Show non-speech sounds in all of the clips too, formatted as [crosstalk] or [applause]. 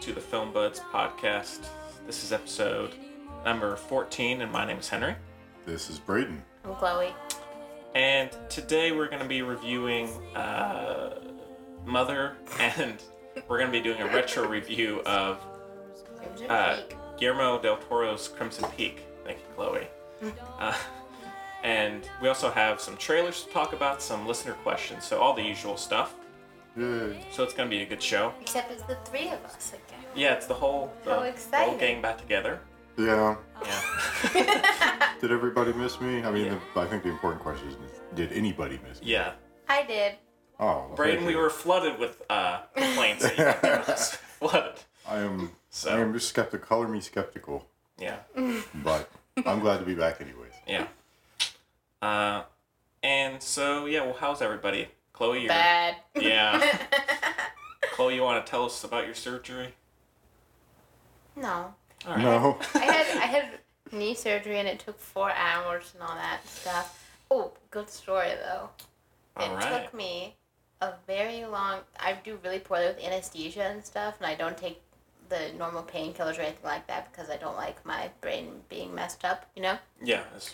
to the Film Buds podcast. This is episode number 14, and my name is Henry. This is Braden. I'm Chloe. And today we're going to be reviewing uh, Mother, [laughs] and we're going to be doing a retro review of Crimson uh, Peak. Guillermo del Toro's Crimson Peak. Thank you, [laughs] Chloe. Uh, and we also have some trailers to talk about, some listener questions, so all the usual stuff. Yay. So it's going to be a good show. Except it's the three of us again. Yeah, it's the whole the How whole exciting. Oh. gang back together. Yeah. Yeah. [laughs] Did everybody miss me? I mean, Yeah. the, I think the important question is, did anybody miss me? Yeah. I did. Oh, well, Braden, thank we you. were flooded with uh, [laughs] complaints. that you gave us. flooded. I am. So- I am just skeptical. Color me skeptical, Yeah. but I'm glad to be back, anyways. Yeah. Uh, and so yeah, well, how's everybody? Chloe, you're Bad. yeah. Chloe, you want to tell us about your surgery? [laughs] no. All right. [laughs] No. I had I had knee surgery and it took four hours and all that stuff. Oh, good story though. It All right. took me a very long. I do really poorly with anesthesia and stuff, and I don't take the normal painkillers or anything like that because I don't like my brain being messed up. You know. Yeah. It's,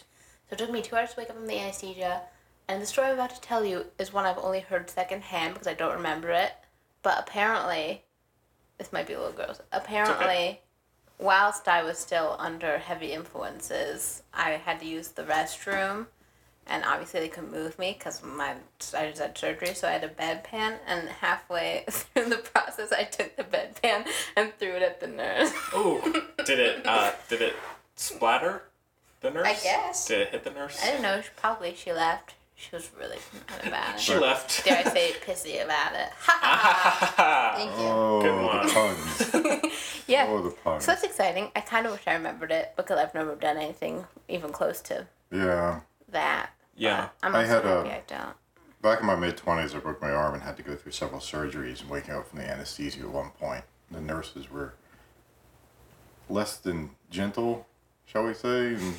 So it took me two hours to wake up from the anesthesia. And the story I'm about to tell you is one I've only heard secondhand because I don't remember it. But apparently, this might be a little gross. Apparently, whilst I was still under heavy influences, I had to use the restroom. And obviously, they couldn't move me because my I just had surgery, so I had a bedpan. And halfway [laughs] through the process, I took the bedpan and threw it at the nurse. oh, did it? Uh, did it splatter the nurse? guess. Did it hit the nurse? I don't know. She, probably she left. She was really mad about it. She left. [laughs] dare I say it, pissy about it. Ha Ah, [laughs] ha ha, ha. ha, ha. Thank you. Oh, Good one. the puns. yeah. Oh, the puns. so that's exciting. I kind of wish I remembered it because I've never done anything even close to Yeah. that. Yeah. But I'm I also had a- happy I don't. Back in my mid 20s, I broke my arm and had to go through several surgeries and waking up from the anesthesia at one point. The nurses were less than gentle, shall we say, and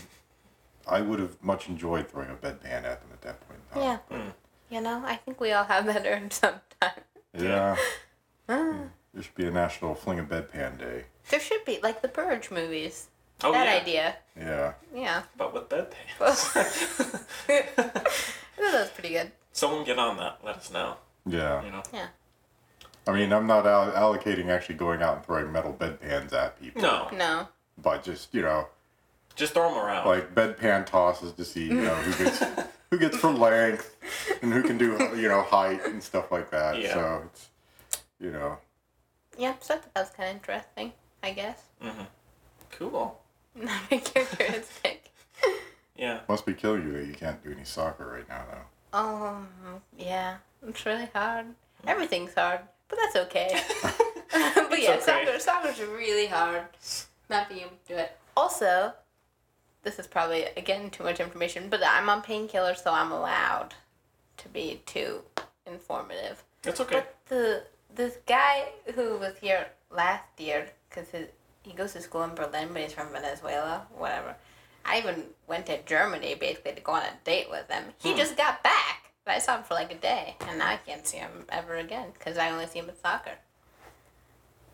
I would have much enjoyed throwing a bedpan at them at that point in Yeah. time. You know, I think we all have that urge [laughs] sometimes. Yeah. Yeah. There should be a national fling a bedpan day. There should be, like the Purge movies. Oh that yeah. idea. Yeah. Yeah. But with bedpans. [laughs] I thought that was pretty good. [laughs] Someone get on that. Let us know. You Yeah. know. Yeah. I mean, I'm not al- allocating actually going out and throwing metal bedpans at people. No. No. But just, you know, Just throw them around. like bedpan tosses to see you know who gets [laughs] who gets for length and who can do you know height and stuff like that. Yeah. So it's you know Yeah, so I thought that was kind of interesting, I guess. [laughs] cool. Very characteristic. Yeah. must be killing you that you can't do any soccer right now though. Um, yeah, it's really hard. Everything's hard, but that's okay. [laughs] but yeah, okay. soccer, soccer's really hard. Not being able to do it. Also, this is probably again too much information, but I'm on painkillers, so I'm allowed to be too informative. It's okay. But the this guy who was here last year, because he goes to school in Berlin, but he's from Venezuela, whatever. I even went to Germany basically to go on a date with him. He just got back. But I saw him for like a day, and now I can't see him ever again because I only see him at soccer.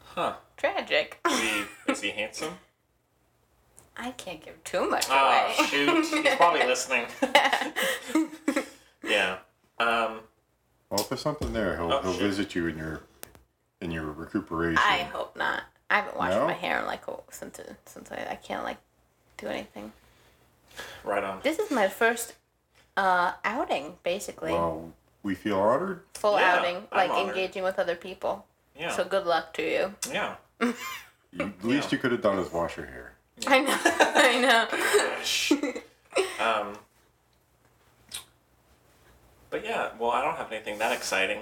Huh. Tragic. [laughs] Is he, is he handsome? I can't give too much Ah, away. shoot. He's probably listening. yeah. Um, Well, if there's something there, he'll, Oh, he'll shit. visit you in your in your recuperation. [laughs] I hope not. I haven't washed No? my hair in like a- since since I, I can't like do anything. right on. This is my first uh outing basically. Well, we feel honored. full Yeah, outing, I'm like honored. engaging with other people. Yeah. So good luck to you. [laughs] yeah. You, the least you could have done is wash your hair. I know. [laughs] I know. Shh. um, but yeah, well, I don't have anything that exciting.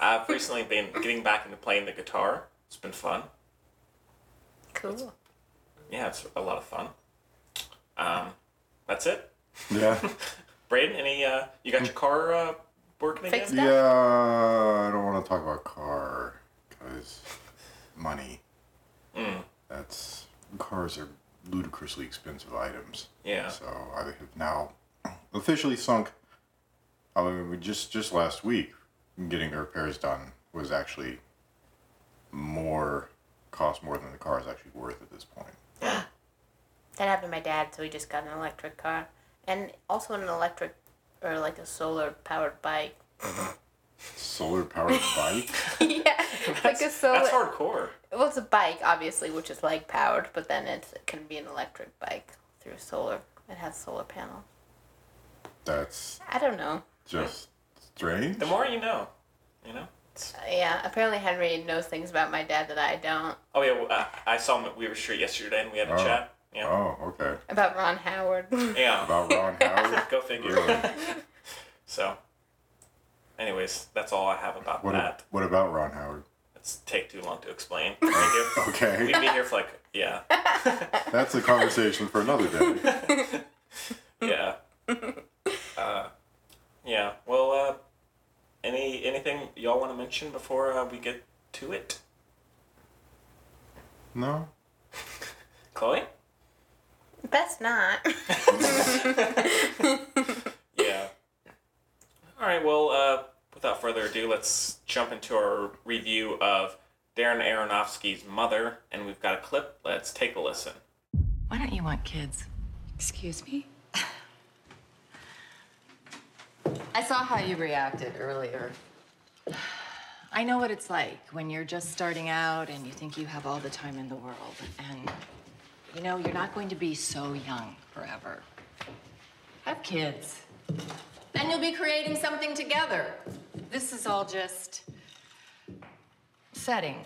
I've recently been getting back into playing the guitar. It's been fun. Cool. Yeah, it's a lot of fun. Um, that's it. Yeah. [laughs] Braden, any, uh, you got your car, uh, working again? Fixed. yeah. I don't want to talk about car because money. That's cars are ludicrously expensive items. Yeah. So I have now officially sunk. I mean, we just just last week, getting the repairs done was actually more cost more than the car is actually worth at this point. That happened to my dad, so he just got an electric car. And also an electric or like a solar powered bike. Solar powered bike? [laughs] yeah. Like a solar That's hardcore. well it's a bike obviously, which is like powered, but then it's, it can be an electric bike through solar. It has solar panels. That's I don't know. just strange. The more you know, you know. Uh, yeah, apparently Henry knows things about my dad that I don't. Oh yeah, well, I, I saw him at Weaver Street yesterday, and we had a Oh. chat. Yeah, Oh, okay. About Ron Howard. [laughs] yeah. About Ron Howard? Go figure. Really? [laughs] So, anyways, that's all I have about What, a, that. what about Ron [laughs] Howard? It's take too long to [laughs] explain. Thank you. Okay. We'd be here for like yeah, That's a conversation for another day. [laughs] yeah, uh, yeah. Well, uh, any anything y'all want to mention before uh, we get to it, No? Chloe? Best not. Yeah. All right. Well, uh, without further ado, let's jump into our review of Darren Aronofsky's Mother, and we've got a clip. Let's take a listen. Why don't you want kids? Excuse me? [sighs] I saw how you reacted earlier. [sighs] I know what it's like when you're just starting out and you think you have all the time in the world. And, you know, you're not going to be so young forever. Have kids. Then you'll be creating something together. This is all just setting.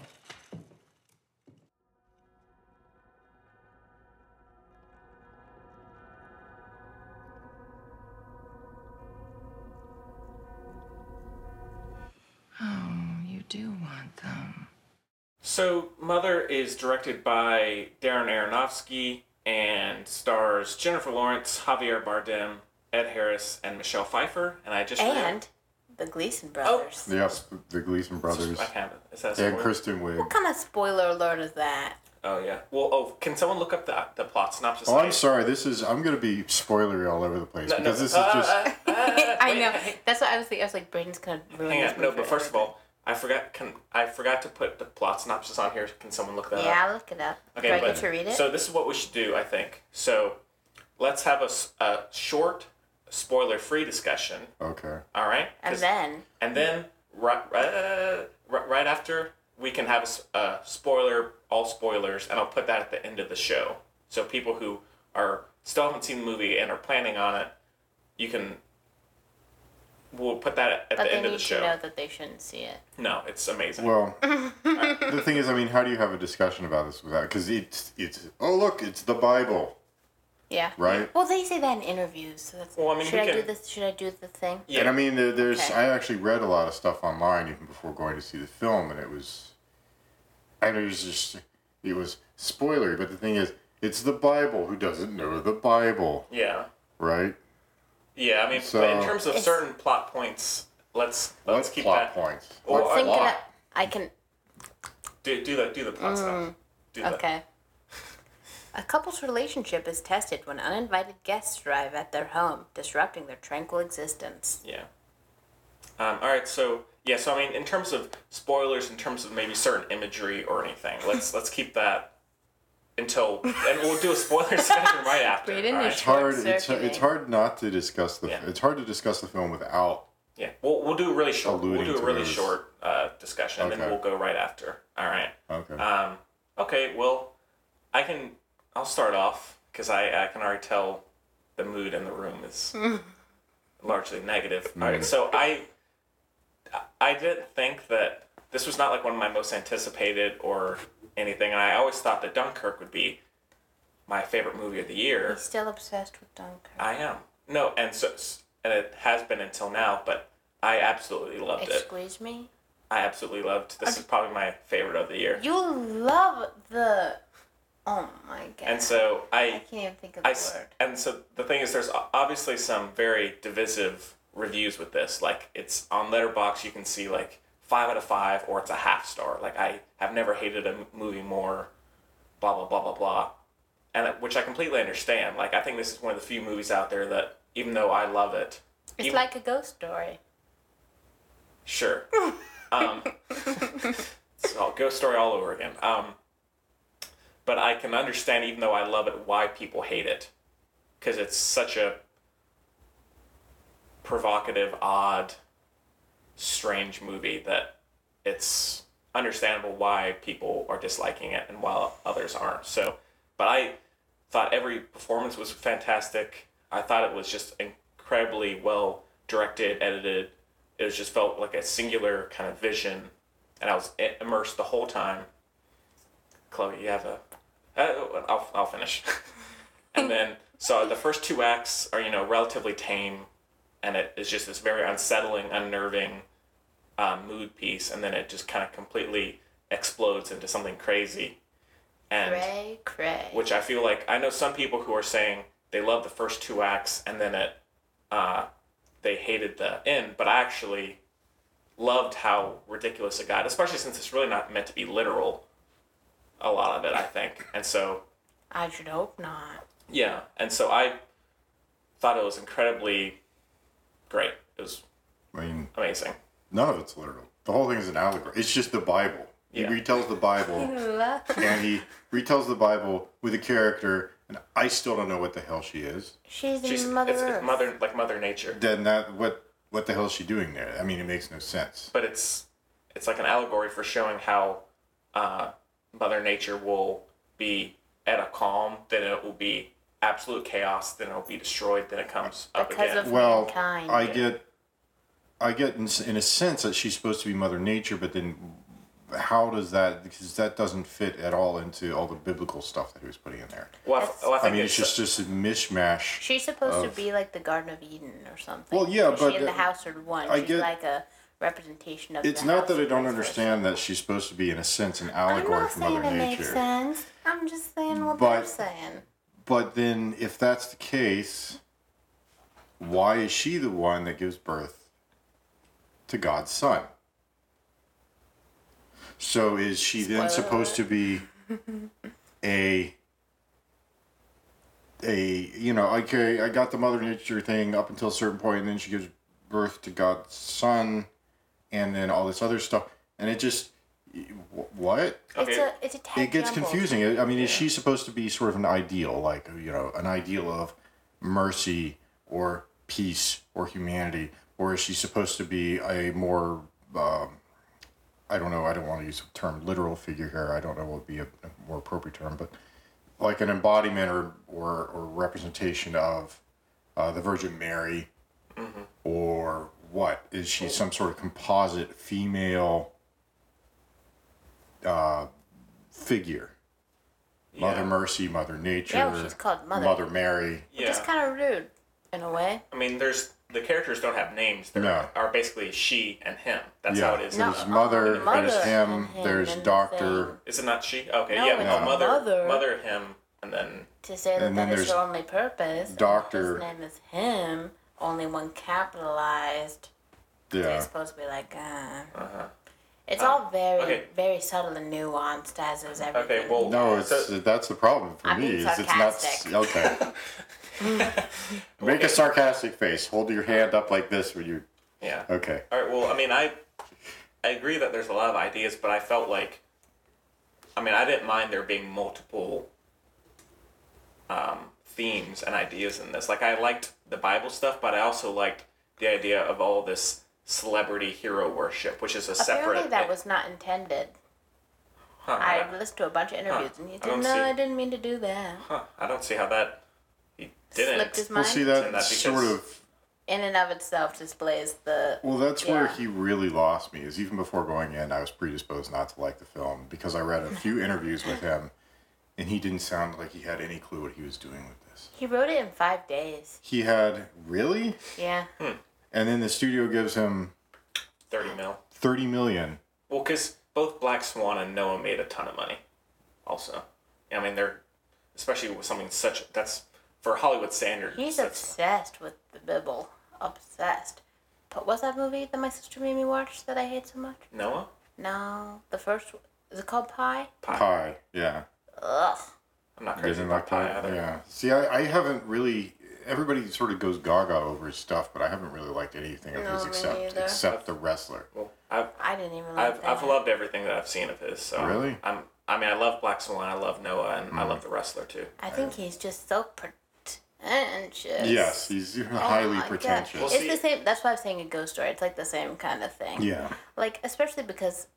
Oh, you do want them. So, Mother is directed by Darren Aronofsky and stars Jennifer Lawrence, Javier Bardem, Ed Harris, and Michelle Pfeiffer. And I just and the Gleason brothers. Yeah, sp- the Gleason brothers. I have it. Is that a And spoiler? Kristen Wiig. What kind of spoiler alert is that? Oh yeah. Well, oh, can someone look up the the plot synopsis? Oh, I'm sorry. This is I'm gonna be spoilery all over the place No, no, because this uh, is just uh, uh, I wait, know. hey, That's what I was thinking. I was like, Braden's gonna ruin Hang this on. No, movie but for first of all, I forgot. Can I forgot to put the plot synopsis on here? Can someone look that everyone. up? Yeah, I'll look it up. Do I uh, but- get to read it? So this is what we should do, I think. So let's have a, s- a short, spoiler-free discussion. okay. All right. and 'Cause- then and then right, uh, right, right after we can have a s- a spoiler, all spoilers, and I'll put that at the end of the show. So people who are still haven't seen the movie and are planning on it, you can. We'll put that at, at but the they end of need the to know show. that they shouldn't see it. No, it's amazing. Well, the [laughs] thing is, I mean, how do you have a discussion about this without? Because it's it's oh look, it's the Bible, Yeah. right? Well, they say that in interviews. So that's, Well, I mean, should we I do can- this? Should I do the thing? Yeah. And I mean, there, there's Okay. I actually read a lot of stuff online even before going to see the film, and it was, and it was just it was spoilery. But the thing is, it's the Bible. Who doesn't know the Bible, yeah. right? Yeah, I mean, So- but in terms of It's- certain plot points, let's let's What's keep that. plot points? Well, What I- Thinking plot? up- I can. Do do the do the plot stuff. Do the- Mm, Okay. A couple's relationship is tested when uninvited guests arrive at their home, disrupting their tranquil existence. Yeah. Um, all right, so yeah, so I mean, in terms of spoilers, in terms of maybe certain imagery or anything, [laughs] let's let's keep that until and we'll do a [laughs] spoiler session right after. Braden all is right? It's hard. It's, circuiting. it's hard not to discuss the. Yeah. It's hard to discuss the film without Yeah, we'll we'll do a really short. Alluding we'll do to a really those. short uh, discussion, and then Okay. we'll go right after. All right. Okay. Um, okay, well, I can. I'll start off because I, I can already tell the mood in the room is largely negative. All right, so I I didn't think that this was not like one of my most anticipated or anything, and I always thought that Dunkirk would be my favorite movie of the year. Still obsessed with Dunkirk. I am no, and so and it has been until now, but I absolutely loved it. Excuse me. I absolutely loved. This is probably my favorite of the year, You love the. Oh my god. and so I I can't even think of the I s- word. and so the thing is, there's o- obviously some very divisive reviews with this. Like it's on Letterbox, you can see like five out of five, or it's a half star. Like I have never hated a m- movie more. Blah blah blah blah blah, and it- which I completely understand. Like I think this is one of the few movies out there that, even though I love it, It's even- like a ghost story. Sure. um, it's all ghost story all over again. Um, but I can understand, even though I love it, why people hate it, because it's such a provocative, odd, strange movie that it's understandable why people are disliking it and while others aren't. So, but I thought every performance was fantastic. I thought it was just incredibly well directed, edited. It was just felt like a singular kind of vision, and I was i- immersed the whole time. Chloe, you have a. Uh, I'll, I'll finish. and then, so the first two acts are, you know, relatively tame, and it is just this very unsettling, unnerving um, mood piece, and then it just kind of completely explodes into something crazy. And Cray, cray. which I feel like I know some people who are saying they love the first two acts and then it uh, they hated the end, but I actually loved how ridiculous it got, especially since it's really not meant to be literal. A lot of it, I think, and so I should hope [laughs] not. yeah, and so I thought it was incredibly great. It was I mean, amazing. none of it's literal. The whole thing is an allegory. It's just the Bible. He Yeah. retells the [laughs] Bible, and he retells the Bible with a character, and I still don't know what the hell she is. She's, She's in Mother it's, Earth. it's mother like Mother Nature, Then that what what the hell is she doing there? I mean, it makes no sense. but it's it's like an allegory for showing how uh, Mother Nature will be at a calm, then it will be absolute chaos, then it will be destroyed, then it comes up Because again. of- well, mankind. I get, I get in, s- in a sense that she's supposed to be Mother Nature, but then how does that? Because that doesn't fit at all into all the biblical stuff that he was putting in there. well, I, well, I I think mean, it's, it's just just a mishmash. She's supposed to of- be like the Garden of Eden or something. Well, yeah, but she and the it- Household One. I She's get- like a representation of. It's the not that I Household don't One understand that she's supposed to be, in a sense, an version. I'm allegory not for saying Mother it makes Nature. sense. I'm just saying what But- they're saying. But then, if that's the case, why is she the one that gives birth to God's son? So is she then Spoiler supposed to be a a you know okay I got the mother nature thing up until a certain point and then she gives birth to God's son and then all this other stuff and it just wh- what It's Okay. a it's a tag it gets jumble. confusing. I I mean, is she supposed to be sort of an ideal, like you know, an ideal of mercy or peace or humanity, or is she supposed to be a more, um, I don't know, I don't want to use the term literal figure here. I don't know what would be a, a more appropriate term, but like an embodiment or or, or representation of uh, the Virgin Mary, or what is she? Some sort of composite female uh, figure. Mother Yeah. Mercy, Mother Nature, Yeah, well, she's called Mother. Mary. yeah. It's kind of rude, in a way. I mean, there's the characters don't have names. They No. are basically she and him. That's yeah, how it is. No. oh, there's Mother, Mother there's him, and him there's and the Doctor, Is it not she? Okay, No, yeah. it's well, mother, mother. mother, him, and then To say that And then that is there's her only purpose. and Doctor- His name is him. Only one capitalized. They're yeah. supposed to be like, uh. uh It's all very, okay. very subtle and nuanced, as is everything. okay. Well, No, it's so- that's the problem for I'm me. being Is it's not sarcastic. okay. [laughs] Make a sarcastic face. Hold your hand up like this when you. yeah. Okay. All right. Well, I mean, I I agree that there's a lot of ideas, but I felt like, I mean, I didn't mind there being multiple um, themes and ideas in this. Like, I liked the Bible stuff, but I also liked the idea of all this celebrity hero worship, which is a Apparently, separate. that was not intended. Huh, I listened to a bunch of interviews, Huh. and he I said, don't "No, see- I didn't mean to do that." huh, I don't see how that he Slipped his didn't. mind. Well, see And that that's sort because- of. In and of itself, displays the Well, that's where Yeah. he really lost me. Is even before going in, I was predisposed not to like the film because I read a few interviews with him, and he didn't sound like he had any clue what he was doing with this. He wrote it in five days. he had really Yeah. and then the studio gives him Thirty mil. 30 million Well, because both Black Swan and Noah made a ton of money, also. I mean, they're especially with something such that's for Hollywood standards. He's that's- obsessed with the Bible. Obsessed. But what's that movie that my sister made me watch that I hate so much? Noah. No, the first. Is it called Pie? Pie. pie yeah Ugh. I'm not crazy Isn't about like pie that? either. yeah see I, I haven't really everybody sort of goes gaga over his stuff but i haven't really liked anything of No, his me except neither. except the wrestler Well, I've I didn't even like I've, that. I've loved everything that I've seen of his. So Really? Hmm. I'm I mean, I love Black Swan. I love Noah, and I love the wrestler too. I think he's just so pretentious. Yes, he's you're Oh highly my God. pretentious. Well, it's see- the same. That's why I'm saying a ghost story. It's like the same kind of thing. yeah. Like especially because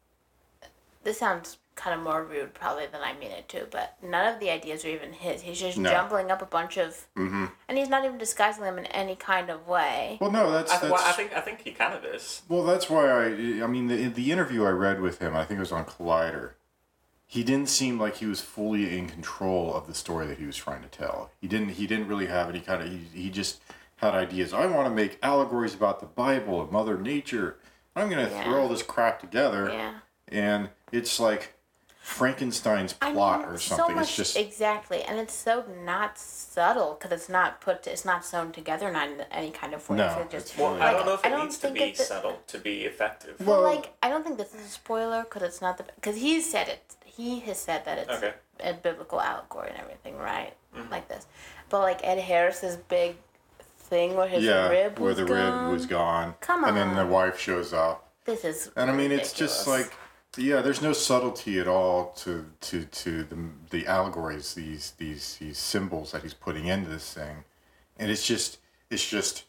this sounds kind of more rude probably than I mean it to, but none of the ideas are even his. He's just No. Mm-hmm. jumbling up a bunch of, and he's not even disguising them in any kind of way. Well, no, that's I, that's. well, I think I think he kind of is. Well, that's why I. I mean, the the interview I read with him, I think it was on Collider. He didn't seem like he was fully in control of the story that he was trying to tell. He didn't. He didn't really have any kind of. He, he just had ideas. I want to make allegories about the Bible and Mother Nature. I'm gonna Yeah. throw all this crap together, Yeah. and it's like Frankenstein's I mean, plot or so something. it's much- just exactly, and it's so not subtle because it's not put, it's not sewn together in any- any kind of way. No, So it it's just, really Well, I don't know if I it don't needs to think be it's a- subtle to be effective. Well- Well, like I don't think this is a spoiler because it's not the because he said it. He has said that it's Okay. a biblical allegory and everything, right? Mm-hmm. Like this, but like Ed Harris's big thing where his yeah, rib where was the gone. rib was gone. Come and then the wife shows up. This is And I mean, it's just ridiculous. like, yeah, there's no subtlety at all to to to the the allegories, these these these symbols that he's putting into this thing, and it's just it's just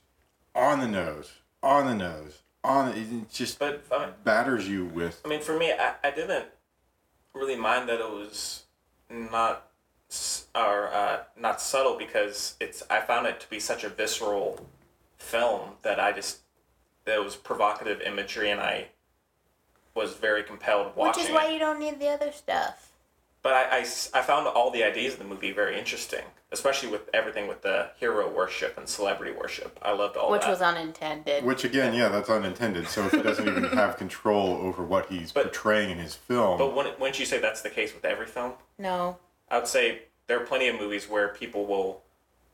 on the nose, on the nose, on the, it just but uh, batters you with. I mean, for me, I, I didn't really mind that it was not s- or uh, not subtle because it's I found it to be such a visceral film that I just that it was provocative imagery and I was very compelled watching. which is why it. you don't need the other stuff. But I, I s- I found all the ideas of the movie very interesting, especially with everything with the hero worship and celebrity worship. I loved all Which that. was unintended. Which again, yeah, that's unintended. So if he doesn't even have control over what he's But- portraying in his film, but when, wouldn't you say that's the case with every film? no. I would say there are plenty of movies where people will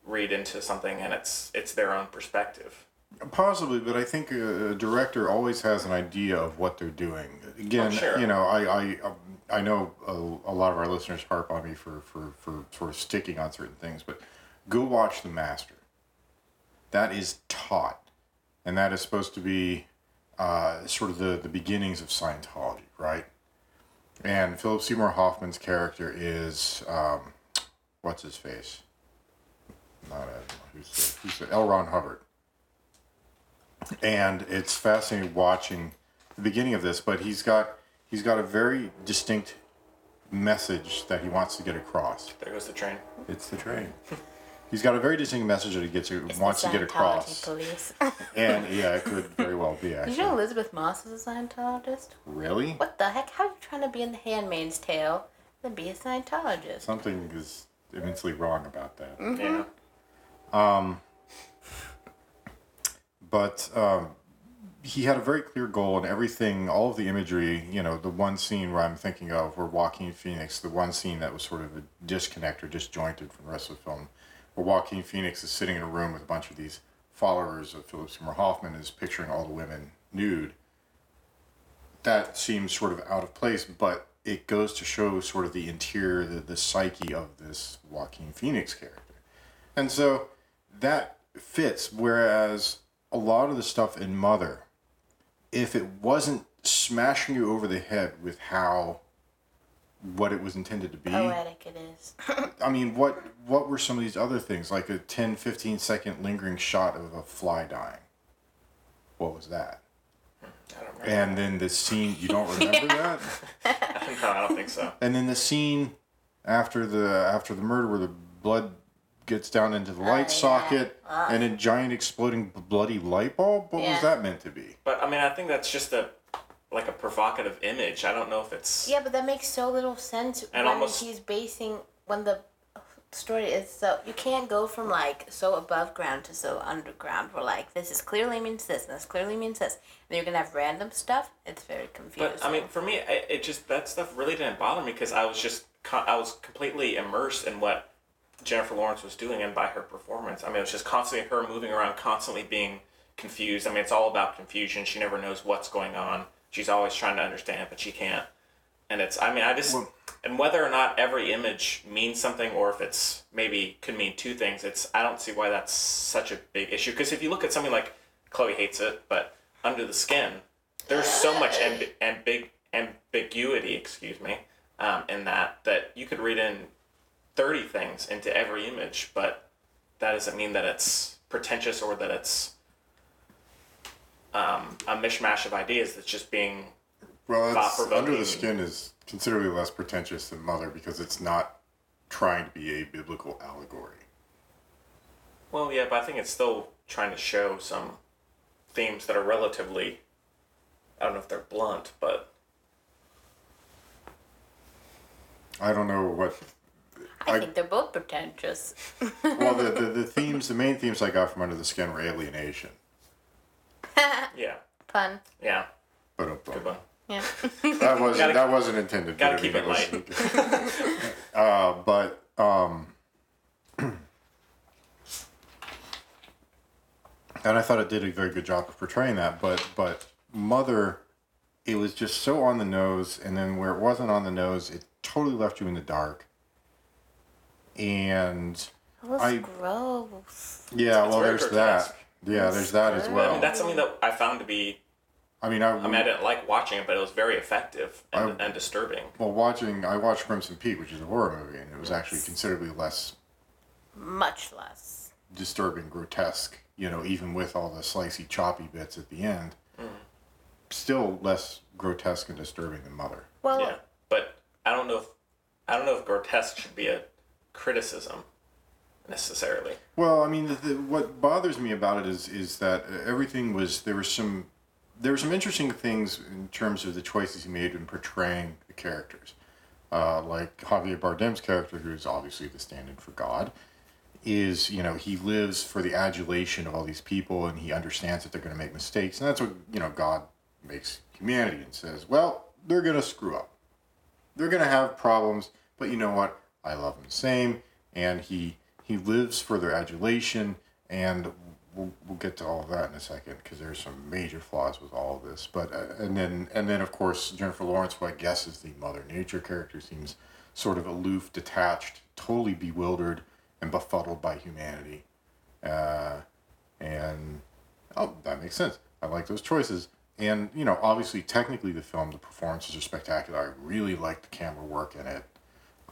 read into something and it's it's their own perspective. Possibly, but I think a a director always has an idea of what they're doing. Again, Oh, sure. you know, I I, um, I know a, a lot of our listeners harp on me for, for, for sort of sticking on certain things, but go watch The Master. That is taught, and that is supposed to be uh, sort of the, the beginnings of Scientology, right? And Philip Seymour Hoffman's character is um, what's his face? Not a, who's the, who's the, L. Ron Hubbard and it's fascinating watching the beginning of this but he's got he's got a very distinct message that he wants to get across There goes the train. it's the train [laughs] he's got a very distinct message that he gets It's the wants to get Scientology across police. [laughs] and yeah it could very well be Did actually [laughs] you know Elizabeth Moss is a Scientologist? really What the heck? How are you trying to be in The Handmaid's Tale and be a Scientologist? something is immensely wrong about that Yeah. but um, he had a very clear goal and everything all of the imagery you know the one scene where i'm thinking of where joaquin phoenix the one scene that was sort of a disconnect or disjointed from the rest of the film where joaquin phoenix is sitting in a room with a bunch of these followers of philip seymour hoffman and is picturing all the women nude that seems sort of out of place but it goes to show sort of the interior the, the psyche of this joaquin phoenix character and so that fits. Whereas a lot of the stuff in Mother, if it wasn't smashing you over the head with how what it was intended to be, Poetic it is. I mean, what what were some of these other things? Like a 10, 15 second lingering shot of a fly dying. What was that? I don't remember. And then the scene, you [laughs] don't remember that? [laughs] no, I don't think so. And then the scene after the after the murder where the blood gets down into the light Oh, yeah. socket and a giant exploding b- bloody light bulb. What Yeah. was that meant to be? But I mean, I think that's just a like a provocative image. I don't know if it's Yeah, but that makes so little sense And when almost- he's basing when the story is so you can't go from like so above ground to so underground where like this is clearly means this and this clearly means this and you're gonna have random stuff it's very confusing But I mean, for me, it, it just that stuff really didn't bother me because I was just co- I was completely immersed in what Jennifer Lawrence was doing and by her performance. I mean, it was just constantly her moving around, constantly being confused. I mean, it's all about confusion. She never knows what's going on. She's always trying to understand, but she can't. And it's I mean, I just Well- and whether or not every image means something or if it's maybe could mean two things, it's I don't see why that's such a big issue because if you look at something like Chloe hates it, but Under the Skin, there's so much amb- ambig- ambiguity, excuse me, um, in that that you could read in 30 things into every image but that doesn't mean that it's pretentious or that it's um, a mishmash of ideas that's just being Well, that's, under Thought-provoking. the skin is considerably less pretentious than Mother because it's not trying to be a biblical allegory. well yeah but i think it's still trying to show some themes that are relatively i don't know if they're blunt but I don't know what. I, I- think they're both pretentious. Well, the, the, the themes, the main themes I got from Under the Skin were alienation. yeah Pun. yeah But uh, but- good one Yeah. [laughs] that wasn't Gotta- that wasn't intended. gotta but I mean, keep it was- [laughs] uh, but um, [clears throat] and I thought it did a very good job of portraying that. But but mother, it was just so on the nose, and then where it wasn't on the nose, it totally left you in the dark. And That was I- gross. yeah, well, very there's grotesque. that. Yeah, there's that as I well. mean, that's something that i found to be I mean, I, I mean, I didn't like watching it, but it was very effective and, I- and disturbing. well, watching I watched Crimson Peak, which is a horror movie, and it was actually considerably less Much less. disturbing, grotesque, you know, even with all the slicey, choppy bits at the end, still less grotesque and disturbing than Mother. Well, Yeah, but I don't know if I don't know if grotesque should be a criticism necessarily. Well, I mean, the, the, what bothers me about it is is that uh, everything was there was some there were some interesting things in terms of the choices he made in portraying the characters, uh, like Javier Bardem's character, who is obviously the stand-in for God. Is you know he lives for the adulation of all these people, and he understands that they're going to make mistakes, and that's what you know God makes humanity and says, well, they're going to screw up, they're gonna have problems, but you know what? I love him the same, and he he lives for their adulation, and we'll, we'll get to all of that in a second because there's some major flaws with all of this. But uh, and then and then of course Jennifer Lawrence, who I guess is the Mother Nature character, seems sort of aloof, detached, totally bewildered and befuddled by humanity, uh, and oh, that makes sense. I like those choices. And, you know, obviously, technically, the film, the performances are spectacular. I really liked the camera work in it.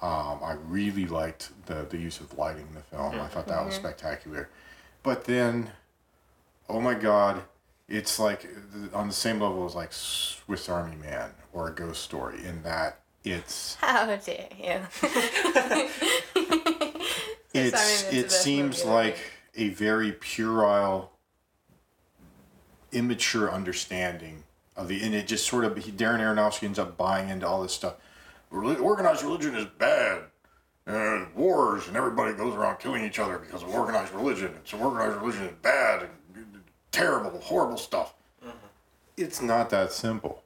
Um, I really liked the, the use of lighting in the film. I thought that was spectacular. But then, oh my God, it's like th- on the same level as like Swiss Army Man or a ghost story, in that it's. how dare you? [laughs] it's Man's the it best seems movie ever. like a very puerile immature understanding of the and it just sort of he, darren aronofsky ends up buying into all this stuff Reli- organized religion is bad and wars and everybody goes around killing each other because of organized religion and so organized religion is bad and terrible horrible stuff it's not that simple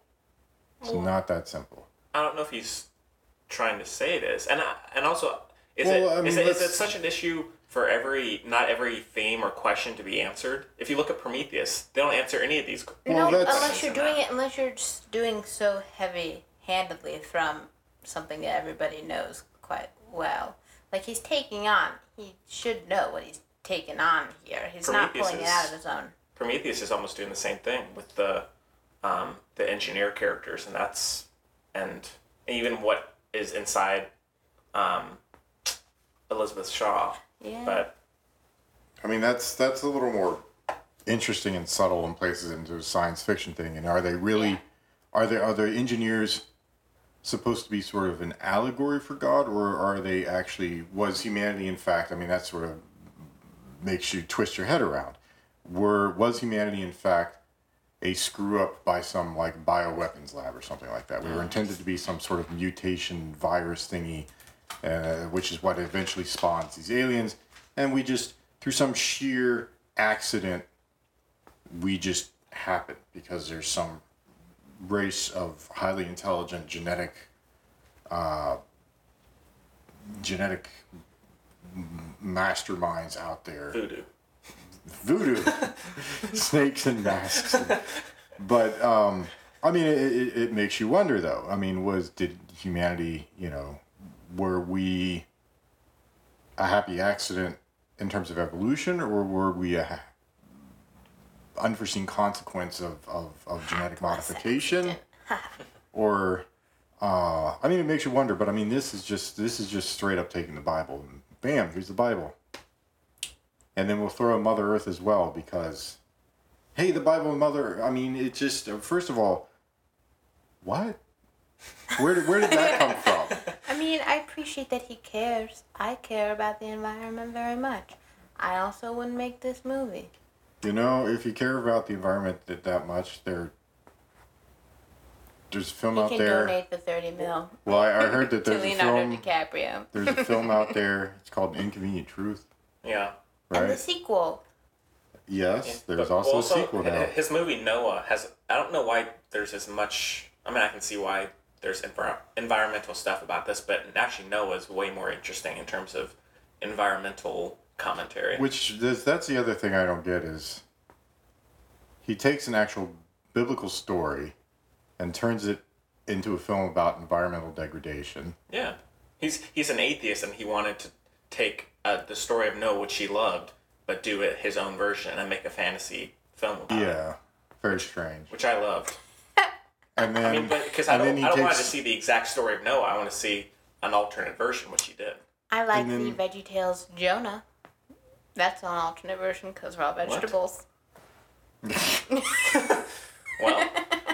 it's not that simple I don't know if he's trying to say it is, and I, and also is Well, it I is mean, it, is it let's- such an issue for every not every theme or question to be answered? If you look at Prometheus, they don't answer any of these. Well, no, that's- unless you're doing it, unless you're just doing so heavy-handedly from something that everybody knows quite well. Like he's taking on, he should know what he's taking on here. He's not Prometheus pulling it is- out of his own. Prometheus is almost doing the same thing with the um, the engineer characters, and that's and even what is inside um, Elizabeth Shaw. Yeah. But I mean, that's that's a little more interesting and subtle in places into a science fiction thing. And are they really, are they are the engineers supposed to be sort of an allegory for God, or are they actually was humanity in fact? I mean, that sort of makes you twist your head around. Were was humanity in fact a screw up by some like bioweapons lab or something like that? We were intended to be some sort of mutation virus thingy uh, which is what eventually spawns these aliens. And we just, through some sheer accident, we just happen because there's some race of highly intelligent genetic, uh, genetic m- masterminds out there voodoo. voodoo snakes and masks but um i mean it, it, it makes you wonder though i mean was did humanity you know were we a happy accident in terms of evolution or were we a ha- unforeseen consequence of, of, of genetic modification or Uh, I mean, it makes you wonder, but I mean, this is just this is just straight up taking the Bible and bam, here's the Bible. And then we'll throw in Mother Earth as well because, hey, the Bible and Mother. I mean, it just first of all, what? Where did where did that come from? I mean, I appreciate that he cares. I care about the environment very much. I also wouldn't make this movie. You know, if you care about the environment that, that much, there, there's a film He out can there. donate the thirty mil Well, I, I heard that [laughs] to there's a Leonardo film. DiCaprio. There's a film out there. It's called Inconvenient Truth, Yeah. And the right? sequel. Yes, there's But also also, a sequel now. His movie Noah has. I don't know why there's as much. I mean, I can see why there's envir- environmental stuff about this, but actually Noah is way more interesting in terms of environmental commentary. Which this, that's the other thing I don't get is he takes an actual biblical story and turns it into a film about environmental degradation. yeah, he's he's an atheist and he wanted to take uh, the story of Noah, which he loved, but do it his own version and make a fantasy film about it, Yeah, very strange. which I loved. And then, I mean, but because I and don't, then he I don't want takes to see the exact story of Noah. I want to see an alternate version, which he did. I like And then- the VeggieTales Jonah. That's an alternate version because we're all vegetables. Well,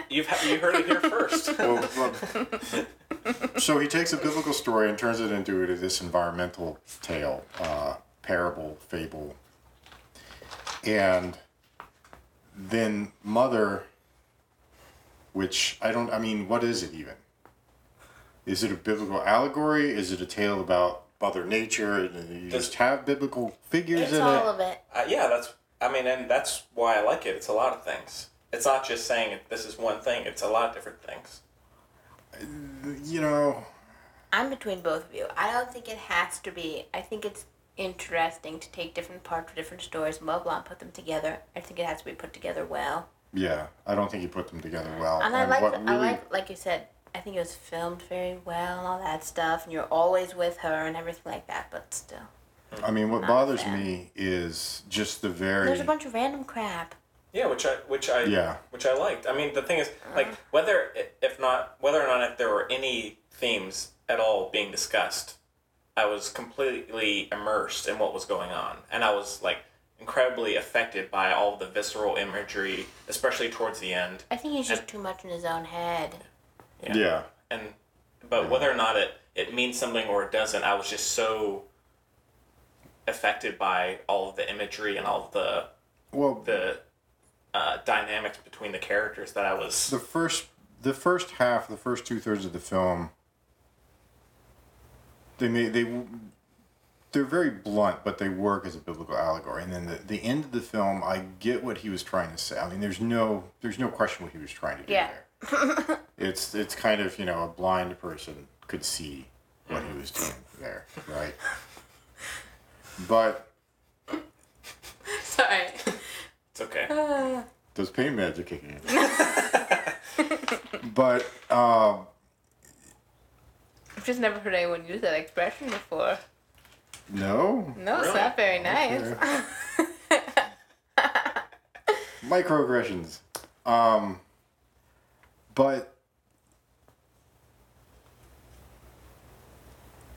you've you heard it here first. [laughs] Uh, Well, well, so he takes a biblical story and turns it into this environmental tale, uh, parable, fable, and then mother, which I don't. I mean, what is it even? Is it a biblical allegory? Is it a tale about Mother Nature? And you Does- just have biblical figures It's in all it. of it. Uh, yeah, that's. I mean, and that's why I like it. It's a lot of things. It's not just saying it, this is one thing. It's a lot of different things. You know, I'm between both of you. I don't think it has to be. I think it's interesting to take different parts of different stories and blah blah and put them together. I think it has to be put together well. yeah. I don't think he put them together well. And I like what the, I like like you said, I think it was filmed very well and all that stuff and you're always with her and everything like that, but still. I mean, what Not bothers bad. me is just the very. There's a bunch of random crap. Yeah, which I which I Yeah. which I liked. I mean, the thing is, like whether if not whether or not if there were any themes at all being discussed, I was completely immersed in what was going on, and I was like incredibly affected by all the visceral imagery, especially towards the end. I think he's just too much in his own head. Yeah. yeah. and but whether or not it it means something or it doesn't i was just so affected by all of the imagery and all of the Well, the, the uh, dynamics between the characters that i was first, the first half, the first two thirds of the film, they may they, they're very blunt, but they work as a biblical allegory. And then the, the end of the film, I get what he was trying to say. I mean, there's no there's no question what he was trying to do Yeah. there. [laughs] it's it's kind of you know a blind person could see what he was doing there, [laughs] right? But Sorry. [laughs] it's okay Those pain meds are kicking in. but um, I've just never heard anyone use that expression before. no, No, it's Really? not very nice. microaggressions. Um, but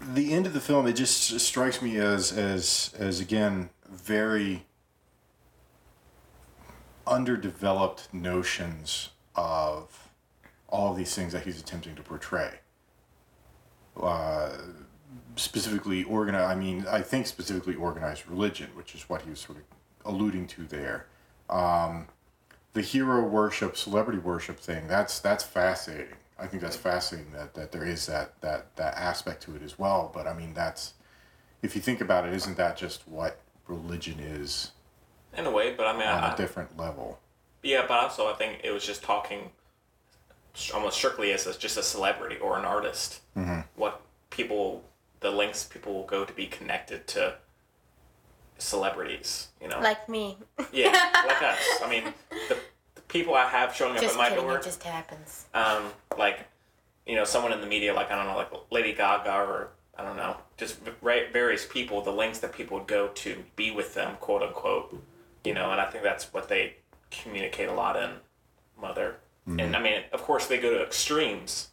the end of the film, it just strikes me as as as again very underdeveloped notions of all of these things that he's attempting to portray. Uh, specifically organized, I mean, I think specifically organized religion, which is what he was sort of alluding to there. Um, the hero worship, celebrity worship thing. That's that's fascinating. I think that's fascinating that, that there is that, that that aspect to it as well. But I mean, that's if you think about it, isn't that just what religion is in a way but i mean on I, a different level? yeah but also i think it was just talking s- almost strictly as a, just a celebrity or an artist mm-hmm. what people the lengths people will go to be connected to celebrities you know Like me. Yeah, like us. I mean, the, the people I have showing up Just at my kidding, door, it just happens. um, like, you know, someone in the media, like, I don't know, like Lady Gaga or, I don't know, just v- ra- various people, the lengths that people would go to be with them, quote unquote, you know, and I think that's what they communicate a lot in Mother. And I mean, of course, they go to extremes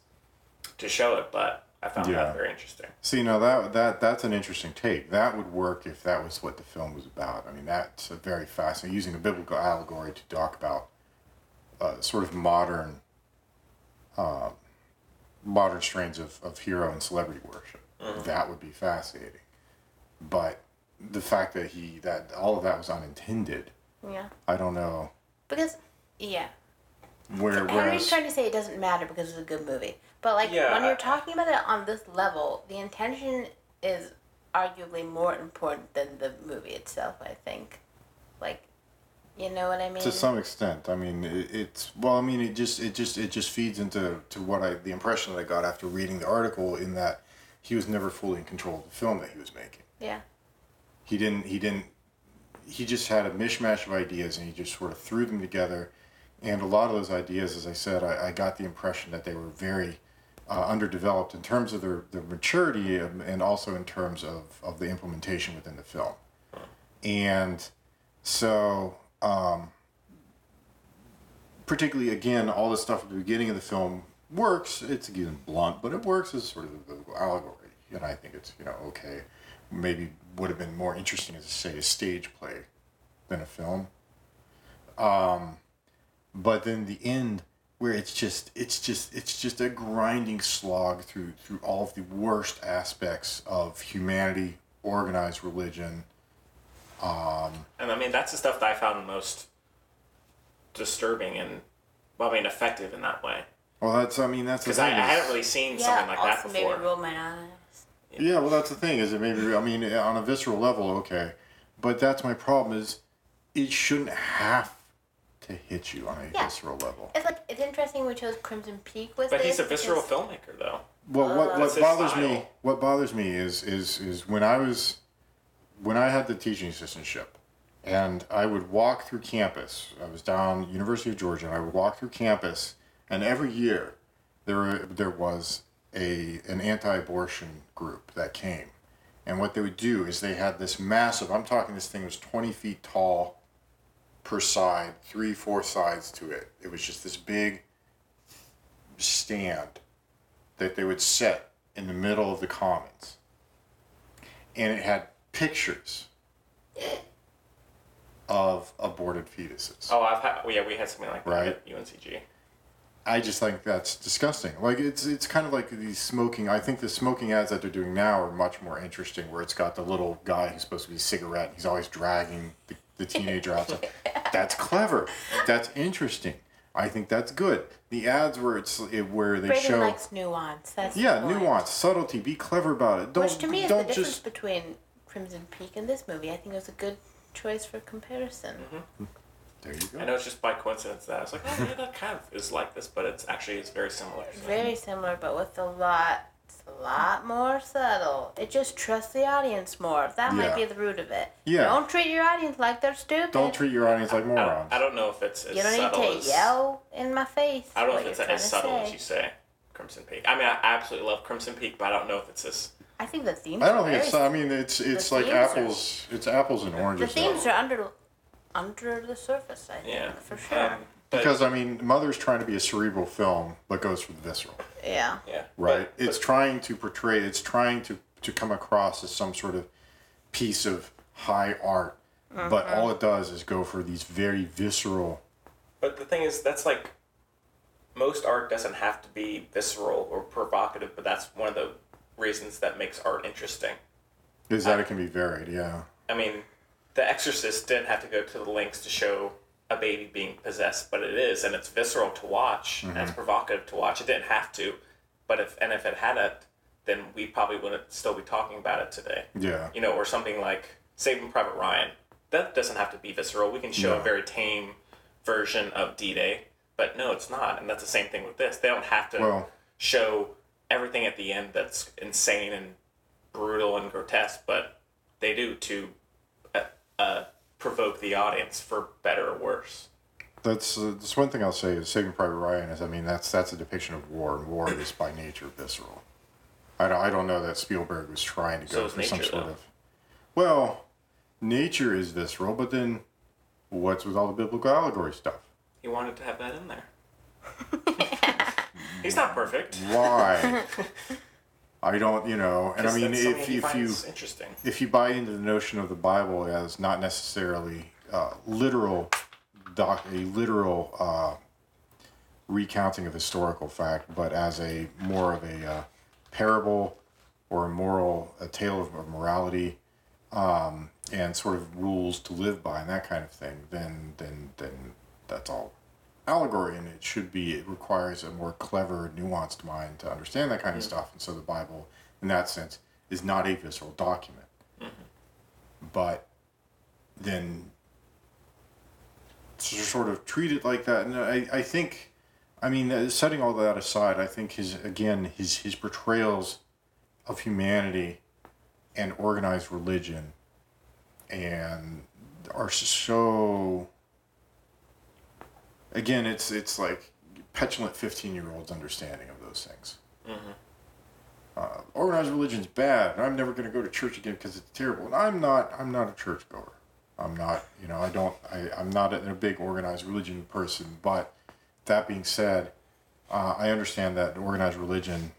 to show it, but I found Yeah. that very interesting. See, now that that that's an interesting take. That would work if that was what the film was about. I mean, that's a very fascinating using a biblical allegory to talk about uh, sort of modern um, modern strains of, of hero and celebrity worship. That would be fascinating. But the fact that he that all of that was unintended, Yeah. I don't know Because, yeah. where. Henry's Whereas, trying to say it doesn't matter because it's a good movie. But, like, Yeah, when I- you're talking about it on this level, the intention is arguably more important than the movie itself, I think. Like, you know what I mean? to some extent i mean it, it's well i mean it just it just it just feeds into to what i the impression that i got after reading the article in that he was never fully in control of the film that he was making yeah. he didn't he didn't he just had a mishmash of ideas and he just sort of threw them together and a lot of those ideas as i said i, I got the impression that they were very uh, underdeveloped in terms of their, their maturity and and also in terms of, of the implementation within the film and so um, particularly again all the stuff at the beginning of the film works it's again blunt but it works as sort of a allegory and i think it's you know okay maybe would have been more interesting as say a stage play than a film um, but then the end where it's just it's just it's just a grinding slog through through all of the worst aspects of humanity organized religion And I mean, that's the stuff that I found most disturbing and, well, I mean, effective in that way. Well, that's I mean that's the Because I, I thing is- hadn't really seen Yeah, something like that also before. maybe roll my eyes. yeah. Well, that's the thing is it maybe I mean on a visceral level okay, but that's my problem is it shouldn't have to hit you on a Yeah. visceral level. It's like, it's interesting we chose Crimson Peak with but this. he's a visceral because- filmmaker, though. Well, what That's what his bothers me style. what bothers me is is is when I was when I had the teaching assistantship and I would walk through campus. I was down University of Georgia and I would walk through campus and every year there were- there was a an anti-abortion group that came. And what they would do is they had this massive I'm talking this thing was 20 feet tall per side, three, four sides to it. It was just this big stand that they would set in the middle of the commons. And it had pictures of aborted fetuses. Oh, I've had, well, yeah, we had something like that Right. at UNCG. I just think that's disgusting. Like it's it's kind of like these smoking. I think the smoking ads that they're doing now are much more interesting, where it's got the little guy who's supposed to be a cigarette. and He's always dragging the, the teenager [laughs] outside. That's clever. That's interesting. I think that's good. The ads where it's it, where they Braden show likes nuance. That's the yeah point. nuance, subtlety. Be clever about it. Don't Which to me is the don't difference just between Crimson Peak and this movie. I think it was a good choice for comparison. There you go. I know it's just by coincidence that I was like, oh, yeah, that kind of is like this, but it's actually it's very similar. Very similar, but with a lot, it's a lot more subtle. It just trusts the audience more. That Yeah. might be the root of it. Yeah. Don't treat your audience like they're stupid. Don't treat your audience like I morons. don't, I don't know if it's as you don't subtle need to as, yell in my face. I don't know what if it's you're trying as to subtle say. as you say, Crimson Peak. I mean, I absolutely love Crimson Peak, but I don't know if it's this. I think the themes. I don't are think it's. very- I mean, it's it's The like themes are- apples. It's apples and The oranges. themes though. are under, under the surface. I think Yeah. for sure. Um, but, because I mean, Mother's trying to be a cerebral film, but goes for the visceral, yeah. yeah, right? But, it's trying to portray. It's trying to to come across as some sort of piece of high art, but Mm-hmm. all it does is go for these very visceral. but the thing is, that's like most art doesn't have to be visceral or provocative, but that's one of the reasons that makes art interesting. Is that it can be varied? Yeah. I mean, The Exorcist didn't have to go to the lengths to show a baby being possessed, but it is, and it's visceral to watch, and it's provocative to watch. It didn't have to, but if and if it had it, then we probably wouldn't still be talking about it today. Yeah. You know, or something like Saving Private Ryan. That doesn't have to be visceral. We can show No. a very tame version of D Day, but no, it's not. And that's the same thing with this. They don't have to Well- show everything at the end that's insane and brutal and grotesque, but they do to uh, uh, provoke the audience for better or worse. That's uh, that's one thing I'll say is Saving Private Ryan is I mean that's that's a depiction of war and war is by nature visceral. I don't, I don't know that Spielberg was trying to So go is for some nature, sort though. of well, nature is visceral, but then what's with all the biblical allegory stuff? He wanted to have that in there. He's not perfect. [laughs] Why? I don't, you know. And I mean, That's something if, he if you finds interesting. if you buy into the notion of the Bible as not necessarily uh, literal, doc, a literal uh, recounting of historical fact, but as a more of a uh, parable or a moral, a tale of morality, um, and sort of rules to live by and that kind of thing, then then then that's all allegory and it should be it requires a more clever nuanced mind to understand that kind of stuff and so the bible in that sense is not a visceral document but then to sort of treat it like that and i, I think i mean uh, setting all that aside i think his again his his portrayals of humanity and organized religion and are so again it's it's like petulant 15 year olds understanding of those things uh, organized religion's bad and i'm never going to go to church again because it's terrible and i'm not i'm not a churchgoer i'm not you know i don't I, i'm not a, a big organized religion person but that being said uh, i understand that organized religion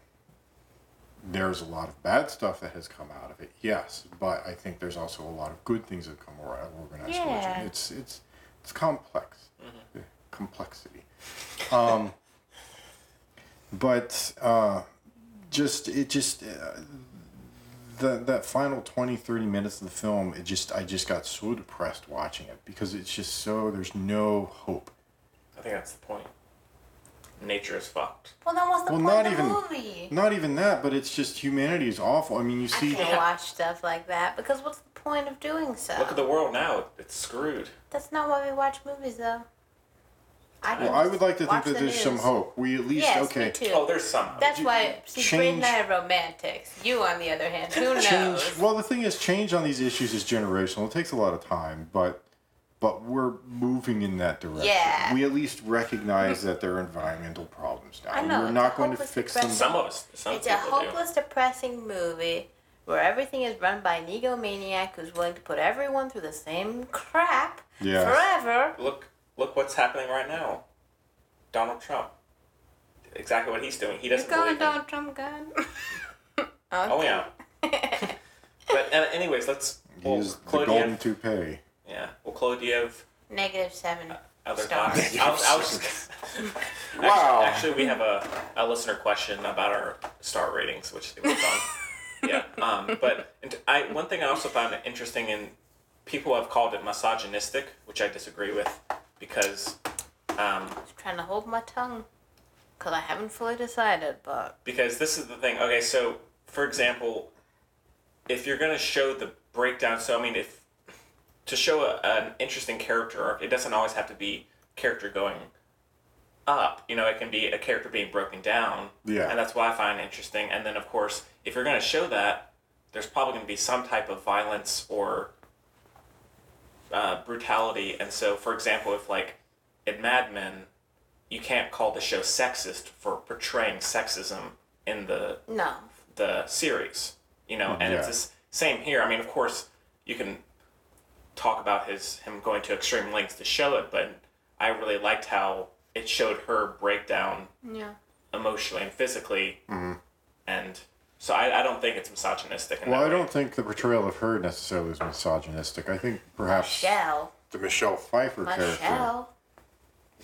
there's a lot of bad stuff that has come out of it yes but i think there's also a lot of good things that come out of organized Yeah. religion it's it's it's complex complexity. Um, [laughs] but uh, just it just uh, the that final 20 30 minutes of the film it just I just got so depressed watching it because it's just so there's no hope. I think that's the point. Nature is fucked. Well, then what's the Well, point not of the even movie? not even that, but it's just humanity is awful. I mean, you I see can't watch stuff like that because what's the point of doing so? Look at the world now. It's screwed. That's not why we watch movies, though. I, well, can I would like to think watch that the there's some news. hope. We at least Yes, okay. me too. Oh, there's some. That's Ju- why. See, Brad and I change- are romantics. You, on the other hand, who knows? change well the thing is change on these issues is generational it takes a lot of time but but we're moving in that direction Yeah. we at least recognize that there are environmental problems now I know, we're it's not a going to hopeless fix them depression. some of us. Some It's a people hopeless, depressing movie where everything is run by an egomaniac who's willing to put everyone through the same crap Yes. forever. do. Look, look what's happening right now. Donald Trump. Exactly what he's doing. He He's doesn't going believe in- Donald Trump gun. [laughs] Oh yeah. but uh, anyways, let's. Well, use the golden Clodiev. toupee Yeah. Well, Clodiev. Negative seven Other stars. thoughts. I was, I was just, Wow. Actually, actually, we have a, a listener question about our star ratings, which they were done. yeah. Um, but and I one thing I also found interesting in people have called it misogynistic, which I disagree with because um, Just trying to hold my tongue because I haven't fully decided, but because this is the thing. Okay, so for example, if you're gonna show the breakdown, so I mean, if to show a, an interesting character arc, it doesn't always have to be character going up. You know, it can be a character being broken down. Yeah. And that's what I find interesting. And then of course, if you're gonna show that, there's probably gonna be some type of violence or uh, brutality. And so, for example, if like in Mad Men, you can't call the show sexist for portraying sexism in the no. the series, you know. And it's Yeah. this same here. I mean, of course, you can talk about his him going to extreme lengths to show it, but I really liked how it showed her breakdown Yeah. emotionally and physically, Mm-hmm. and so I, I don't think it's misogynistic. In well that i way. don't think the portrayal of her necessarily is misogynistic i think perhaps Shell. the michelle pfeiffer My character shell.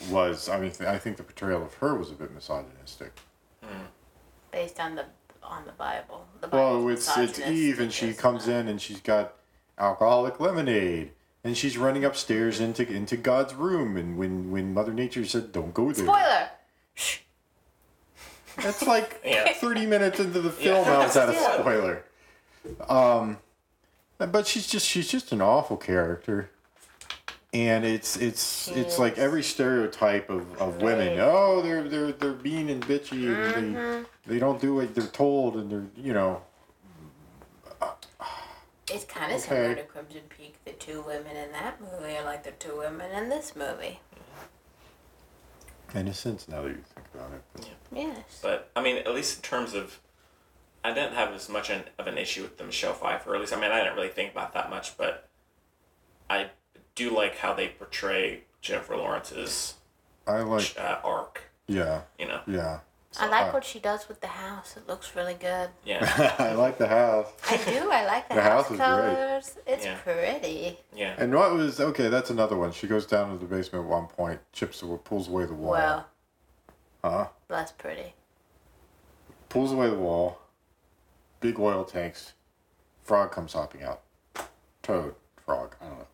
was i mean i think the portrayal of her was a bit misogynistic Based on the on the Bible. The Bible Well, it's it's Eve, and she comes in, and she's got alcoholic lemonade, and she's running upstairs into into God's room, and when when Mother Nature said, "Don't go there," Spoiler! that's like [laughs] Yeah. thirty minutes into the film. Yeah. I was at a Yeah. spoiler. Um, but she's just she's just an awful character, and it's it's it's like every stereotype of, of women. Oh, they're they're they're mean and bitchy, Mm-hmm. and they they don't do what they're told, and they're you know It's kind of similar Okay. to Crimson Peak. The two women in that movie are like the two women in this movie. In a sense, now that you think about it. But Yes. But I mean, at least in terms of, I didn't have as much an, of an issue with the Michelle Pfeiffer. At least I mean, I didn't really think about that much, but I do like how they portray Jennifer Lawrence's I like, uh, arc. yeah, You know, yeah. [laughs] I like what she does with the house. It looks really good. [laughs] Yeah, I like the house. I do. I like [laughs] the, The house, house is great. colors. It's Yeah. pretty. yeah. And what was okay? That's another one. She goes down to the basement at one point, chips the wa- pulls away the wall, Well, huh? that's pretty. Pulls away the wall. Big oil tanks. Frog comes hopping out. Toad, frog. I don't know.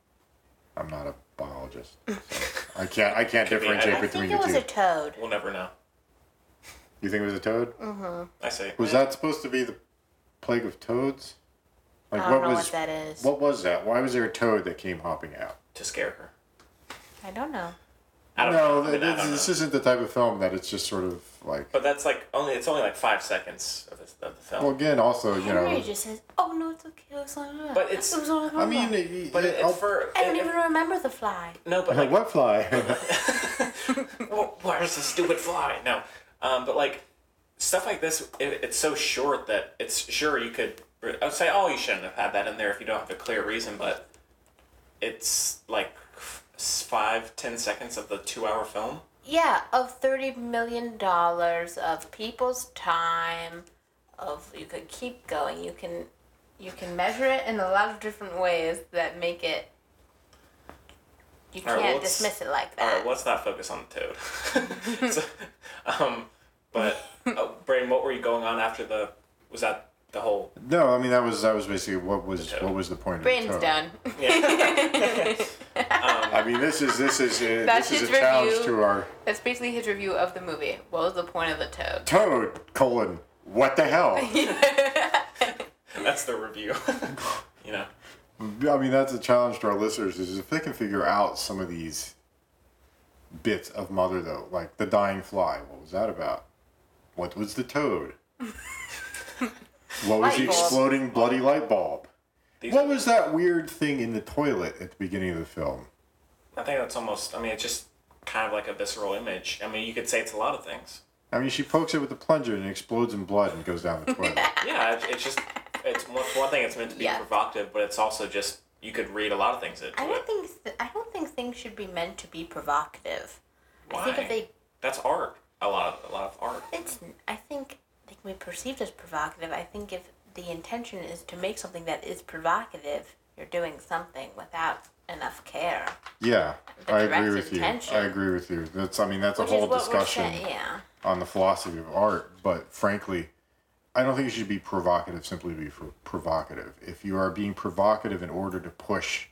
I'm not a biologist. so I can't. I [laughs] can't Could be. I- differentiate I I between think the it two. was a toad. We'll never know. you think it was a toad? Mm-hmm. I say. Was that supposed to be the plague of toads? Like I don't know was what that is. what was that? Why was there a toad that came hopping out? to scare her? I don't know. I don't no, know. I mean, I this, don't this know. isn't the type of film that it's just sort of like. But that's like only it's only like five seconds of, this, of the film. Well, again, also you Henry know, just says, "Oh no, it's okay." It was on But it's- It was on I mean, it- it- but it, I'll- it's for I don't it- even remember the fly. no, but like, what fly? Well, where's the stupid fly? No, um, but like stuff like this, it, it's so short that it's sure you could. I would say, oh, you shouldn't have had that in there if you don't have a clear reason, but it's like s- five, ten seconds of the two-hour film. Yeah, of thirty million dollars of people's time, of you could keep going. You can, you can measure it in a lot of different ways that make it. You All right, can't well, let's- dismiss it like All that. right, well, let's not focus on the toad. [laughs] so, um, but uh, Brain, what were you going on after the? Was that the whole? [laughs] no, I mean that was that was basically what was toad. what was the point Brain's of the toad? done. [laughs] I mean, this is this is a, That's this is a his challenge review. to our That's basically his review of the movie. What was the point of the toad? toad colon. What the hell? That's the review. [laughs] you know. I mean, that's a challenge to our listeners is if they can figure out some of these bits of mother though, like the dying fly. What was that about? What was the toad? what was the Light bulb. exploding bloody light bulb? These What are- was that weird thing in the toilet at the beginning of the film? I think that's almost. I mean, it's just kind of like a visceral image. I mean, you could say it's a lot of things. I mean, she pokes it with the plunger and it explodes in blood and goes down the [laughs] toilet. Yeah, it, it's just it's one, for one thing. It's meant to be Yeah. provocative, but it's also just you could read a lot of things into I don't it. think th- I don't think things should be meant to be provocative. Why? I think if they That's art. A lot of a lot of art. It's. I think they can be perceived as provocative. I think if the intention is to make something that is provocative, you're doing something without enough care. Yeah, The I agree direct with you. intention. I agree with you. That's I mean that's Which a whole is what discussion we're saying. Yeah. on the philosophy of art, but frankly, I don't think you should be provocative simply to be for provocative. If you are being provocative in order to push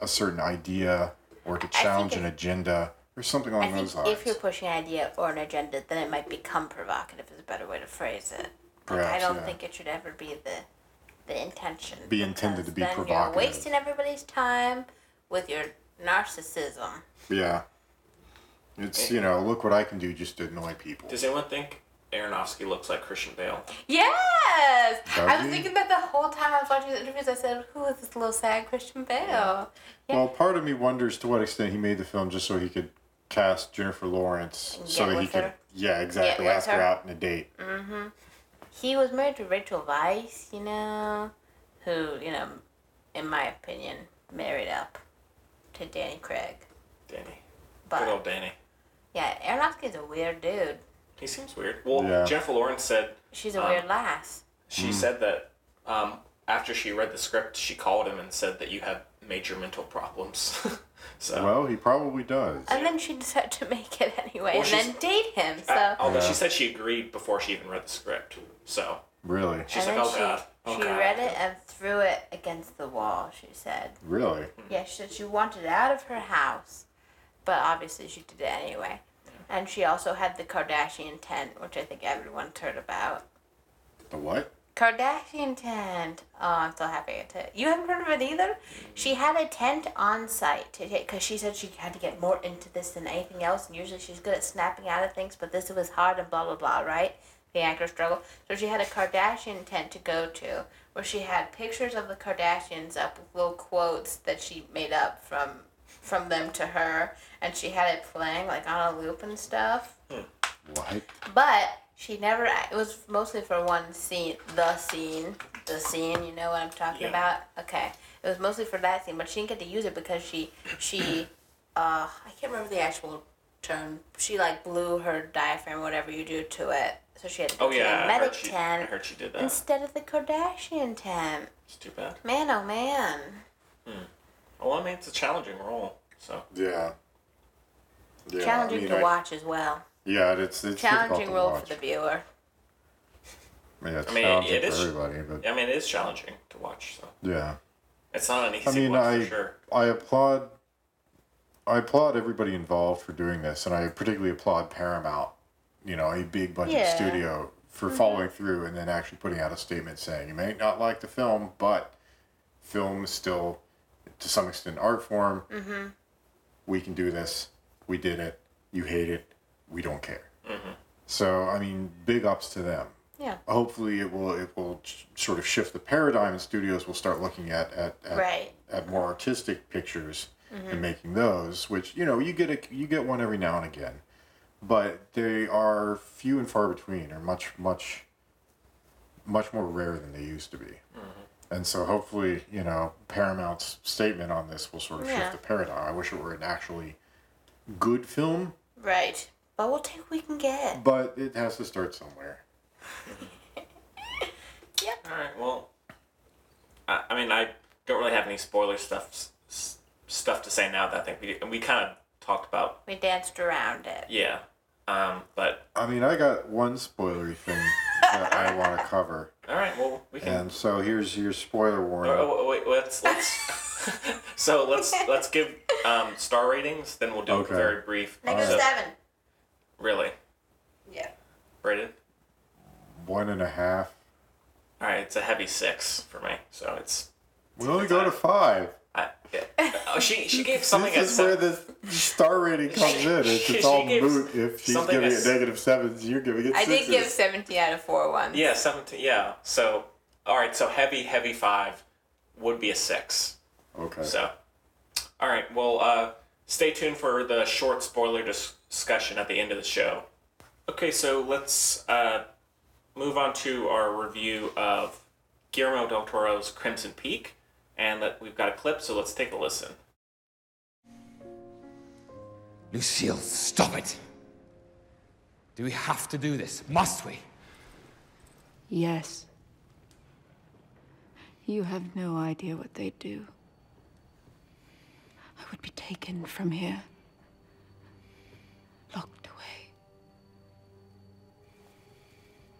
a certain idea or to challenge an if- agenda or something along I think those lines. if you're pushing an idea or an agenda, then it might become provocative. Is a better way to phrase it. Like, I Perhaps, don't yeah. think it should ever be the the intention. Be intended because to be then provocative. You're wasting everybody's time with your narcissism. Yeah. It's you know, look what I can do just to annoy people. Does anyone think Aronofsky looks like Christian Bale? Yes! I Dougie? was thinking that the whole time I was watching the interviews. I said, who is this little sad Christian Bale? Well, part of me wonders to what extent he made the film just so he could cast Jennifer Lawrence so get that he with could her. yeah, exactly, with ask her her. out on a date. He was married to Rachel Weisz, you know, who, you know, in my opinion, married up to Danny Craig. Danny. Good But old Danny. yeah, Aronofsky's a weird dude. He seems weird. Well, Yeah. Hmm. Jennifer Lawrence said She's a Um, weird lass. she said that um, after she read the script, she called him and said that you had major mental problems. [laughs] Mm. so. Well, he probably does. And then she [laughs] decided to make it anyway Well, and then she's- oh, date him. So I- although Yeah. she said she agreed before she even read the script, so Really? she's and like, then "Oh god, she, oh she god." read it and threw it against the wall, she said. Really? Yeah, she said she wanted out of her house, but obviously she did it anyway. And she also had the Kardashian tent, which I think everyone's heard about. The what? Kardashian tent. Oh, I'm so happy I did. You haven't heard of it either. She had a tent on site to take because she said she had to get more into this than anything else, and usually she's good at snapping out of things, but this was hard and blah blah blah, right? The anchor struggle. So she had a Kardashian tent to go to, where she had pictures of the Kardashians up with little quotes that she made up from from them to her, and she had it playing like on a loop and stuff. What? But she never. It was mostly for one scene. The scene. The scene. You know what I'm talking Yeah. about? Okay. It was [coughs] mostly for that scene, but she didn't get to use it because she she. Uh, I can't remember the actual turned. She like blew her diaphragm, whatever you do to it, so she had the Oh yeah, I medic heard, she, I tent heard she did that. instead of the Kardashian tent. It's too bad. Man, oh man. Well, I mean, it's a challenging role, so Yeah. Yeah, I Challenging mean, to I- watch as well. Yeah, it's it's Challenging role difficult for to the viewer. watch. Yeah, it's I mean, challenging it is- for everybody, but I mean, it is challenging to watch. So yeah. it's not an easy I mean, one I for sure. I applaud I applaud everybody involved for doing this, and I particularly applaud Paramount, you know, a big budget Yeah. Mm-hmm. studio for following through and then actually putting out a statement saying you may not like the film, but film is still to some extent an art form. Mm-hmm. We can do this. We did it. You hate it. We don't care. Mm-hmm. So I mean, big ups to them Yeah. hopefully it will it will sh- sort of shift the paradigm and studios will start looking at at, at, Right. at more artistic pictures and making those which you know you get a you get one every now and again but they are few and far between or much much much more rare than they used to be and so hopefully you know paramount's statement on this will sort of Yeah. shift the paradigm i wish it were an actually good film Right. But we'll take what we can get. but it has to start somewhere All right. Well, I, I mean, I don't really have any spoiler stuff s- s- stuff to say now. That I think we and we kind of talked about. We danced around it. Yeah. Um. But I mean, I got one spoilery thing that I want to cover, all right. Well, we can. and so here's your spoiler warning. Oh, oh, wait, let's [laughs] let's. so let's let's give um, star ratings. Then we'll do Okay. a very brief. Negative so- seven. Really, Yeah. rated. One and a half. All right, it's a heavy six for me. So it's. We only go to five. I, yeah. Oh, she she gave something at [laughs] this is where seven. the [laughs] star rating comes in. It's, She- she it's all gave moot. If she's something giving as- it negative sevens, you're giving it I sixes. did give 17 out of 4 once. Yeah, seventeen. Yeah. So all right. So heavy heavy five would be a six. Okay. So, all right. Well, uh, stay tuned for the short spoiler dis- discussion at the end of the show. Okay, so let's uh, move on to our review of Guillermo del Toro's Crimson Peak, and that we've got a clip. So let's take a listen. Lucille, stop it. Do we have to do this? Must we? Yes. You have no idea what they do. I would be taken from here, locked away.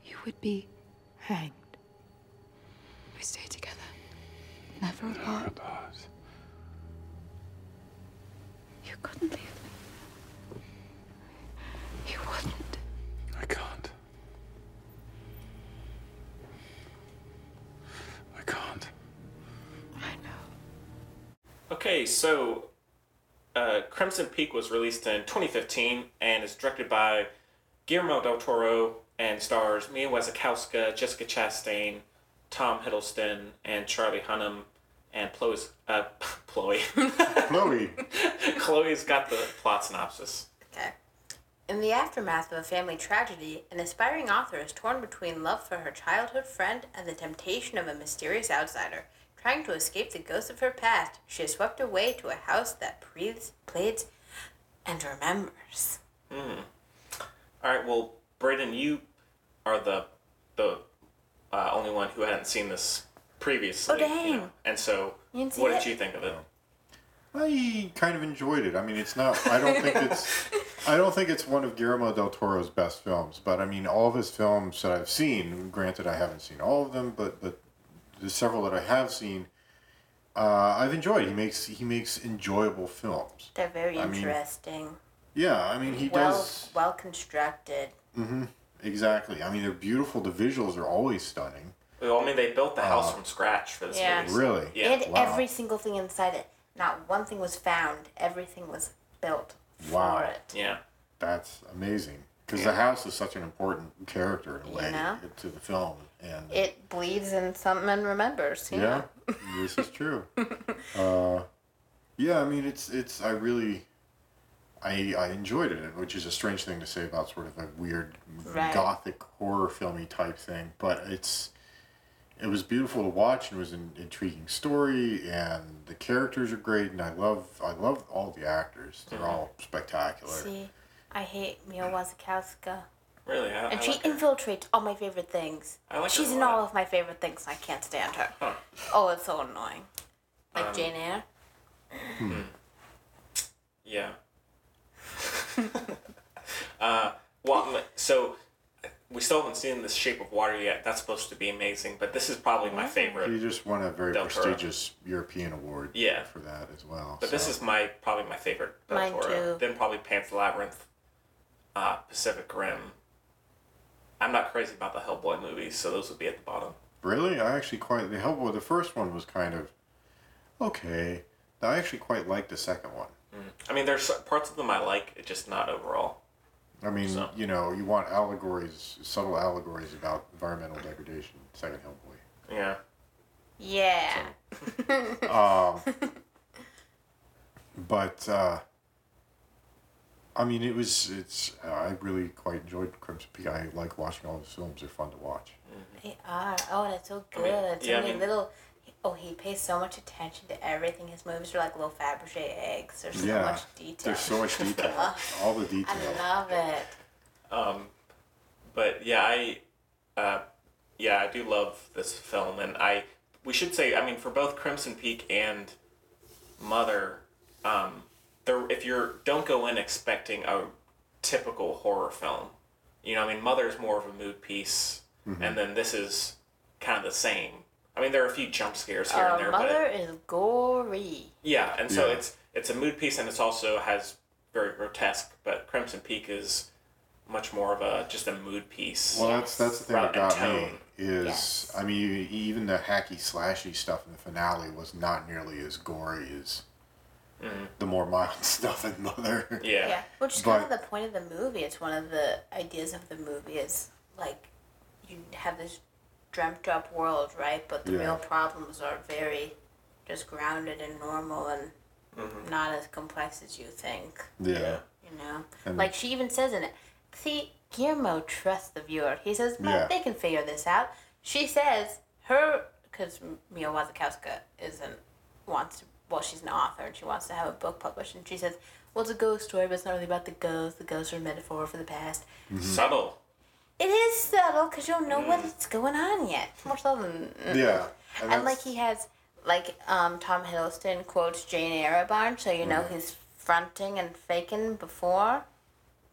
You would be hanged. We stay together, never apart. You couldn't leave me. You wouldn't. I can't. I can't. I know. Okay, so uh, Crimson Peak was released in 2015 and is directed by Guillermo del Toro and stars Mia Wasikowska, Jessica Chastain, Tom Hiddleston, and Charlie Hunnam. And Chloe's, uh, [laughs] [laughs] Chloe. [laughs] Chloe. Chloe's got the plot synopsis. Okay. In the aftermath of a family tragedy, an aspiring author is torn between love for her childhood friend and the temptation of a mysterious outsider. Trying to escape the ghosts of her past, she is swept away to a house that breathes, pleads, and remembers. All right, well, Braden, you are the the uh, only one who hadn't seen this previously. Oh, dang. And so, You didn't see what it? did you think of it? I kind of enjoyed it. I mean, it's not. I don't think it's. I don't think it's one of Guillermo del Toro's best films, but I mean, all of his films that I've seen. Granted, I haven't seen all of them, but but there's several that I have seen. Uh, I've enjoyed. He makes he makes enjoyable films. They're very I mean, interesting. Yeah, I mean, he well, does well constructed. exactly. I mean, they're beautiful. The visuals are always stunning. Well, I mean, they built the house from scratch for this Yeah. movie. so- Really. Yeah. And Wow. every single thing inside it. Not one thing was found. Everything was built Wow. for it. Yeah. That's amazing. Because the house is such an important character in a way know? to the film, and It bleeds and someone remembers. you Yeah, know? this is true. uh, yeah, I mean, it's it's. I really, I I enjoyed it, which is a strange thing to say about sort of a weird Right. gothic horror filmy type thing, but it's it was beautiful to watch and it was an intriguing story and Mm-hmm. the characters are great and I love I love all the actors. They're all spectacular. See, I hate Mia Wasikowska. Really, I, I, And she like her. infiltrates all my favorite things. I like her She's a in lot. all of my favorite things. and I can't stand her. Huh. Oh, it's so annoying. Um, Like Jane Eyre. Yeah. [laughs] uh, well, so we still haven't seen the Shape of Water yet. That's supposed to be amazing, but this is probably Mm-hmm. my He favorite. just won a very Del Toro. prestigious European award Yeah. for that as well. But this so- is my probably my favorite. Del Mine Toro. too. Then probably Pan's Labyrinth, uh, Pacific Rim. I'm not crazy about the Hellboy movies, so those would be at the bottom. Really? I actually quite. The Hellboy, the first one was kind of. Okay. I actually quite liked the second one. I mean, there's parts of them I like, it's just not overall. I mean, So- you know, you want allegories, subtle allegories about environmental degradation, second Hellboy. Yeah. Yeah. but uh, I mean, it was it's. Uh, I really quite enjoyed Crimson Peak. I like watching all those films; they're fun to watch. They are. Oh, and it's so good. mean, so yeah, I many mean- little. Oh, he pays so much attention to everything. His movies are like little Fabergé eggs. There's so yeah, much detail. there's so much [laughs] detail, all the detail. I love it. but yeah, I, uh, yeah, I do love this film, and I we should say, I mean, for both Crimson Peak and Mother, um, there if you're don't go in expecting a typical horror film, you know, I mean, Mother is more of a mood piece, Mm-hmm. and then this is kind of the same. I mean, there are a few jump scares here and Uh, there, but it- mother is gory. yeah, and so Yeah. it's it's a mood piece, and it's also has very grotesque. But Crimson Peak is much more of a just a mood piece. Well, that's that's the thing that Rotten got me tone. is Yes. I mean e, even the hacky slashy stuff in the finale was not nearly as gory as Mm-hmm. the more mild [laughs] stuff in Mother. Yeah. Yeah, which is kind of But- the point of the movie. It's one of the ideas of the movie is like you have this dreamt up world, right? But the Yeah. real problems are very just grounded and normal and not as complex as you think. Yeah. You know, And- like she even says in it. See, Guillermo trusts the viewer. He says, "Well, Yeah. they can figure this out." She says her because Mia Wasikowska isn't wants to. Well, she's an author and she wants to have a book published, and she says, "Well, it's a ghost story, but it's not really about the ghosts. The ghosts are a metaphor for the past." Subtle. It is subtle because you don't know Mm. what's going on yet. It's more subtle than Yeah. and, that's- like he has like um, Tom Hiddleston quotes Jane Eyre a bunch, so you know he's fronting and faking before.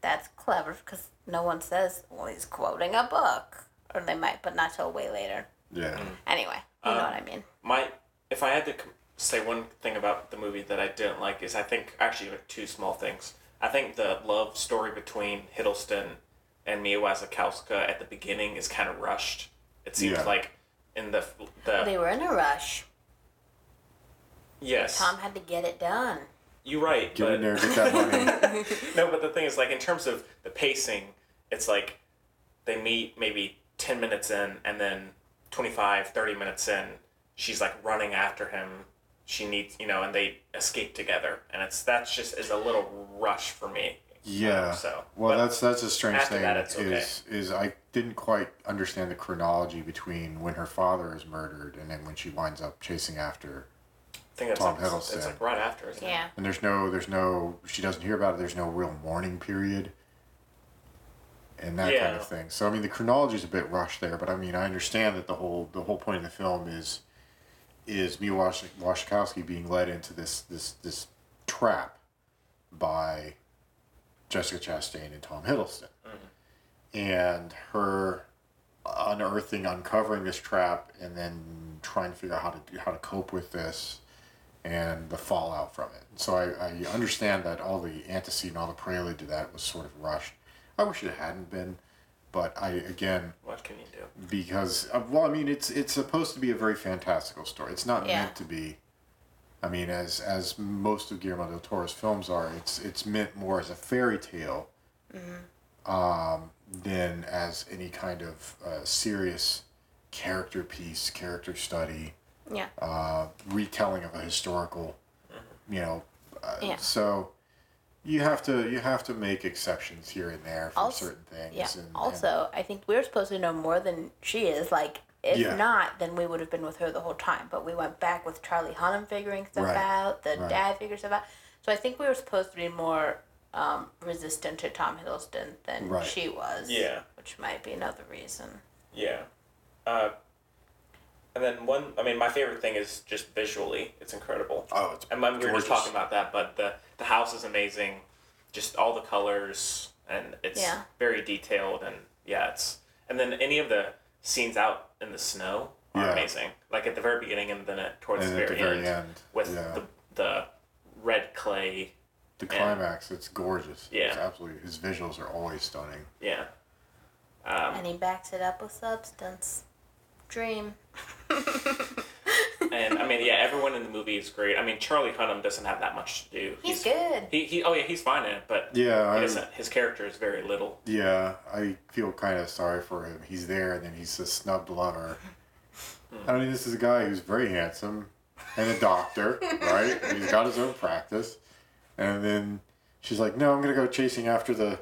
That's clever because no one says well he's quoting a book, or they might, but not till way later. yeah. Mm-hmm. Anyway, you know what I mean. My if I had to com- say one thing about the movie that I didn't like is I think actually two small things. I think the love story between Hiddleston and Mia Wasikowska at the beginning is kind of rushed. It seems Yeah. like in the the They were in a rush. yes, Tom had to get it done. you're right. Get but, in there, get [laughs] that money. No, but the thing is, like, in terms of the pacing, it's like they meet maybe 10 minutes in, and then 25, 30 minutes in, she's like running after him. She needs, you know, and they escape together. And it's that's just is a little rush for me. Yeah. So, well, but that's that's a strange after thing. that, it's okay. is is I didn't quite understand the chronology between when her father is murdered and then when she winds up chasing after. I think that's Tom like, it's, Hiddleston. like right after, isn't Yeah. it? And there's no there's no she doesn't hear about it. There's no real mourning period. And that kind Yeah. of thing. So I mean, the chronology is a bit rushed there, but I mean, I understand that the whole the whole point of the film is is Mia Wash- Wasikowski being led into this this this trap by Jessica Chastain and Tom Hiddleston, and her unearthing, uncovering this trap, and then trying to figure out how to do- how to cope with this and the fallout from it. So I, I understand that all the antecedent, all the prelude to that was sort of rushed. I wish it hadn't been, but I again What can you do? because uh, well, I mean it's it's supposed to be a very fantastical story. It's not Yeah. meant to be. I mean, as as most of Guillermo del Toro's films are, it's it's meant more as a fairy tale, Mm-hmm. um, than as any kind of uh, serious character piece, character study Yeah. uh, retelling of a historical, you know. Uh, Yeah. So you have to you have to make exceptions here and there for Also- certain things. Yeah. And, and- Also, I think we're supposed to know more than she is. Like, if Yeah. not, then we would have been with her the whole time. But we went back with Charlie Hunnam figuring stuff Right. out, the Right. dad figured stuff out. So I think we were supposed to be more um, resistant to Tom Hiddleston than Right. she was. Yeah. Which might be another reason. Yeah. Uh, and then one, I mean, my favorite thing is just visually, it's incredible. Oh, it's and when we were just gorgeous. talking about that, but the the house is amazing, just all the colors, and it's Yeah. very detailed, and yeah, it's and then any of the scenes out in the snow are Yeah. amazing. Like at the very beginning and then at, towards And the, at very the very end, end, with yeah. the the red clay. The Yeah. climax, it's gorgeous. It's Yeah. absolutely. His visuals are always stunning. Yeah, and he backs it up with substance. Dream. and I mean, yeah, everyone in the movie is great. I mean, Charlie Hunnam doesn't have that much to do. He's good. He, he, oh yeah, he's fine in it, but Yeah, he I- doesn't, his character is very little. Yeah, I feel kind of sorry for him. He's there, and then he's a snubbed lover. Hmm. I mean, this is a guy who's very handsome and [laughs] a doctor, right? And he's got his own practice, and then she's like, "No, I'm gonna go chasing after the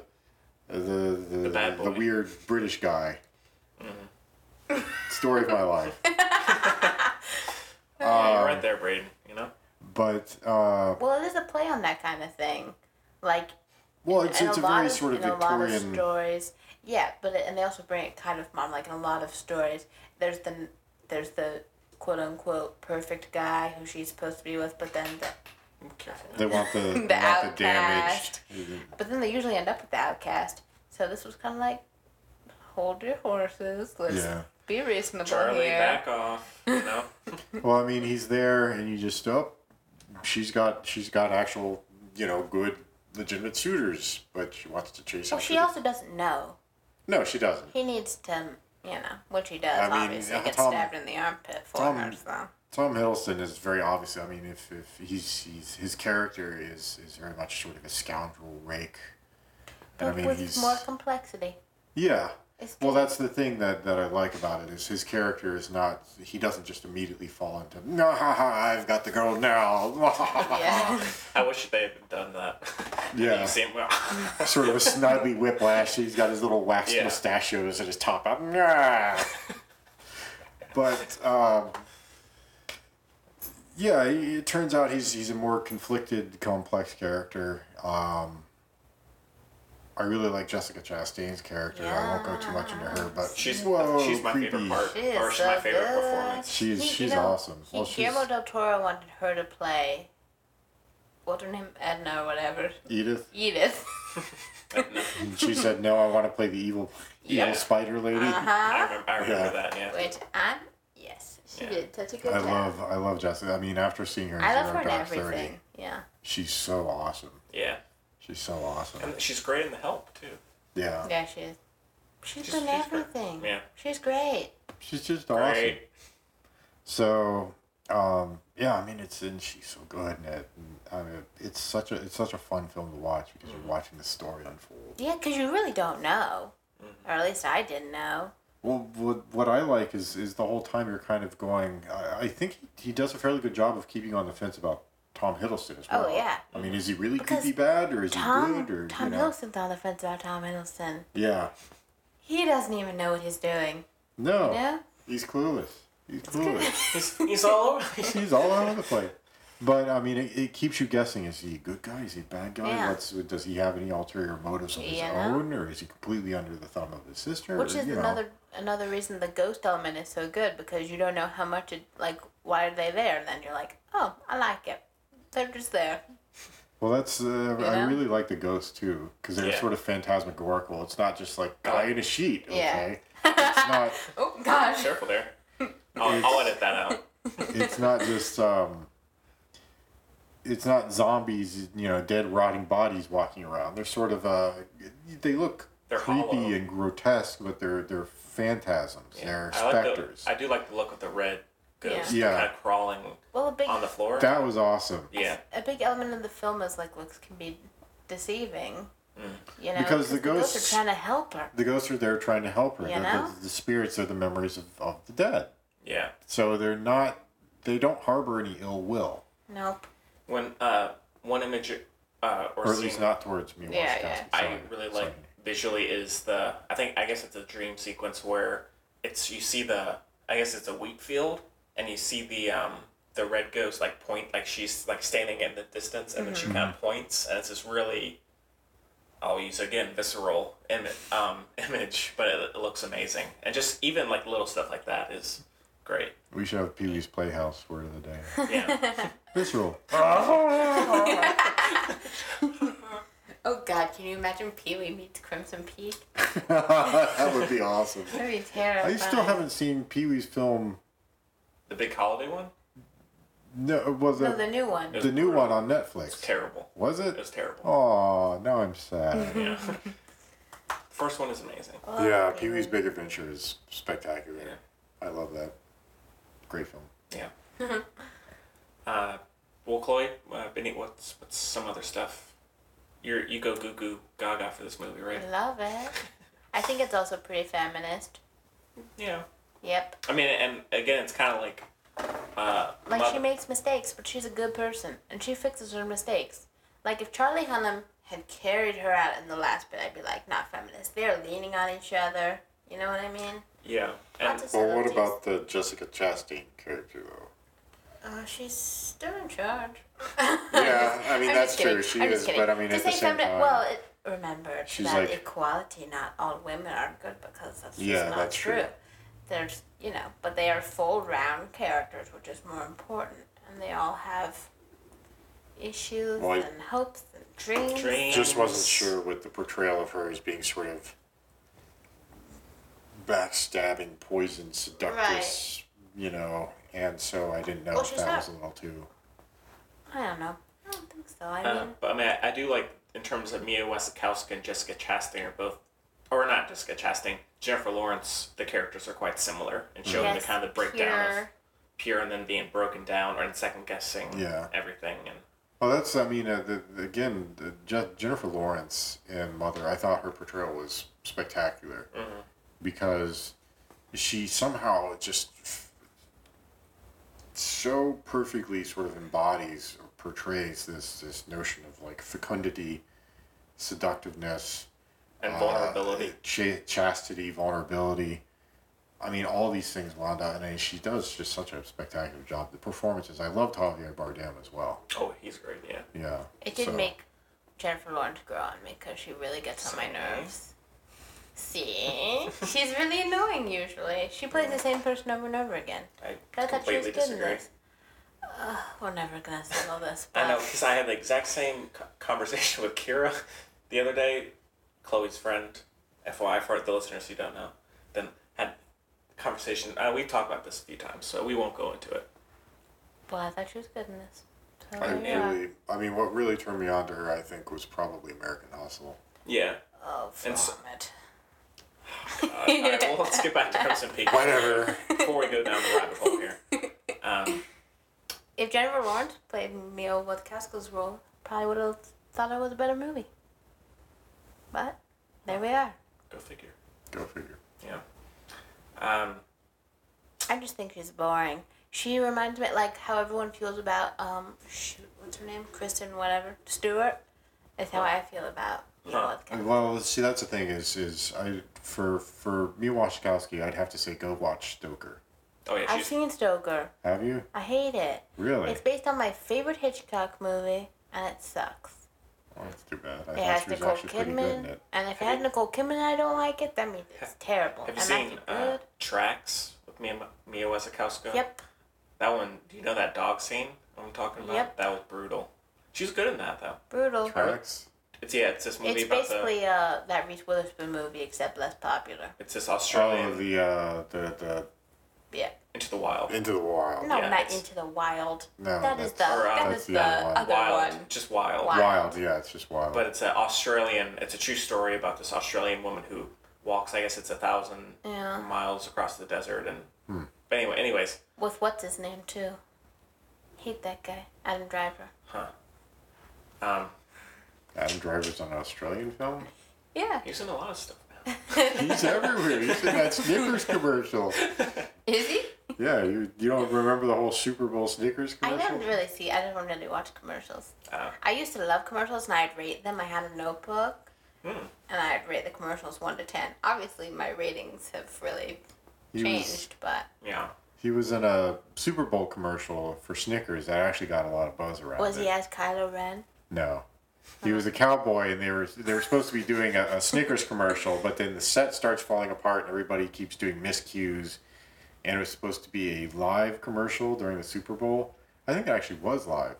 the the, the, bad boy. weird British guy." Mm-hmm. Story of my life, Uh, Yeah, you're right there, Braden. You know, but uh, Well, it is a play on that kind of thing. Like, well, it's in it's a, a, lot very of, sort of in Victorian. a lot of stories. Yeah, but it, and they also bring it kind of modern. Like in a lot of stories, there's the there's the quote unquote perfect guy who she's supposed to be with, but then the, They want [laughs] the, they want the damaged. outcast. but then they usually end up with the outcast. So this was kind of like, hold your horses. Let's Yeah. be reasonable Charlie, here. back off. You know, [laughs] Well, I mean, he's there, and you just oh, she's got she's got actual you know good legitimate suitors, but she wants to chase. Well, after Oh, she the- also doesn't know. no, she doesn't. He needs to, you know, which he does. I mean, obviously, uh, gets Tom- stabbed in the armpit for Tom- her. So. Tom Hiddleston is very obviously. I mean, if, if he's, he's his character is is very much sort of a scoundrel rake, and But I mean with he's more complexity. yeah. It's Well, that's the thing that, that I like about it is his character is not he doesn't just immediately fall into no ha, ha, I've got the girl now [laughs] Yeah. I wish they had done that. [laughs] yeah You seem well. sort of a snobby whiplash. He's got his little wax Yeah. mustachios and his top out. Nah. but um, yeah, he- it turns out he's he's a more conflicted, complex character. Um, I really like Jessica Chastain's character. I won't go too much into her, but She's whoa, she's my favorite creepy. part, She is or she's my so favorite good. performance. She's He- you she's know, awesome. he- Well, she's Guillermo del Toro wanted her to play. What's her name? Edna or whatever. Edith. Edith. And [laughs] she said, "No, I want to play the evil, Yeah. evil spider lady." Uh-huh. I Huh? [laughs] remember, I remember [laughs] Yeah. that. Yeah. [laughs] Which I'm. Yes, she Yeah. did such a good I job. love, I love Jessica. I mean, after seeing her in I love Zero her in Dark everything. Thirty, Yeah. She's so awesome. Yeah. She's so awesome. And she's great in the help too. Yeah. Yeah, she is. She's, She's- been she's great. everything. Yeah. She's great. She's just awesome. Great. So, um, yeah, I mean, it's and she's so good in it. And, I mean, it's such a it's such a fun film to watch because Mm-hmm. you're watching the story unfold. Yeah, because you really don't know. Mm-hmm. Or at least I didn't know. Well, what, what I like is is the whole time you're kind of going. I, I think he, he does a fairly good job of keeping on the fence about Tom Hiddleston as Oh, well. yeah. I mean, is he really Because creepy bad or is he Tom, good or Tom you know? Hiddleston's on the fence about Tom Hiddleston. Yeah. He doesn't even know what he's doing. No. Yeah? He's clueless. He's clueless. He's, he's all over. he's all over the place. But I mean, it, it keeps you guessing. Is he a good guy? Is he a bad guy? Yeah. What's does he have any ulterior motives of his You know? own, or is he completely under the thumb of his sister? Which or, is you know. another another reason the ghost element is so good because you don't know how much it like why are they there and then you're like oh I like it they're just there Well, that's uh, I know? really like the ghosts too because they're Yeah. sort of phantasmagorical. It's not just like guy in a sheet. Okay. It's not. [laughs] oh [laughs] gosh Careful there. I'll, I'll edit that out. It's not just. um it's not zombies, you know, dead rotting bodies walking around. They're sort of uh they look They're creepy hollow. and grotesque, but they're they're phantasms. They're I like the, specters. I do like the look of the red ghost Yeah. Yeah. kind of crawling well a big on the floor. That was awesome. yeah. a big element of the film is like looks can be deceiving you Mm. know Because the ghosts- are trying to help her The ghosts are there trying to help her. You They're- know? The, the spirits are the memories of, of the dead. Yeah. So they're not, they don't harbor any ill will. nope When uh one image uh or, Or at scene- least not towards me. Yeah, Wachowski. I Sorry. really Sorry. like visually is the I think I guess it's a dream sequence where it's you see the I guess it's a wheat field and you see the um the red ghost like point like she's like standing in the distance and then she kind of points and it's this really I'll use again visceral Im- um, [laughs] image, but it, it looks amazing. And just even like little stuff like that is great. We should have Pee Wee's Playhouse word of the [laughs] day. Yeah. [laughs] Visceral. [laughs] Oh God, can you imagine Pee Wee meets Crimson Peak? that would be awesome. That'd [laughs] be terrifying. I still haven't seen Pee Wee's film. the big holiday one No, it was No, Oh, the it new one. the new one on Netflix? terrible. Was it? It was terrible. Oh, now I'm [laughs] sad. Yeah. [laughs] First one is amazing. yeah, Pee Wee's Big Adventure is spectacular. I love that. Great film. Yeah. uh, well, Chloe, uh, Benny, what's what's some other stuff? You're, you go goo goo gaga for this movie, right? I love it. I think it's also pretty feminist. Yeah. Yep. I mean, and again, it's kind of like. Uh, Like mother- she makes mistakes, but she's a good person and she fixes her mistakes. Like if Charlie Hunnam had carried her out in the last bit, I'd be like, not feminist. They're leaning on each other. You know what I mean? Yeah. And Lots of Well, what subtleties. about the Jessica Chastain character, though? Uh, she's still in charge. [laughs] Yeah, I mean, I'm that's just kidding. true. She I'm just is, kidding. but I mean, To at the say same femini- time. Well, it, remember She's that like- equality. Not all women are good because that's just Yeah, not that's true. true. There's, you know, but they are full round characters, which is more important, and they all have issues Well, I- and hopes and dreams. Dreams. just wasn't sure with the portrayal of her as being sort of backstabbing, poison, seductress, you know, and so I didn't know Well, if she's that not- was a little too. I don't know. I don't think so. I Uh, mean, but I mean, I, I do like in terms of Mia Wasikowska and Jessica Chastain are both, or not Jessica Chastain, Jennifer Lawrence. The characters are quite similar Mm-hmm. and showing Yes, the kind of breakdown of pure. pure and then being broken down or in second guessing Yeah. everything and Well, that's, I mean, uh, the, the- again, the, Je- Jennifer Lawrence in Mother, I thought her portrayal was spectacular Mm-hmm. because she somehow just f- so perfectly sort of embodies or portrays this, this notion of like fecundity, seductiveness, and uh, vulnerability. cha- chastity, vulnerability. I mean, all these things wound up, and I mean, she does just such a spectacular job. The performances, I love Javier Bardem as well. oh, he's great. Yeah. Yeah, It did so- make Jennifer Lawrence grow on me because she really gets on my nerves. [laughs] See, she's really annoying. Usually, she plays the same person over and over again. I But I thought she was completely good in disagree. this. Ugh, we're never gonna settle this. But I know because I had the exact same co- conversation with Kira the other day. Chloe's friend, FYI for the listeners who don't know, then had a conversation. Uh, we've talked about this a few times, so we won't go into it. Well, I thought she was good in this. So I there you are. really, I mean, what really turned me on to her, I think, was probably American Hustle. Yeah. Oh, And so- vomit. [laughs] Uh, all right, well, let's get back to Crimson Peak Whatever. before we go down the rabbit hole [laughs] here. Um, If Jennifer Lawrence played Mia Wasikowska's role, probably would have thought it was a better movie. But there we are. go figure. Go figure. Yeah. Um, I just think she's boring. She reminds me like how everyone feels about um shoot what's her name Kristen whatever Stewart. That's how I feel about Mia Huh. Wasikowska. Uh, Well, see, that's the thing is, is I for for me Wasikowski, I'd have to say go watch Stoker. oh, yeah, I've she's, seen Stoker. Have you I hate it. really? It's based on my favorite Hitchcock movie, and it sucks. oh, that's too bad. I It thought has she was Nicole actually pretty good in Kidman, it. and if it had Nicole Kidman, and I don't like it. That means it's terrible. have you and seen Matthew uh, Good? Tracks with Mia, Mia Wasikowska? Yep. That one, do you know that dog scene I'm talking about? Yep. That was brutal. She's good in that, though. Brutal. Tracks. It's, yeah, it's this movie It's about the. basically uh, that Reese Witherspoon movie, except less popular. It's this Oh, Australian the uh, the Yeah. Oh, into the wild. the Into the Wild. No, Yeah, not it's- Into the Wild. Oh, No, that is the that's- or, uh, that that's is the the other one. other wild, one. just wild. Wild. Wild. Yeah, it's just wild. But it's an Australian. It's a true story about this Australian woman who walks. I guess it's a thousand Yeah. miles across the desert. And Hmm. but anyway, anyways, With what's his name too? Hate that guy, Adam Driver. um, Adam Driver's on an Australian film. Yeah, he's in a lot of stuff now. He's everywhere. He's in that [laughs] Snickers commercial. is he? Yeah, you you don't remember the whole Super Bowl Snickers I commercial? don't really see. I don't really watch commercials. Oh. I used to love commercials, and I'd rate them. I had a notebook, Hmm. and I'd rate the commercials one to ten. Obviously, my ratings have really He was, changed, but yeah, he was in a Super Bowl commercial for Snickers that actually got a lot of buzz around. was Uh-huh. it. he as Kylo Ren? No. He was a cowboy, and they were they were supposed to be doing a, a Snickers commercial, but then the set starts falling apart, and everybody keeps doing miscues. And it was supposed to be a live commercial during the Super Bowl. I think it actually was live.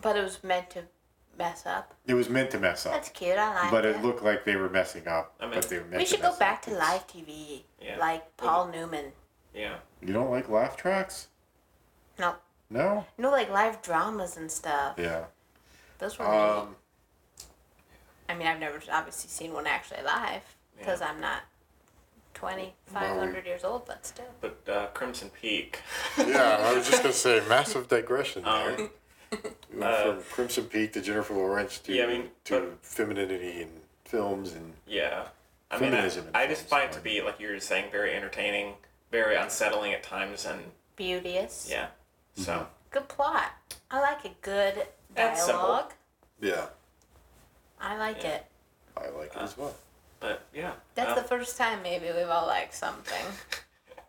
But it was meant to mess up. It was meant to mess up, That's cute. I like Oh. but it. it looked like they were messing up. I mean- but they were meant we to should go mess back up. to live TV, Yeah. like Paul Newman. Yeah. You don't like laugh tracks? No, No. no, like live dramas and stuff. Yeah. Those were. neat. Um, I mean, I've never obviously seen one actually live because I'm not 20, 500 years old, but still. But uh, Crimson Peak. yeah, I was just gonna say massive digression there. Um, We went uh, from Crimson Peak to Jennifer Lawrence to Yeah, I mean, to but- femininity and films and Yeah. I mean, I, Feminism in I just films, find it to sorry. be, like you were saying, very entertaining, very unsettling at times, and Beauteous. yeah. Mm-hmm. So, Good plot. I like a good That's simple. dialogue. yeah, I like Yeah. it. I Uh, like it as well. but yeah. That's Uh, the first time maybe we've all [laughs] liked something.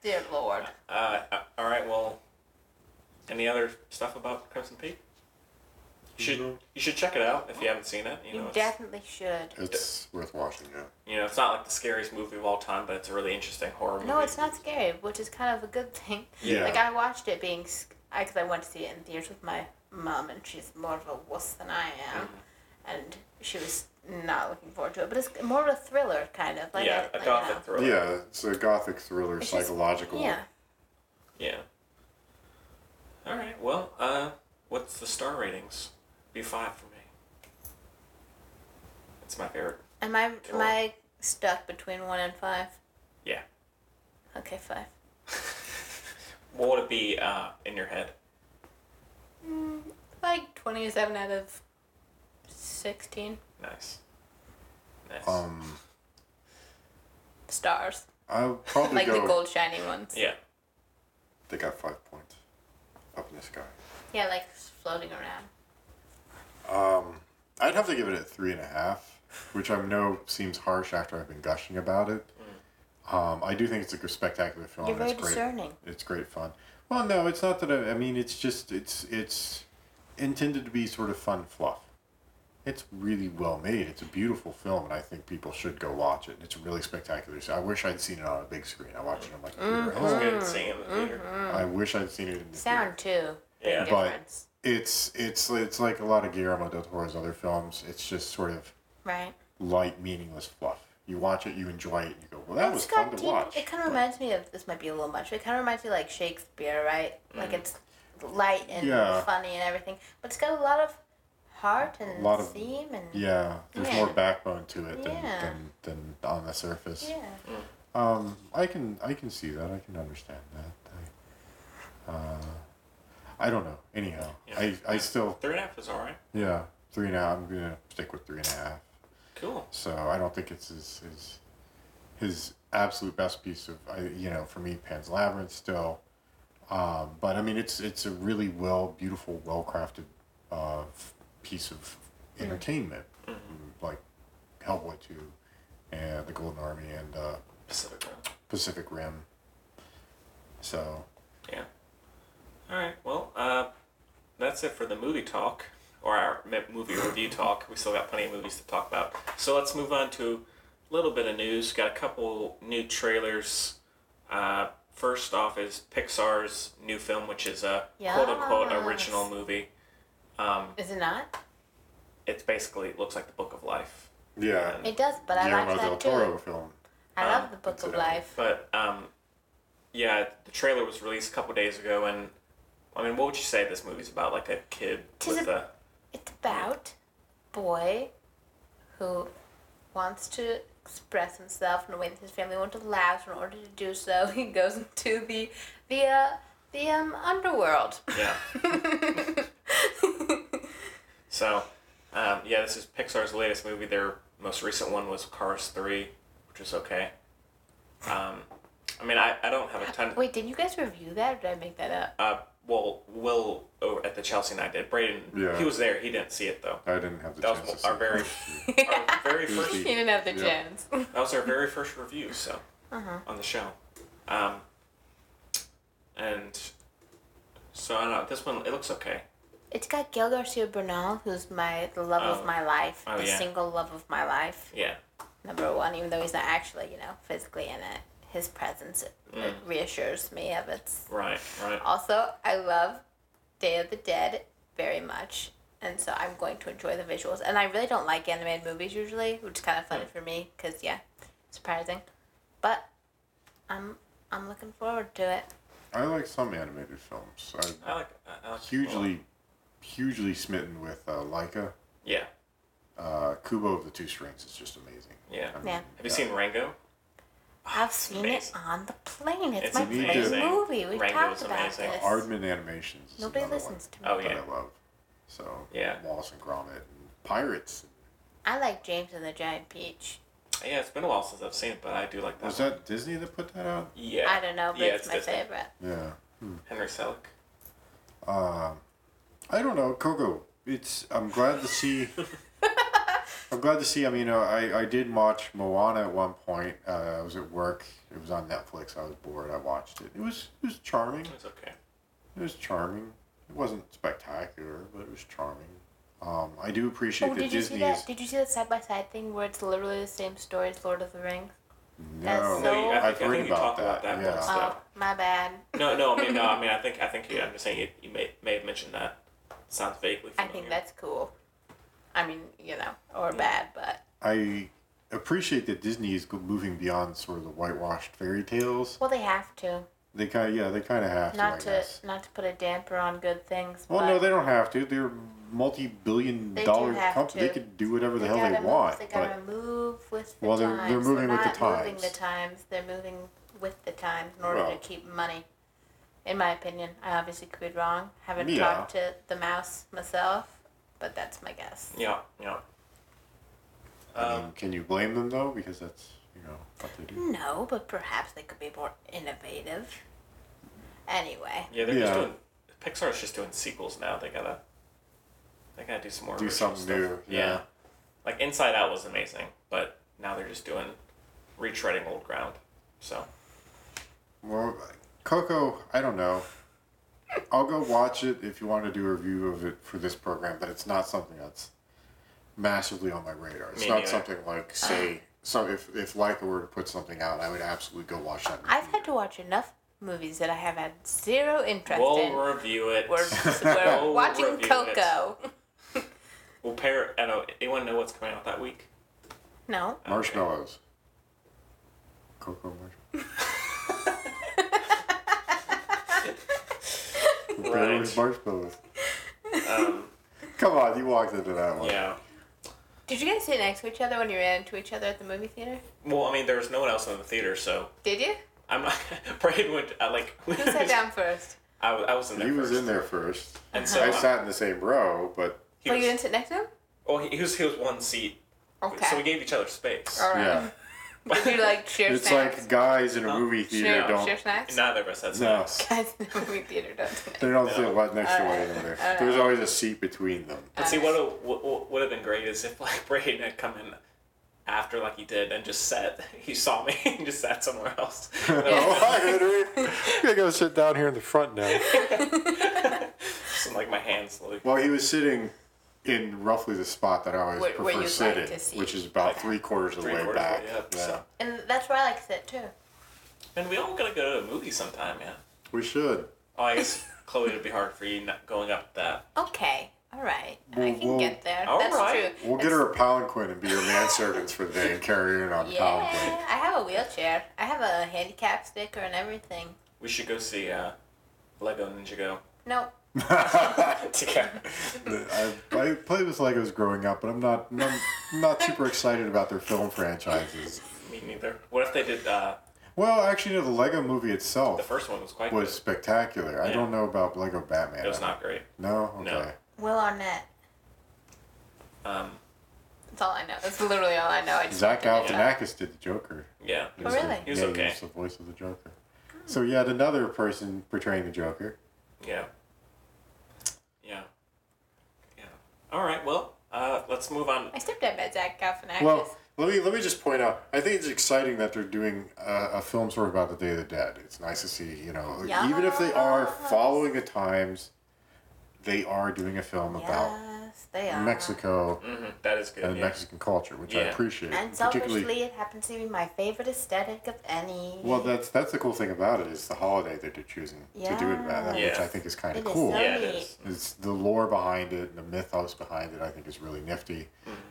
Dear Lord. Uh, uh, all right. Well, any other stuff about Crimson Peak? You should you should check it out if you haven't seen it. You You know, it's, definitely should. It's worth watching. Yeah. you know, it's not like the scariest movie of all time, but it's a really interesting horror movie. No, it's not scary, which is kind of a good thing. Yeah. Like I watched it being, because I, 'cause I went to see it in theaters with my mom, and she's more of a wuss than I Uh-huh. am, and she was not looking forward to it. But it's more of a thriller kind of like yeah, a, a like gothic thriller. Yeah, it's a gothic thriller, It's just- psychological. yeah. Yeah. All right. Well, uh, what's the star ratings? Be five for me. It's my favorite. Am I am I stuck between one and five? Yeah. Okay, five. What would it be uh, in your head? Like twenty-seven out of sixteen Nice. Nice. Um, stars, I'll probably like go. the gold shiny ones. yeah. They got five points up in the sky. Yeah, like floating around. Um, I'd have to give it a three and a half, which I know seems harsh after I've been gushing about it. Um, I do think it's a spectacular film. You're and very it's Oh, great. discerning. It's great fun. Well, no, it's not that. I, I mean, it's just it's it's intended to be sort of fun fluff. It's really well made. It's a beautiful film, and I think people should go watch it. It's really spectacular. So I wish I'd seen it on a big screen. I watched it on my computer. at It's home. good seeing it in Mm-hmm. the theater. I wish I'd seen it in the theater Sound too. Big Yeah. But- difference, it's it's it's like a lot of Guillermo del Toro's other films. It's just sort of right? light, meaningless fluff. You watch it, you enjoy it, and you go, "Well, that was It's got fun to deep- watch." It kind of reminds me of this might be a little much. But it kind of reminds me like Shakespeare, right? Like it's light and Yeah. funny and everything, but it's got a lot of heart and lot of- theme and Yeah, there's Yeah. more backbone to it than, Yeah. than, than on the surface. yeah. Um, I can I can see that. I can understand that. I, uh, I don't know. Anyhow, Yeah. I I still Three and a half is all right. yeah three and a half. I'm gonna stick with three and a half. Cool. So I don't think it's his his, his absolute best piece of I you know for me Pan's Labyrinth still, um, but I mean it's it's a really well beautiful well crafted uh, f- piece of entertainment Mm-hmm. like Hellboy two, and the Golden Army and uh, Pacific Rim. Pacific Rim. So Yeah. All right. Well, uh, that's it for the movie talk or our m- movie review talk. We still got plenty of movies to talk about. So let's move on to a little bit of news. Got a couple new trailers. Uh, first off is Pixar's new film, which is a quote unquote Yes. original movie. Um, Is it not? it's basically it looks like the Book of Life, yeah, And- It does, but I Guillermo like del that Toro too. film. I love the Book of considerably. Life. but um, yeah, the trailer was released a couple days ago, and I mean, what would you say this movie's about? Like a kid Tis with a- a It's about a boy who wants to express himself in a way that his family won't allow. So in order to do so, [laughs] he goes into the the uh, the um underworld. [laughs] Yeah. [laughs] so, um, yeah, this is Pixar's latest movie. Their most recent one was Cars 3, which was okay. Um, I mean, I, I don't have a ton. Wait, did you guys review that, or did I make that up? [laughs] Uh, well, Will over at the Chelsea night did. Braden, Yeah. he was there. He didn't see it, though. I didn't have the That chance to was see. our it. very, [laughs] our [laughs] very first You didn't have the Yeah. chance. That was our very first review, so on the show, um, and so I don't know. This one it looks okay. It's got Gail Garcia Bernal, who's my the love Oh. of my life, Oh, the yeah. single love of my life, Yeah. number one. Even though he's not actually, you know, physically in it, his presence it, Mm. it reassures me of its. Right. Right. Also, I love Day of the Dead very much, and so I'm going to enjoy the visuals. And I really don't like animated movies usually, which is kind of funny for me because yeah, surprising, but I'm I'm looking forward to it. I like some animated films. I'm I like. I- I like hugely, hugely smitten with uh, Laika. Yeah. Uh, Kubo of the Two Strings is just amazing. Yeah. I mean, Yeah. Have you seen Rango? I've seen amazing. it on the plane. It's, It's my amazing. favorite movie. We've Rango's talked about amazing. this. Aardman Animations is Nobody another listens to me. Oh one yeah. that I love. So Yeah. Wallace and Gromit, and Pirates. I like James and the Giant Peach. Yeah. It's been a while since I've seen it, but I do like that. Was one. that Disney that put that out? Yeah. I don't know, but yeah, it's, my Disney. favorite. Yeah. Henry Selick. Um, I don't know, Coco. It's I'm glad to [laughs] see. I'm glad to see. I mean, you know, I I did watch Moana at one point. Uh, I was at work. It was on Netflix. I was bored. I watched it. It was it was charming. It's okay. It was charming. It wasn't spectacular, but it was charming. Um, I do appreciate Oh, that did you see Disney that? is Did you see that side by side thing where it's literally the same story as Lord of the Rings? no. That's so- No, I think, I I've heard think you about talked about that, that yeah. once, Oh, though. my bad. No, no, I mean, [laughs] no, I mean, I think, I think, yeah, I'm just saying you, you may, may have mentioned that. Sounds vaguely I familiar. think that's cool. I mean, you know, or bad, but I appreciate that Disney is go- moving beyond sort of the whitewashed fairy tales. well, they have to They kind of yeah, they kind of have not to. I to guess. not to put a damper on good things. Well, but no, they don't have to. They're multi-billion They do dollar have company. to. They could do whatever the they hell gotta they move- want. They gotta But move with the Well, they're- times. they're moving with the not Moving the times. times. They're moving with the times in order Well. to keep money. In my opinion, I obviously could be wrong. Haven't Yeah. talked to the mouse myself, but that's my guess. Yeah, yeah. I mean, can you blame them though? Because that's you know what they do. No, but perhaps they could be more innovative. Anyway, Yeah, they're just Yeah. doing, Pixar's just doing sequels now. They gotta, they gotta do some more Do original something new, stuff. yeah. Like Inside Out was amazing, but now they're just doing, retreading old ground. So, Well, Coco, I don't know. I'll go watch it if you want to do a review of it for this program, but it's not something that's massively on my radar. It's Me not neither. something like say so if if Leica were to put something out, I would absolutely go watch that. in the I've theater. had to watch enough movies that I have had zero interest in. we'll We're, review it. [laughs] we're We'll watching review it. Coco. We'll pair, I don't know, anyone know what's coming out that week? No, marshmallows. Coco [laughs] marshmallows. Barely marshmallows. [laughs] Um, Come on, you walked into that one. yeah. did you guys sit next to each other when you ran into each other at the movie theater? Well, I mean, there was no one else in the theater, so Did you? I'm not. [laughs] Brayden went. I like. [laughs] Who sat down first? [laughs] I, wa- I was in there. He was first. in there first. And so I I sat in the same row, but He oh, was, you didn't sit next to him? well, he, he was. He was one seat. Okay. So we gave each other space. All right. yeah. Did [laughs] you like share It's snacks? like guys in a movie theater share, don't share [laughs] snacks? [laughs] Neither of us had no, snacks. Guys in the movie theater don't do that. they don't sit right next to one another. There's always a seat between [laughs] them. But see, what what what would have been great is if like [laughs] Brayden had come in after like he did and just sat. [laughs] He saw me and just sat somewhere [laughs] else. And I was Oh, Hi, Henry. [laughs] I'm gonna go sit down here in the front now. just in, like my hands like Well, he was sitting in roughly the spot that I always Where- where prefer you'd to sit like in, to see. which is about three quarters of the three way quarters. back. Way up, yeah. So. And that's where I like to sit too. And we all gotta go to a movie sometime, man. We should. Oh, I [laughs] guess Chloe it'd be hard for you not going up that. Okay. All right. I Well, can well- get there. All that's right. true. We'll get her a palanquin and be her manservants for the day and carry her in on the Yeah. palanquin. I have a wheelchair. I have a handicap sticker and everything. We should go see uh, Lego Ninja Go [laughs] Nope. [laughs] together. I, I played with Legos growing up, but I'm not I'm not- I'm not super excited about their film franchises. Me neither. What if they did? Uh, Well, actually, no, the Lego movie itself the first one was quite was was, spectacular. I Yeah. don't know about Lego Batman. good. It was not great. No. Okay. No. Will Arnett. Um, That's all I know. That's literally all I know. I just Zach wanted to know. Galifianakis did the Joker. yeah. He Oh, was the- really? He was yeah, okay. He was the voice of the Joker. So you had another person portraying the Joker. Yeah. Yeah. Yeah. All right. Well, uh, let's move on. I stepdad met Zach Galifianakis. Well, let me let me just point out. I think it's exciting that they're doing a, a film sort of about the Day of the Dead. It's nice to see, you know, even if they are following the times, they are doing a film about Yes, they are. Mexico hmm That is good. and the yeah. Mexican culture, which I Yeah. appreciate. And particularly, selfishly, it happens to be my favorite aesthetic of any. well, that's that's the cool thing about it is the holiday that they're choosing to do it about, which Yeah. I think is kind It of is cool. so Yeah, it neat. is. It's the lore behind it, and the mythos behind it. I think is really nifty.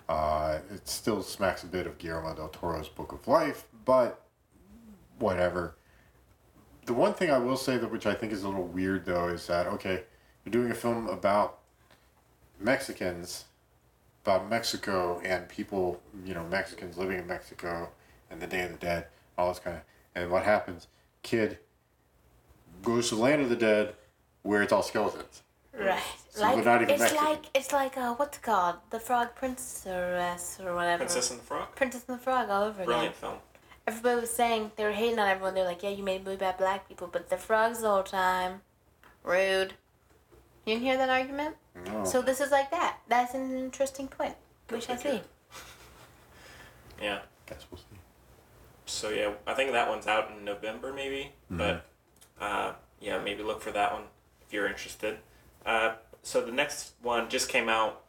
Uh, it still smacks a bit of Guillermo del Toro's Book of Life, but whatever. The one thing I will say that which I think is a little weird though is that okay, you're doing a film about Mexicans, about Mexico and people, you know, Mexicans living in Mexico and the Day of the Dead, all this kind of, and what happens? Kid goes to the land of the dead, where it's all skeletons. Right. So like, they're not even it's Mexican. like it's like uh, what's it called the Frog Princess or whatever. Princess and the Frog. Princess and the Frog all over again. Brilliant film. Everybody was saying they were hating on everyone. They were like, "Yeah, you made a movie about black people, but the frogs the whole time." Rude. You didn't hear that argument? No. So this is like that. That's an interesting point. We shall see. figure. Yeah. Guess we'll see. So yeah, I think that one's out in November maybe, Mm-hmm. but uh, yeah, maybe look for that one if you're interested. Uh, so the next one just came out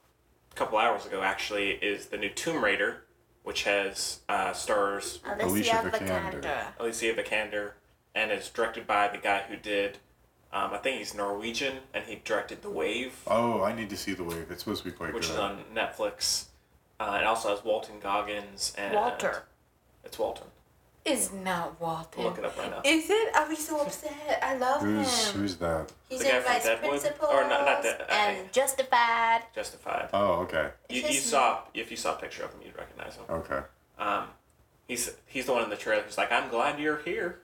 a couple hours ago actually is the new Tomb Raider, which has uh, stars Alicia, Alicia Vikander. Vikander. Alicia Vikander and is directed by the guy who did, um, I think he's Norwegian and he directed The Wave, Oh, I need to see the wave. It's supposed to be quite which good. is on Netflix. Uh, it also has Walton Goggins and Walter It's Walton. is not Walter. Look it up right now. Is it? I'll be so upset. I love Who's him. who's that? He's The guy in from Vice Deadwood? Principals Or not- not Dead- I- and Justified. Justified. Oh, okay, You, It's you just- saw if you saw a picture of him, you'd recognize him. okay. Um, he's he's the one in the trailer who's like, "I'm glad you're here."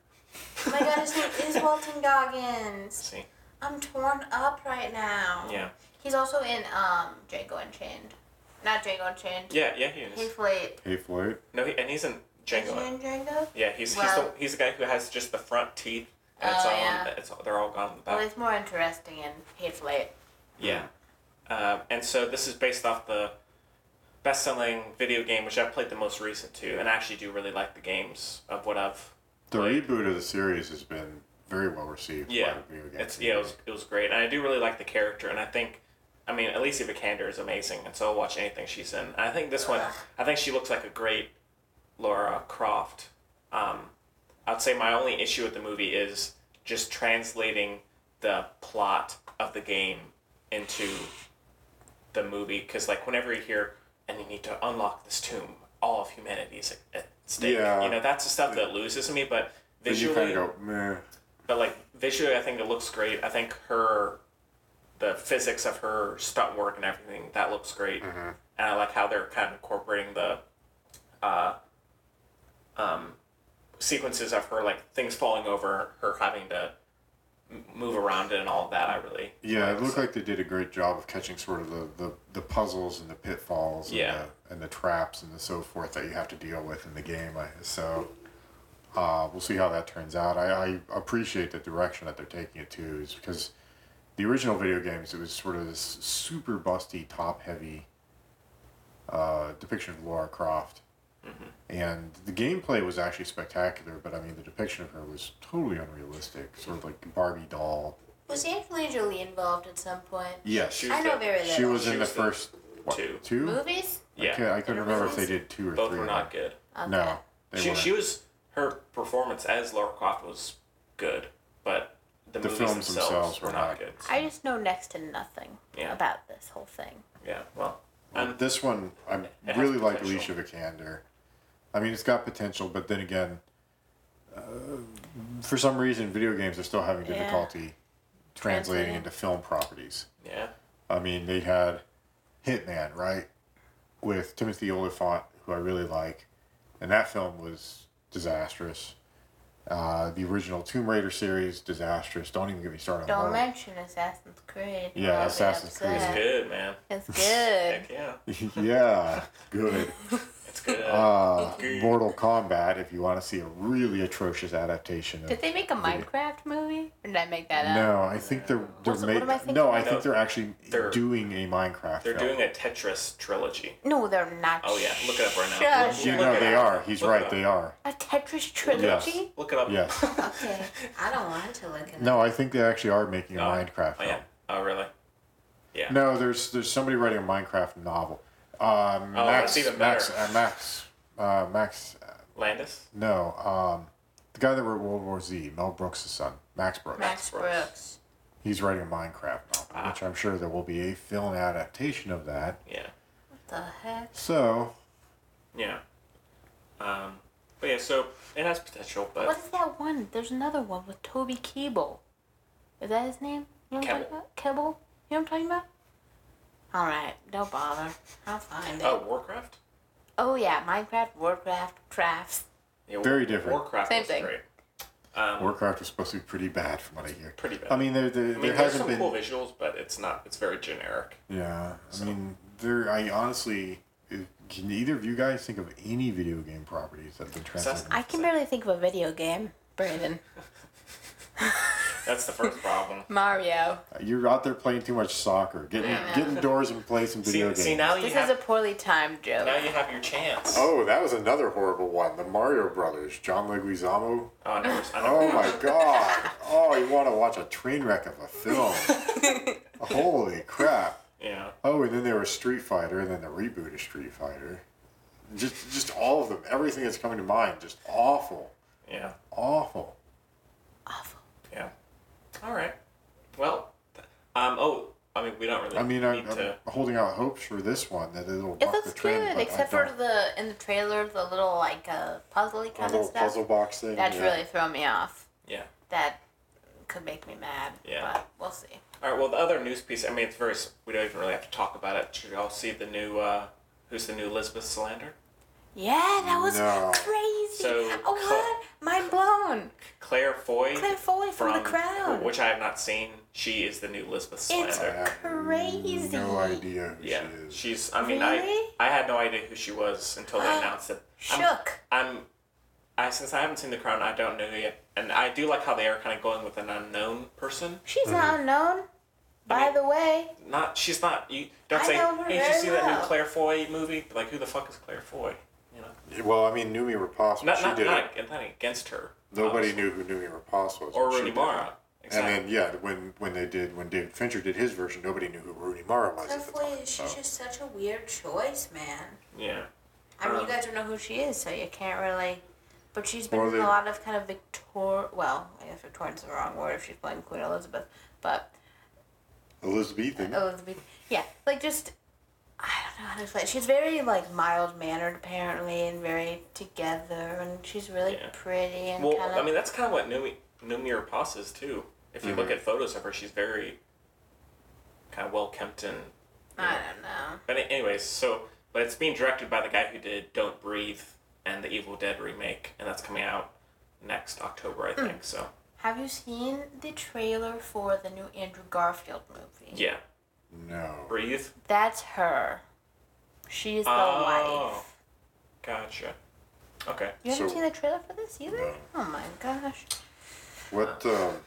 Oh my God, his [laughs] name is Walton Goggins. See, I'm torn up right now. yeah, He's also in um Django Unchained. Not Django Unchained. yeah, yeah, he Hey is. Floyd. Hey Floyd. No, he, and he's in Is he Django. Uh. in Django? Yeah, he's he's the Wow. he's the guy who has just the front teeth, and it's Oh, all on yeah. the- it's all- they're all gone in the back. Well, he's Oh, more interesting in Hey Floyd. Yeah. Uh, and so this is based off the best selling video game, which I've played the most recent too, and I actually do really like the games of what I've The reboot of the series has been very well received. by Yeah, the video game it's yeah, it was, it was great, and I do really like the character, and I think, I mean, Alicia Vikander is amazing, and so I'll watch anything she's in. And I think this one, I think she looks like a great Laura Croft. Um, I'd say my only issue with the movie is just translating the plot of the game into the movie, because like whenever you hear, and you need to unlock this tomb, all of humanity is at, at stake. Yeah. you know that's the stuff that loses me, but. Then you Visually, kind of go, meh. but like visually, I think it looks great. I think her, the physics of her stunt work and everything that looks great, Mm-hmm. and I like how they're kind of incorporating the, uh, um, sequences of her like things falling over, her having to m- move around it and all of that. I really Yeah, it looked like they did a great job of catching sort of the, the, the puzzles and the pitfalls and, Yeah. the, and the traps and the so forth that you have to deal with in the game. I- So uh, we'll see how that turns out. I, I appreciate the direction that they're taking it to, is because the original video games, it was sort of this super busty, top heavy uh, depiction of Laura Croft. Mm-hmm. And the gameplay was actually spectacular, but I mean, the depiction of her was totally unrealistic, sort of like Barbie doll. Was Angelina Jolie involved at some point? Yes, She I know the- very little. she was She in was the the first what, two. two. Movies? I, yeah, can't, I couldn't remember if they did two or both three. were of not them. good. Okay. No, they She, weren't. she was her performance as Laura Croft was good, but the, The movies films themselves, themselves were, were not not- good. I just know next to nothing Yeah. about this whole thing. yeah, well, Um, and this one, I has really like Alicia potential. Vikander. I mean, it's got potential, but then again, uh, for some reason, video games are still having Yeah. difficulty translating Translating. into film properties. yeah, I mean, they had Hitman, right? With Timothy Oliphant, who I really like. And that film was disastrous. Uh, the original Tomb Raider series, disastrous. Don't even get me started Uh-huh. Don't on that. mention Assassin's Creed. Yeah, I'll be Assassin's Creed is upset. good man. [laughs] It's good. Heck yeah, [laughs] yeah, good. it's good. Uh, Mortal Kombat, if you want to see a really atrocious adaptation. Of, Did they make a Minecraft movie? Or did I make that up? no, I think they're they're What's- what made. am I thinking? no, I No, think they're actually they're- doing a Minecraft. They're film. doing a Tetris trilogy. No, they're not. Oh yeah, look it up right now. Shush. Look- You look know it they up. are. He's Look it right. up. They are. A Tetris trilogy? Look it up. Yes. [laughs] Okay. I don't want to look at No, I think they actually are making [laughs] a Oh, Minecraft Oh film. yeah. Oh really? Yeah. No, there's there's somebody writing a Minecraft novel. Um, Oh, Max, that's even Max, better. uh, Max, uh, Max. uh, Landis? No, um, the guy that wrote World War Z, Mel Brooks' son, Max [laughs] Brooks. Max Brooks. Brooks. He's writing a Minecraft novel, Ah. which I'm sure there will be a film adaptation of that. Yeah. The heck? So Yeah. Um, but yeah, so it has potential, but What is that one? There's another one with Toby Keble. Is that his name? You know what I'm talking about? Keble? You know what I'm talking about? Alright, don't bother. I'll find it. oh, Warcraft. Oh yeah, Minecraft, Warcraft, crafts. Yeah, Very different. Warcraft Same was thing. great. Um, Warcraft was supposed to be pretty bad from what I hear. Pretty bad. I mean, there there, I there mean, there's hasn't some been. cool visuals, but it's not. It's very generic. Yeah, I mean, there. I honestly. Can either of you guys think of any video game properties that have been translated? I can barely think of a video game. Brandon. That's the first problem. Mario. You're out there playing too much soccer. Get, Yeah. get indoors and play some See, [laughs] video games. see now you This have is a poorly timed joke. now you have your chance. Oh, that was another horrible one. The Mario Brothers, John Leguizamo. Oh, I never, I never, [laughs] Oh my god. Oh, you want to watch a train wreck of [laughs] a film. Holy crap. yeah. Oh, and then there was Street Fighter, and then the reboot of Street Fighter. Just, just all of them. Everything that's coming to mind, just awful, Yeah. awful. Awful. Yeah. All right. Well, th- um. Oh, I mean, we don't really. I mean, I, need I'm to. holding out hopes for this one that it'll It buck looks the trend. good, but I except for don't- the in the trailer, the little like uh, puzzly a kind of little stuff. puzzle box thing. That's yeah. really thrown me off. Yeah. That could make me mad. Yeah. But we'll see. All right. Well, the other news piece. I mean, it's very. s- We don't even really have to talk about it. Did y'all see the new? uh Who's the new Elizabeth Salander? Yeah, that was No. crazy. So, oh what? Mind blown. Claire Foy. Claire Foy from The Crown. Which I have not seen. She is the new Elizabeth It's Salander. crazy. No idea who Yeah, she is. she's. I mean, Really? I I had no idea who she was [gasps] until they announced it. I'm, Shook. I'm, I since I haven't seen The Crown, I don't know yet, and I do like how they are kind of going with an unknown person. She's Mm-hmm. not unknown. By mean- the way, Not she's not. You don't I say. know her Hey, did you very see that new well." Claire Foy movie? Like, who the fuck is Claire Foy? You know, Well, I mean, Numi Rapace. not she not, did it. not, not against her. Nobody obviously. knew who Numi Rapace was. Or but she Rooney did. Mara. Exactly. And then yeah, when when they did when David Fincher did his version, nobody knew who Rooney Mara was at the time. so. just such a weird choice, man. yeah. I mean, Um, you guys don't know who she is, so you can't really. But she's been Or in they- a lot of kind of Victor. Well, I guess Victorian's the wrong word if she's playing Queen Elizabeth, but Elizabethan. Elizabeth. Yeah, like just. I don't know how to explain. She's very like mild mannered apparently, and very together, and she's really Yeah. pretty and Well, kind of. I mean, that's kind of what Numi Numi Rapace is too. If you Mm-hmm. look at photos of her, she's very kind of well kempt and. you know, I don't know. But anyways, so but it's being directed by the guy who did Don't Breathe and the Evil Dead remake, and that's coming out next October, I think. So Have you seen the trailer for the new Andrew Garfield movie? yeah, No. Breathe. That's her. She is the Oh. wife. Gotcha. Okay. You haven't So- seen the trailer for this either? No. Oh my gosh. What um,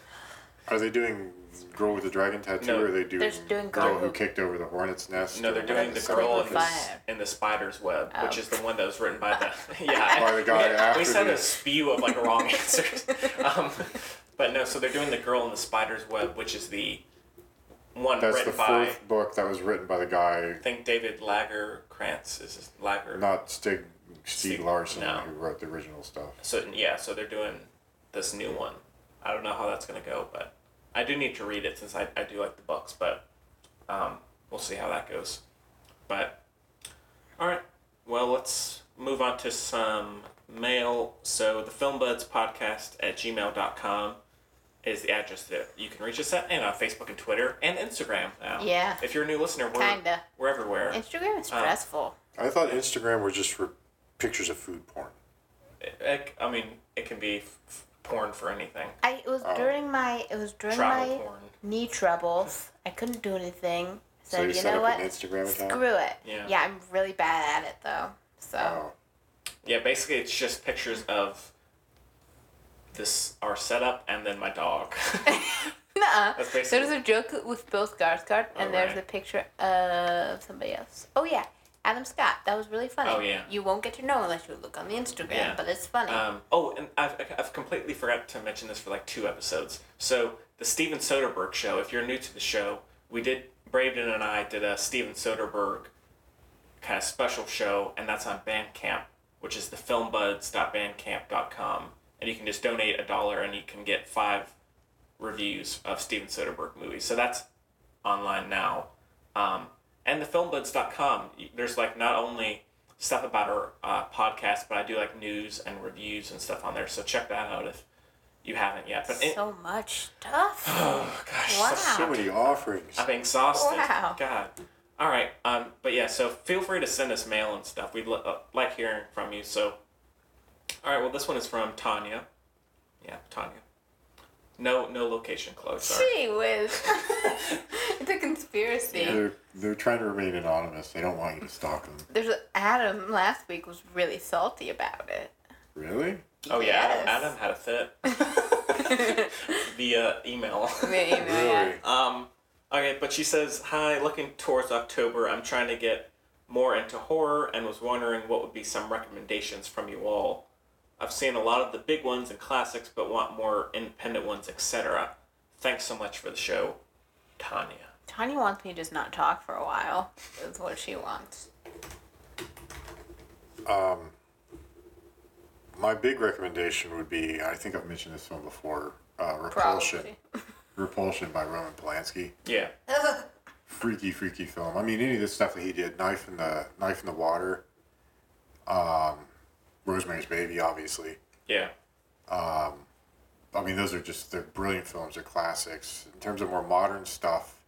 are they doing? Girl with the dragon tattoo? No. or are they doing, doing girl Girl who Who- kicked over the hornet's nest? No, or they're whatever doing the the girl with in subtitle the, is? s- in the spider's web, which Oh. is the one that was written by the [laughs] yeah By the guy we, after We said the- a spew of like [laughs] wrong answers, um, but no. So they're doing the girl in the spider's web, which is the one That's the written by fourth book that was written by the guy, I think David Lagerkrantz is his Lager. not Stig Stieg Stieg, Larsson, no. who wrote the original stuff. So yeah, so they're doing this new one. I don't know how that's gonna go, but I do need to read it since I, I do like the books, but um, we'll see how that goes. But all right, well let's move on to some mail. So the filmbuds podcast at gmail.com is the address that you can reach us at, and on Facebook and Twitter and Instagram now. Yeah. If you're a new listener, we're Kinda. we're everywhere. Instagram Oh. is stressful. I thought Instagram was just for pictures of food porn. It- I mean, it can be f- f- porn for anything. I it Oh. was during my it was during Travel my porn. knee troubles. I couldn't do anything. So, So you you, set up know what? an Instagram account? Screw it. Yeah. I'm really bad at it though. So Oh, Yeah, basically it's just pictures of this our setup and then my dog. [laughs] Nuh-uh. That's basically- There's a joke with Bill Skarsgård, and Oh, there's Alright. a picture of somebody else. Oh yeah, Adam Scott. That was really funny. Oh, yeah. You won't get to know unless you look on the Instagram, Yeah. but it's funny. um, oh, and I've, I've completely forgot to mention this for like two episodes. So the Steven Soderbergh show. If you're new to the show, we did Braden and I did a Steven Soderbergh kind of special show, and that's on Bandcamp, which is the filmbuds.bandcamp.com. And you can just donate a dollar and you can get five reviews of Steven Soderbergh movies. So that's online now. Um, and the filmbuds.com, y- there's like not only stuff about our uh, podcast, but I do like news and reviews and stuff on there. So check that out if you haven't yet. But it, So much stuff. [sighs] oh gosh, Wow. so- So many offerings. [laughs] I'm exhausted. Wow. God. All right. Um. But yeah. So feel free to send us mail and stuff. We uh, like hearing from you. So. All right. Well, this one is from Tanya. Yeah, Tanya. No, no location close. Sorry. [laughs] Gee whiz. [laughs] it's a conspiracy. They're, they're trying to remain anonymous. They don't want you to stalk them. There's a- Adam last week was really salty about it. Really? Oh yeah, Yes. [laughs] Adam, Adam had a fit via email. [laughs] The email, yeah. Um, okay, but she says, Hi, looking towards October, I'm trying to get more into horror and was wondering what would be some recommendations from you all. I've seen a lot of the big ones and classics, but want more independent ones, etc. Thanks so much for the show, Tanya. Tanya wants me to just not talk for a while. Is what she wants. My big recommendation would be I think I've mentioned this one before uh, Repulsion. Probably. [laughs] Repulsion by Roman Polanski. Yeah. freaky, freaky film. I mean, any of the stuff that he did, Knife in the Knife in the Water, um, Rosemary's Baby, obviously. Yeah. I mean, those are just they're brilliant films. They're classics. In terms of more modern stuff,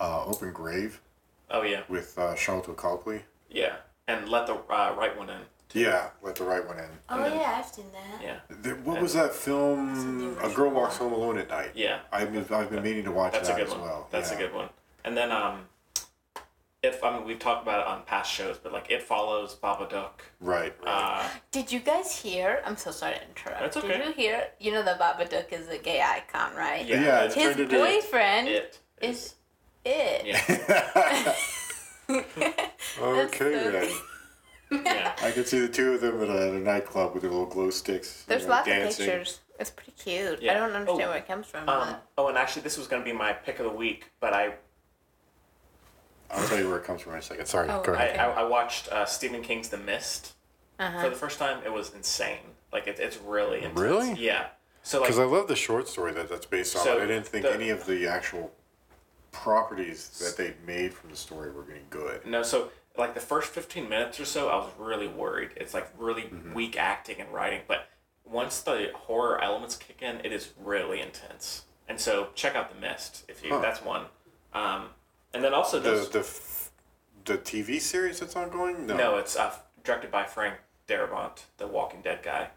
uh, Open Grave Oh, yeah. with uh, Charlotte Copley. Yeah. And let the uh, right one in. Yeah, let the right one in. Oh yeah, I've seen that. Yeah. There, what was that film? A Girl Walks Home Alone at Night. Yeah. I've been, I've been meaning to watch That's a that good as one. well. That's yeah. a good one. And then, um, if I mean, we've talked about it on past shows, but like it follows Babadook. Right. right. Uh, Did you guys hear? I'm so sorry to interrupt. That's okay. Did you hear? You know that Babadook is a gay icon, right? yeah, yeah, it's it's His turned into boyfriend is it. it. Yeah. okay so then. [laughs] yeah. I could see the two of them at a, at a nightclub with their little glow sticks. you There's know, lots dancing. of pictures. It's pretty cute. Yeah. I don't understand Oh, where it comes from. Um, oh, and actually, this was going to be my pick of the week, but I I'll tell you where it comes from in a second. Sorry, Oh, go I, ahead. I, I watched uh, Stephen King's The Mist for the first time. It was insane. Like it, it's really intense. Really? yeah. So like Because I love the short story that that's based on. So but I didn't think the- any of the actual properties that they made from the story were any good. no, so like the first fifteen minutes or so, I was really worried. It's like really Mm-hmm. weak acting and writing, but once the horror elements kick in, it is really intense. And so check out The Mist if you. That's one. Um, and then also The those, the f- the TV series that's ongoing. No. No, it's uh, directed by Frank Darabont, the Walking Dead guy,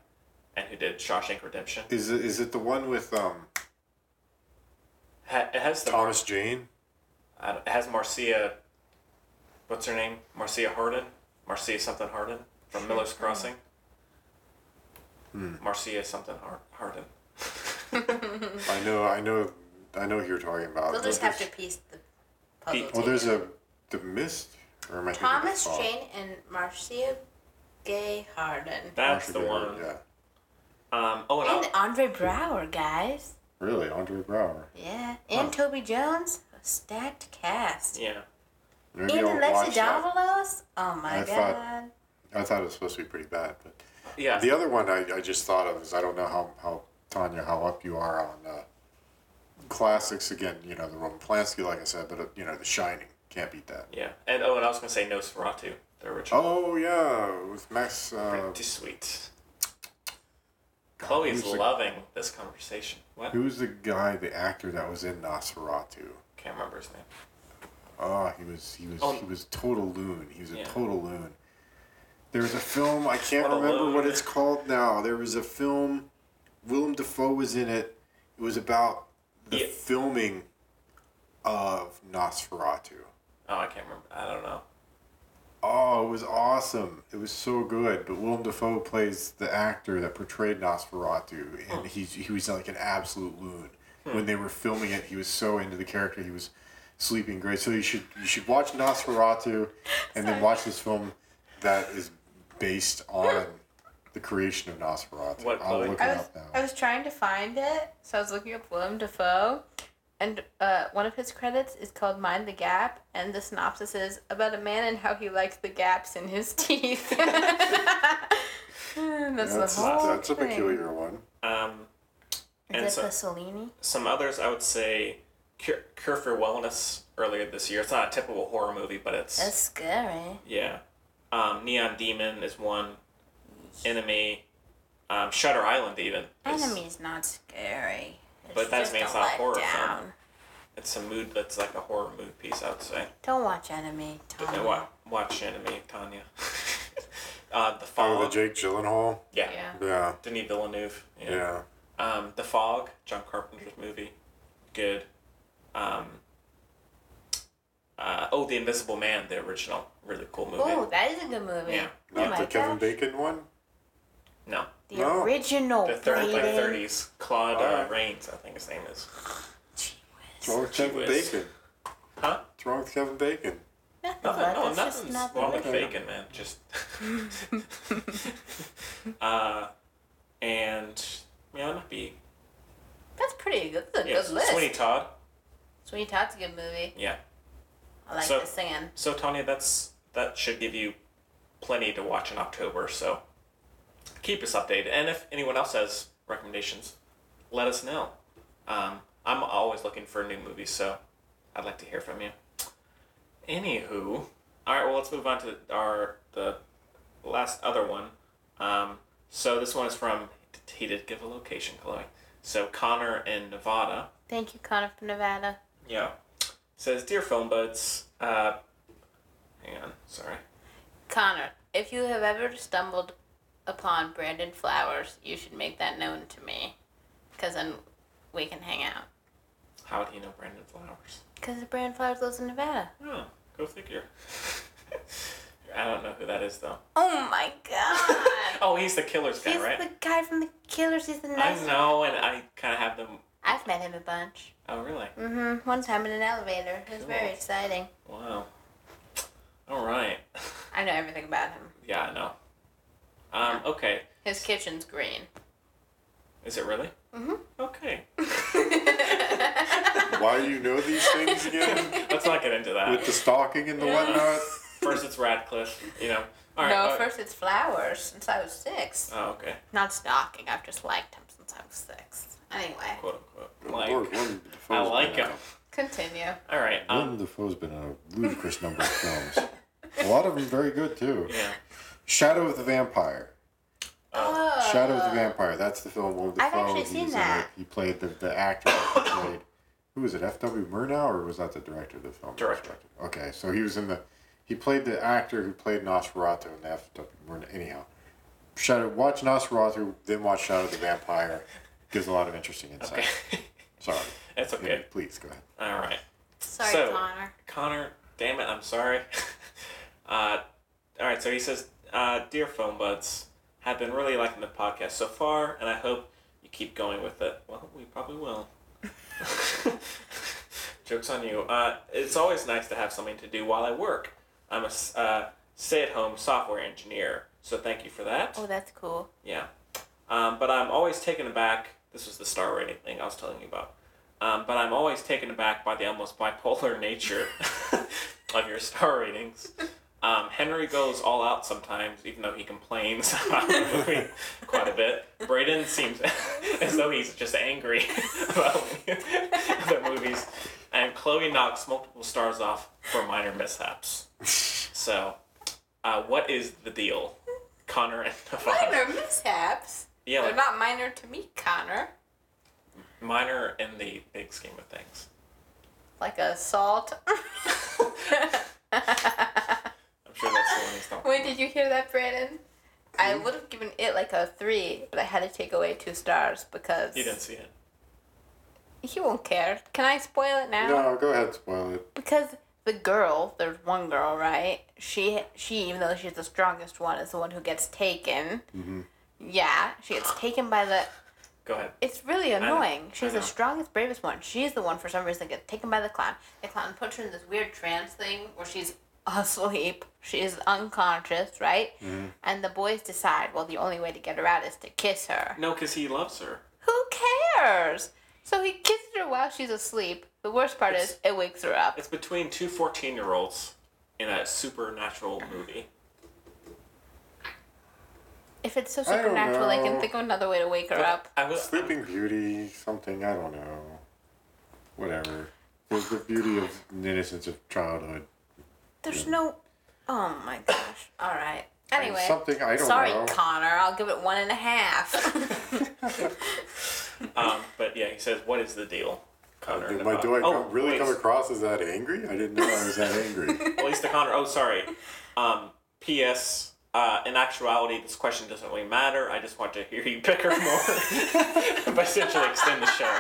and who did Shawshank Redemption. Is it is it the one with um Ha- it has the Thomas Jane? I don't- it has Marcia. What's her name? Marcia Harden. Marcia something Harden from Miller's Crossing. Hmm. Marcia something Har- Harden. I know, I know, I know who you're talking about. Mm-hmm. we'll but just have to there's- piece the puzzle puzzle. Pete. Well, there's a the mist. Or am I thinking of Thomas Saw? Jane and Marcia Gay Harden That's Marcia the Gay one. Harden, Yeah. Um, oh, and and I'll- Andre Brower, guys. Really, Andre Brower. Yeah, and Toby Jones, a stacked cast. yeah. Maybe Even I'll Lexi watch that. Davalos. Oh my I god. thought- I thought it was supposed to be pretty bad, but Yeah. The other one I, I just thought of is I don't know how, how Tanya how up you are on uh, classics again. You know the Roman Polanski, like I said, but uh, you know The Shining can't beat that. yeah. And oh, and I was gonna say Nosferatu, the original. Oh yeah, with Max. Uh, Pretty sweet. God, Chloe's who's the- loving this conversation. What? Who's the guy, the actor that was in Nosferatu? Can't remember his name. Oh, he was he was Oh. he was total loon. He was a Yeah. total loon. There was a film I can't What a remember what loon. it's called now. There was a film. Willem Dafoe was in it. It was about the Yeah. filming of Nosferatu. Oh, I can't remember. I don't know. Oh, it was awesome. It was so good. But Willem Dafoe plays the actor that portrayed Nosferatu, and he's, he was like an absolute loon. When they were filming it, he was so into the character, he was sleeping great. So you should you should watch [laughs] Nosferatu, and then watch this film that is [gasps] based on the creation of Nosferatu. What, I'll Chloe? look it I was up now. I was trying to find it, so I was looking up Willem Dafoe, And uh, one of his credits is called Mind the Gap, and the synopsis is about a man and how he likes the gaps in his [laughs] teeth. that's, That's, the whole that's a thing. peculiar one. Um, and Is so- that Pasolini? some others I would say Cure, Cure for Wellness earlier this year. It's not a typical horror movie, but it's That's scary. yeah. Um, Neon Demon is one. Enemy, um, Shutter Island even. is- Enemy's not scary. It's But that's just mean it's a not horror film. letdown. It's a mood that's like a horror mood piece. I would say. Don't watch Enemy, But Tom. no, wa- watch Enemy, Tanya. [laughs] uh, the Fog. Oh, the Jake Gyllenhaal. yeah. Yeah. Yeah, Denis Villeneuve. yeah. Um, The Fog, John Carpenter's movie, good. Um, uh, oh, The Invisible Man, the original, really cool movie. Oh, that is a good movie. Yeah. Oh Not my the Kevin gosh. Bacon one. No, The No. original. the third, like bleeding- thirties, Claude uh, Alright. Rains, I think his name is. What's wrong with Kevin whiz. Bacon? Huh? What's wrong with Kevin Bacon? Nothing. Nothing. No, that's just nothing's nothing wrong with with it. Bacon, man. Just. [laughs] uh, and yeah, that might be. That's pretty good. That's a Yeah, good list. Sweeney Todd. Sweeney Todd's a good movie. Yeah. I like So- the singing. So Tanya, that's that should give you plenty to watch in October. So keep us updated, and if anyone else has recommendations, let us know. Um, I'm always looking for new movies, so I'd like to hear from you. Anywho, all right. Well, let's move on to our the last other one. Um, so this one is from he did give a location, Chloe. So Connor in Nevada. Thank you, Connor from Nevada. Yeah. Says, Dear Film Buds, uh, hang on, sorry. Connor, if you have ever stumbled upon Brandon Flowers, you should make that known to me. Because then we can hang out. How would he know Brandon Flowers? Because Brandon Flowers lives in Nevada. Oh, go figure. [laughs] I don't know who that is, though. Oh my [laughs] god! Oh, he's the killer's guy, He's right? the guy from The Killers. He's the nice I know, and I kind of have them. I've met him a bunch. Oh, really? Mm-hmm. One time in an elevator. It was very Cool. exciting. Wow. All right. I know everything about him. Yeah, I know. Um, okay. His kitchen's green. Is it really? Mhm. Okay. Why do you know these [laughs] things again? Let's not get into that. [laughs] with the stalking and the whatnot. First, it's Radcliffe, you know. All right. no, uh, first it's flowers since I was six. Oh, okay. Not stalking, I've just liked him since I was six. Anyway, Quote unquote. Good Like, Oh, Lord, Willem Dafoe's I like been him. in continue. All right. a- Um, Willem Dafoe's been in a ludicrous number of films. A lot of them very good too. yeah. Shadow of the Vampire. Oh, Shadow of the Vampire. That's the film Willem Dafoe. I've actually seen he's in that. it. He played the, the actor. That he played. Who was it? F.W. Murnau, or was that the director of the film? Director. Okay, so he was in the. He played the actor who played Nosferatu in F.W. Murnau. Anyhow, Shadow. Watch Nosferatu, then watch Shadow of the Vampire. Gives a lot of interesting insight. [laughs] Sorry. That's Yeah, okay. please go ahead. All right. sorry, so- Connor. Connor, damn it, I'm sorry. [laughs] uh, all right, so he says, uh, Dear Film Buds, have been really liking the podcast so far, and I hope you keep going with it. Well, we probably will. [laughs] Joke's on you. Uh, it's always nice to have something to do while I work. I'm a s- uh, stay at home software engineer, so thank you for that. Oh, that's cool. Yeah. Um, but I'm always taken aback. This was the star rating thing I was telling you about. Um, but I'm always taken aback by the almost bipolar [laughs] nature of your star ratings. Um, Henry goes all out sometimes, even though he complains [laughs] about the movie quite a bit. Braden seems [laughs] as though he's just angry [laughs] about the movies. And Chloe knocks multiple stars off for minor mishaps. So, uh, what is the deal? Connor and Nevada. Minor mishaps. Yeah, They're like not minor to me, Connor. minor in the big scheme of things. Like assault. I'm sure that's the one he's talking [laughs] when did you hear that, Brandon? I Hmm? would have given it like a three, but I had to take away two stars because You didn't see it. he won't care. Can I spoil it now? No, go ahead. Spoil it. because the girl there's one girl right she she even though she's the strongest one is the one who gets taken yeah she gets taken by the Go ahead. it's really know, annoying I she's the know. strongest bravest one she's the one for some reason that gets taken by the clown the clown puts her in this weird trance thing where she's [laughs] asleep she is unconscious right and the boys decide well the only way to get her out is to kiss her No, because he loves her. who cares so he kisses her while she's asleep. The worst part is it wakes her up. It's between two 14 year olds in a supernatural movie. If it's so I don't supernatural, I, can know. think of another way to wake her up. I was, Sleeping Beauty, something, I don't know. Whatever. There's the beauty of the innocence of childhood. There's no. Oh my gosh. All right. Anyway. Something I don't Sorry, know. Connor. I'll give it one and [laughs] a half. um, but yeah, he says, "What is the deal, Connor?" Did And my, about- do I oh, come, really wait, come across as that angry? I didn't know I was that [laughs] angry. At least the Connor. Oh, sorry. Um, P.S. Uh, in actuality, this question doesn't really matter. I just want to hear you pick her more, [laughs] but essentially extend the show.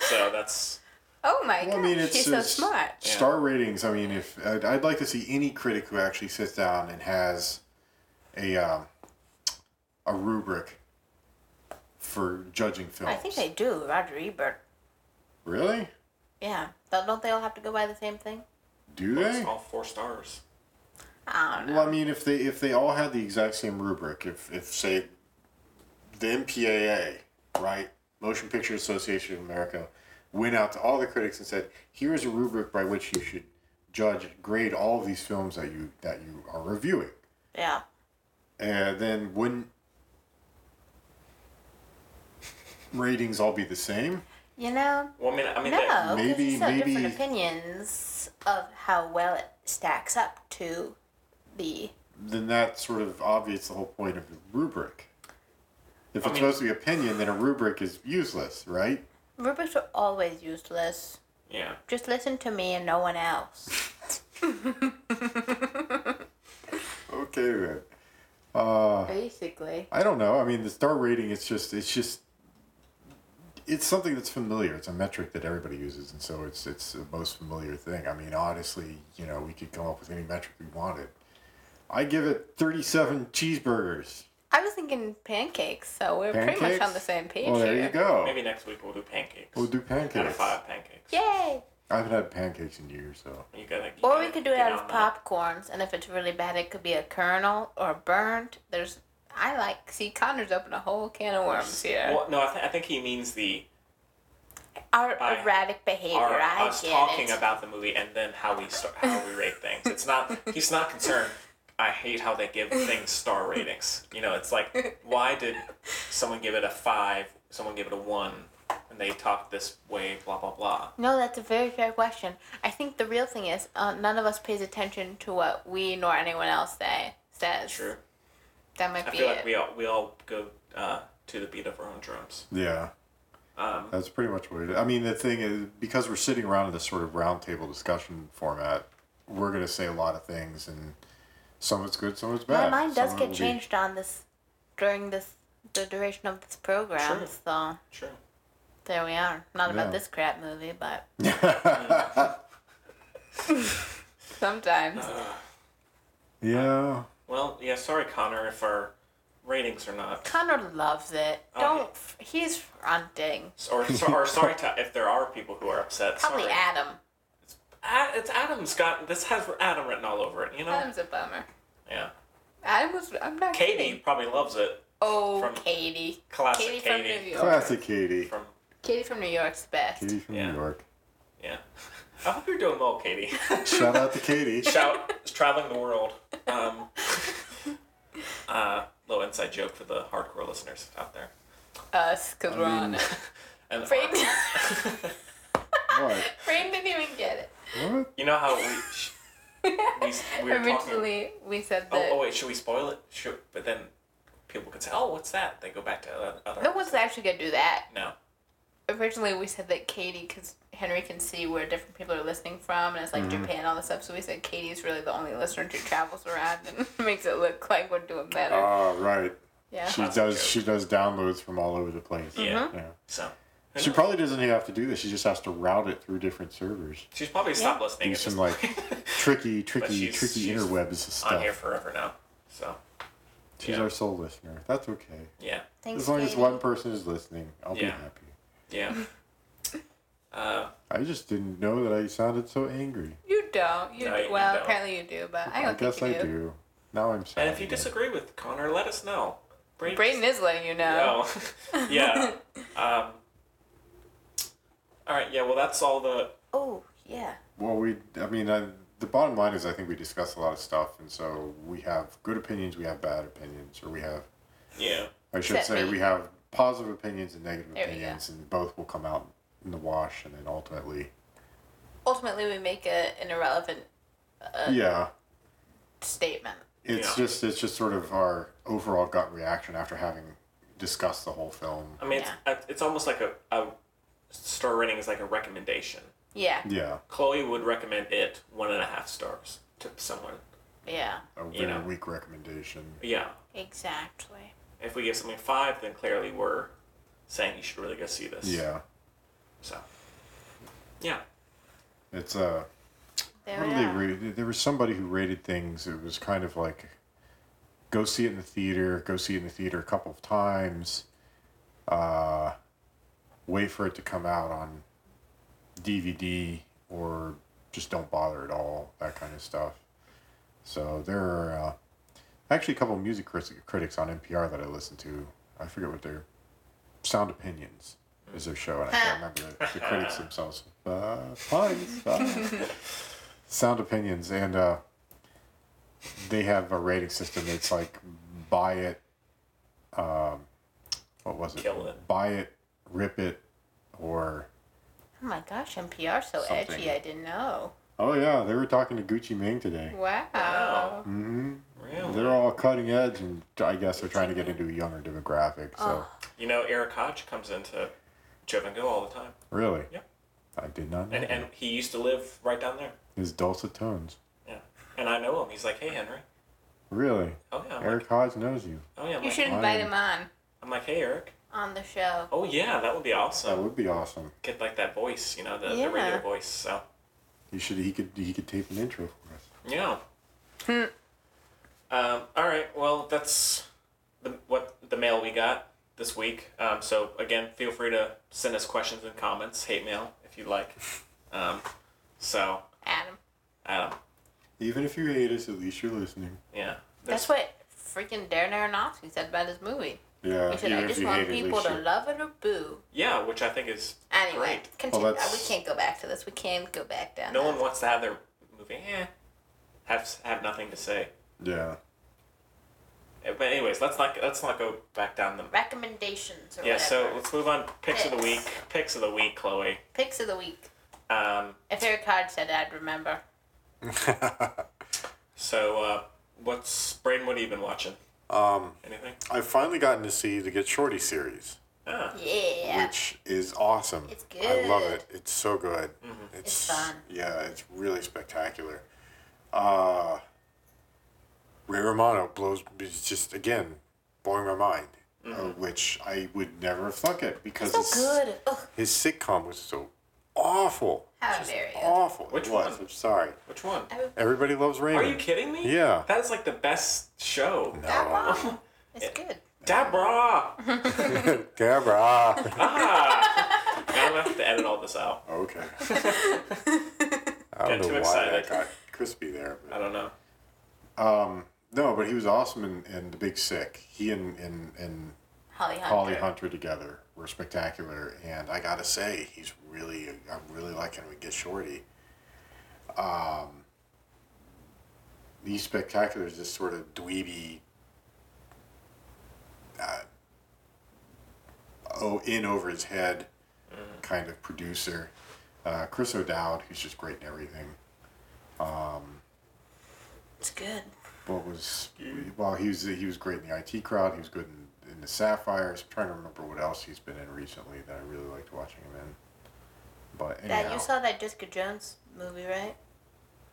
So that's oh my Well, gosh. I mean, it's, she's so it's smart. Star ratings. I mean, if I'd, I'd like to see any critic who actually sits down and has a um, a rubric for judging films. I think they do. Roger Ebert. really Yeah. Don't don't they all have to go by the same thing? do well, it's they? all four stars. I don't know. Well, I mean, if they if they all had the exact same rubric, if if say the MPAA, right, Motion Picture Association of America, went out to all the critics and said, "Here is a rubric by which you should judge, grade all of these films that you that you are reviewing," Yeah. and then wouldn't ratings all be the same? You know, Well, I mean, I mean, that- no, because maybe- you still have different maybe- opinions of how well it stacks up to the. Then that sort of obviates the whole point of the rubric. If it's I mean- supposed to be opinion, then a rubric is useless, right? Rubrics are always useless. yeah. Just listen to me and no one else. Okay then. Oh. Basically. I don't know. I mean, the star rating. It's just. It's just. It's something that's familiar. It's a metric that everybody uses, and so it's it's the most familiar thing. I mean, honestly, you know, we could come up with any metric we wanted. I give it thirty-seven cheeseburgers. I was thinking pancakes, so we're pretty much Pancakes? on the same page Well, there here. you go. Maybe next week we'll do pancakes. We'll do out of pancakes. I five pancakes. Yay! haven't had pancakes in years, so You gotta, you Or gotta we could do it get out of on that. popcorns, and if it's really bad, it could be a kernel or burnt. There's, I like. See, Connor's opened a whole can of worms here. Well, no, I, th- I think he means the Our I- erratic behavior. are I us get talking it. about the movie and then how we start how we [laughs] rate things. It's not he's not concerned. I hate how they give things star ratings. You know, it's like why did someone give it a five, someone give it a one, and they talk this way, blah blah blah. No, that's a very fair question. I think the real thing is uh, none of us pays attention to what we nor anyone else say says. True. That might I be feel it. like we all we all go uh, to the beat of our own drums. yeah. Um, That's pretty much what it is. I mean, the thing is, because we're sitting around in this sort of roundtable discussion format, we're going to say a lot of things, and some of it's good, some of it's My bad. mind does Ah, Some of it get will be- changed on this during this the duration of this program. Sure. So Sure. there we are. Not Yeah. about this crap movie, [laughs] but sometimes yeah. Well, yeah. Sorry, Connor, if our ratings are not. Connor loves it. Oh, Don't. yeah. f- He's fronting. Or, or sorry to, if there are people who are upset. Probably sorry. Adam. Ad- it's Adam's got this has Adam written all over it. You know. Adam's a bummer. Yeah. Adam was. I'm not Katie kidding. probably loves it. Oh, from- Katie. Classic Katie, from Katie. New York. Classic Katie. From Katie from New York's best. Katie from Yeah. New York. yeah, I hope you're doing well, Katie. Shout out to Katie. Shout is traveling the world. [laughs] Um, uh, little inside joke for the hardcore listeners out there. Us, because we're on it. [laughs] And uh, Frame, [laughs] [laughs] What? Frame didn't even get it. What? you know how we sh- we, s- we were talking. Originally, we said Oh, that. oh wait, should we spoil it? Should, but then people could say, "Oh, what's that?" They go back to other. other no one's actually going to do that. no. Originally, we said that Katie, because Henry can see where different people are listening from, and it's like Mm-hmm. Japan and all this stuff, so we said Katie's really the only listener who travels around and [laughs] makes it look like we're doing better. Uh, Oh, right. yeah. Mm-hmm. She does. She does downloads from all over the place. Yeah. yeah. So She probably doesn't even have to do this. She just has to route it through different servers. she's probably stopped listening. Do at this some like [laughs] tricky, tricky, she's- tricky she's interwebs on here stuff. forever now. So She's yeah. our sole listener. That's okay. yeah. Thanks, As long as Katie. one person is listening, I'll be Yeah. happy. Yeah. Uh, I just didn't know that I sounded so angry. You don't. You No, do. you well, don't. apparently you do, but I I, don't think guess you I do. do. Now I'm sad. and if you again. disagree with Connor, let us know. Braden- [laughs] Brayden is letting you know. Oh, yeah. Um, All right. Yeah. Well, that's all the. Oh, yeah. Well, we, I mean, I, the bottom line is I think we discussed a lot of stuff, and so we have good opinions, we have bad opinions, or we have, Yeah. I should Except say, me. we have positive opinions and negative There we go. opinions, and both will come out in the wash, and then ultimately, Ultimately, we make a, an irrelevant Uh. yeah, statement. it's Yeah. just it's just sort of our overall gut reaction after having discussed the whole film. I mean, it's, it's almost like a, a star rating is like a recommendation. Yeah. Yeah, Chloe would recommend it one and a half stars to someone. Yeah. a very You know. weak recommendation. Yeah. Exactly. If we give something five, then clearly we're saying you should really go see this. Yeah, So. Yeah. it's uh, There what we did they are. rate? There was somebody who rated things. It was kind of like, go see it in the theater. Go see it in the theater a couple of times. Uh, wait for it to come out on DVD or just don't bother at all. That kind of stuff. So there are uh, actually a couple of music crit- critics on NPR that I listen to. I forget what their sound opinions is their show, and I can't remember the, [laughs] the critics themselves. Uh, puns, uh, sound opinions, and uh, they have a rating system that's like buy it, um, what was it? Kill it. Buy it, rip it, or Oh my gosh, NPR so Something. edgy. I didn't know. oh yeah, they were talking to Gucci Ming today. Wow. Wow. hmm Really? They're all cutting edge, and I guess they're trying to get into a younger demographic. So, You know, Eric Hodge comes into Joe Van Gogh all the time. really, Yeah. I did not know. And, and that. he used to live right down there. His dulcet tones. Yeah. And I know him. He's like, hey, Henry. Really, Oh, yeah. I'm like, Eric Hodge knows you. oh, yeah. I'm You like, should invite Fine. him on I'm like, hey, Eric. on the show. Oh, yeah. That would be That awesome. would be awesome. Get like that voice, you know, the, Yeah. the radio voice. So, He should. He could. He could tape an intro for us. yeah. Hmm. um, all right. Well, that's the, what the mail we got this week. Um, so, again, feel free to send us questions and comments, hate mail, if you'd like. Um, so, Adam. Adam, Even if you hate us, at least you're listening. yeah. That's There's- what freaking Darren Aronofsky said about his movie. Yeah. He said, "I if just you want hate it, at people least to you're- love it or boo." Yeah, which I think is Anyway, great. continue. Uh, Well, that's- we can't go back to this. We can't go back down. No that. one wants to have their movie. Eh, have have nothing to say. Yeah. Eh, But anyways, let's not let's not go back down the. recommendations or Yeah, whatever. so let's move on. Picks of the week. Picks of the week, Chloe. Picks of the week. Um, If Eric Hodge said it, I'd remember. so uh, what's Braden? What have you been watching? Um, Anything? I've finally gotten to see the Get Shorty series, Ah, Yeah. which is awesome. It's I love good. it. Mm-hmm. It's so good. It's fun. Yeah, it's really spectacular. Uh, Ray Romano blows. It's just again blowing my mind, uh, which I would never have thought it because Mm-hmm. So it's- good. Ugh, His sitcom was so awful. How Just dare you. Awful. Which it was. one? I'm sorry. which one? Everybody loves Are Raymond. you kidding me? Yeah. That is like the best show. that bomb. [laughs] It's good. Dabra. [laughs] Deborah. Ah. I'm gonna have to edit all this out. [laughs] okay. I Got don't know too why excited. that got crispy there. I But. don't know. No, but he was awesome in, in The Big Sick. He and, and, and Holly Hunter. Holly Hunter together were spectacular, and I gotta say, he's really I'm really liking him get shorty. Um, he's spectacular is this sort of dweeby, uh, oh in over his head, kind of producer. Uh, Chris O'Dowd, who's just great in everything. It's good. what was well he was he was great in the IT crowd he was good in, in the Sapphires I'm trying to remember what else he's been in recently that I really liked watching him in but anyhow, Dad, you saw that Jessica Jones movie, right?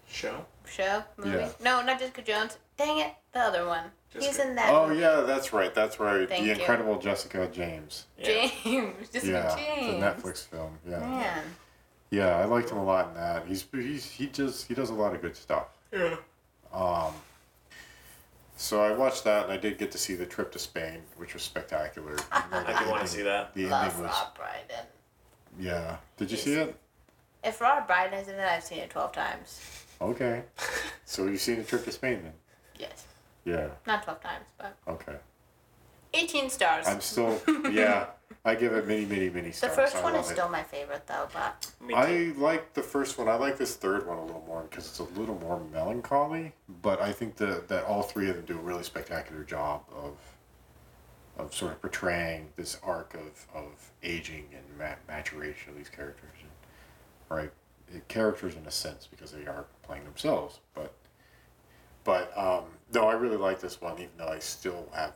Show. Show? Movie? Yeah. No, not Jessica Jones. Dang it, the other one. He's Jessica- in that. oh movie. yeah that's right that's right Oh, Thank the you. incredible Jessica James Yeah. James. [laughs] Jessica yeah James. the Netflix film yeah Man. yeah I liked him a lot in that he's, he's he just he does a lot of good stuff Um, Yeah. so I watched that and I did get to see the trip to Spain which was spectacular [laughs] I do want [laughs] to see that. the Love ending was Rob Brydon. yeah did you see it If Rob Brydon is in it, I've seen it 12 times. [laughs] okay so you've seen the trip to Spain then Yes. yeah Not 12 times, but okay 18 stars. I'm still, yeah. I give it many, many, many The stars. first I one love is it. still my favorite though, but [laughs] Me too. I like the first one. I like this third one a little more because it's a little more melancholy. But I think that that all three of them do a really spectacular job of of sort of portraying this arc of, of aging and ma- maturation of these characters, and, right? Eh, Characters in a sense because they are playing themselves. But but um, no, I really like this one, even though I still have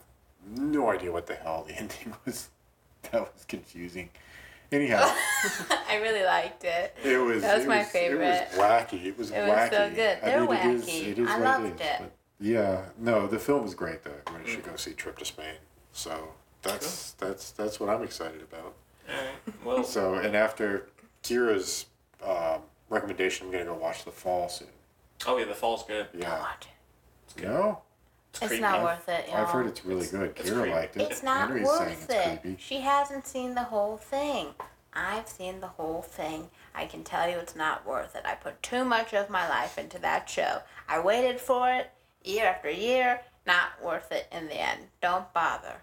no idea what the hell the [laughs] ending was. That was confusing. Anyhow. I really liked it. It was. That was it my It favorite. was wacky. It was It was wacky. so good. They're It is, wacky. it is I what is, loved it. but- yeah. No, the film is great though. Everybody should go see Trip to Spain. So that's that's that's what I'm excited about. [laughs] Well, So and after Kira's um, recommendation, I'm gonna go watch The Fall soon. oh yeah, the fall's good. Yeah. Watch it. No, It's, It's creepy. not worth it, y'all. I've heard it's really good. it's Kira creepy. liked it. It's not Henry's saying worth it's it. creepy. She hasn't seen the whole thing. I've seen the whole thing. I can tell you it's not worth it. I put too much of my life into that show. I waited for it year after year. Not worth it in the end. Don't bother.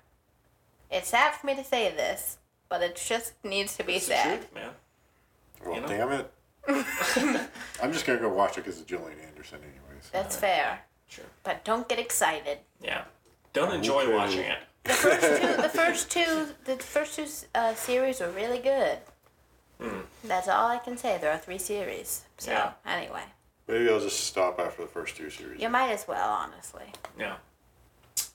It's sad for me to say this, but it just needs to be It's the said. truth, man. Well, you know? damn it. I'm just gonna go watch it because of Gillian Anderson, anyways. That's fair. Sure. But don't get excited. Yeah. Don't enjoy Okay. watching it. The first two, the first two, the first two uh, series were really good. That's all I can say. There are three series. So Hmm. Yeah. anyway, Maybe I'll just stop after the first two series. you might as well, honestly. Yeah.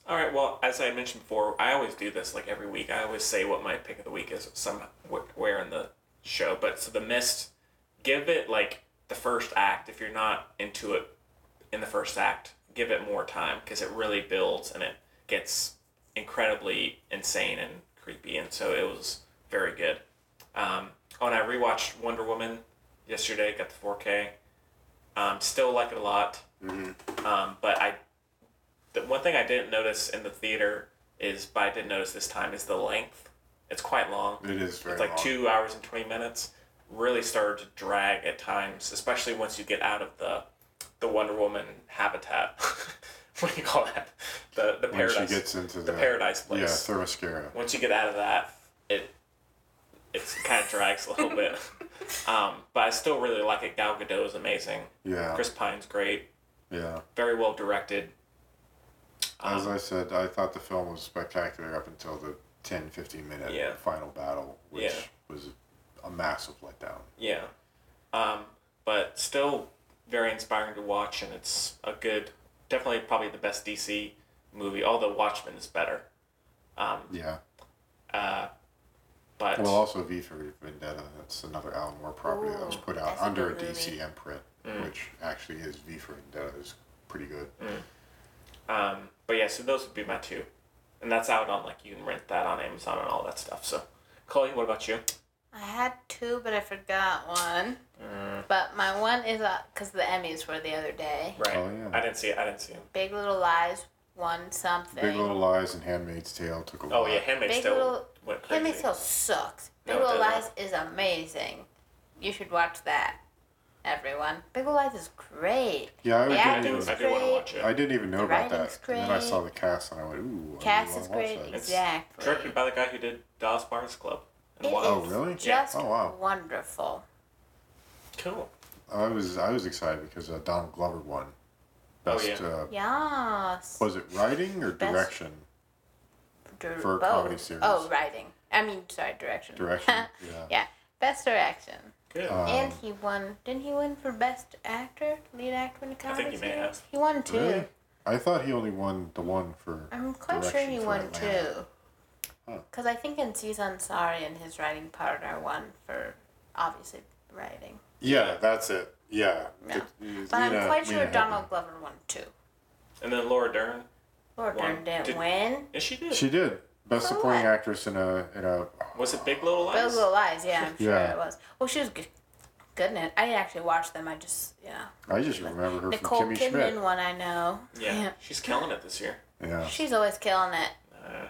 All right. Well, as I mentioned before, I always do this like every week. I always say what my pick of the week is somewhere in the show. But so the mist, give it like the first act. If you're not into it in the first act, give it more time because it really builds and it gets incredibly insane and creepy. And so it was very good. Um, oh, and I rewatched Wonder Woman yesterday. Got the 4K. Um, still like it a lot. Um, but I the one thing I didn't notice in the theater is, but I did notice this time, is the length. It's quite long. It is very It's like long. two hours and twenty minutes. Really started to drag at times, especially once you get out of the the Wonder Woman habitat. [laughs] what do you call that? The the When paradise. she gets into the, the paradise place. Yeah, Themyscira. once you get out of that, it it kind of drags a little bit. Um, but I still really like it. Gal Gadot is amazing. Yeah, Chris Pine's great. yeah. Very well directed. Ah. As I said, I thought the film was spectacular up until the 10, 15 minute Yeah. final battle, which Yeah. was a massive letdown. Yeah. Um, but still very inspiring to watch, and it's a good, definitely probably the best DC movie, although Watchmen is better. Yeah. But Well, also V for Vendetta. That's another Alan Moore property that was put out that's a under a good DC movie. imprint, Mm. which actually is V for Vendetta is pretty good. um, but yeah, so those would be my two. And that's out on, like, you can rent that on Amazon and all that stuff. So, Chloe, what about you? I had two, but I forgot one. Mm. But my one is because the Emmys were the other day. Right. Oh, yeah. I didn't see it. I didn't see it. Big Little Lies won something. Big Little Lies and Handmaid's Tale took a Oh, lot. yeah, Handmaid's Big Tale Little- went crazy. Handmaid's Tale sucks. Big No, it Little Lies doesn't. is amazing. You should watch that, everyone. Big Little Lies is great. Yeah, I The I would give do, it acting's I do want to great. watch I it. didn't even know The about that. writing's And then I great. saw the cast and I went, ooh. I Cast really is wanna watch great, that. exactly. Directed by the guy who did Dallas Buyers Club. And It Wild. Oh, is really? Just Oh, wow. wonderful. Cool. I was I was excited because uh, Donald Glover won. Oh, Best, yeah. uh, Yes. was it writing or Best- direction? Dir- for a both. comedy series. Oh, writing. I mean, sorry, direction. [laughs] Direction, yeah. Um, yeah, best direction. Good. Uh, and he won. Didn't he win for best actor, lead actor in a comedy think he may series? have. He won two. Really? I thought he only won the one for. I'm quite direction sure he for won Atlanta. two. Because I think Aziz Ansari and his writing partner won for obviously writing. Yeah, that's it. Yeah. No. The- But Lena- I'm quite sure Lena Donald Glover won two. And then Laura Dern. Laura Won. Dern didn't Did- win. Yeah, she Hadley. did. She did best For supporting what? actress in a in a. Was it Big Little Lies? Those Little Lies, yeah, I'm sure Yeah. it was. Well, she was good. Goodness, I didn't actually watch them. I just, yeah. I just remember her Nicole from Kimmy Kidman Schmidt. one I know. Yeah, she's killing it this year. Yeah. She's always killing it. Uh,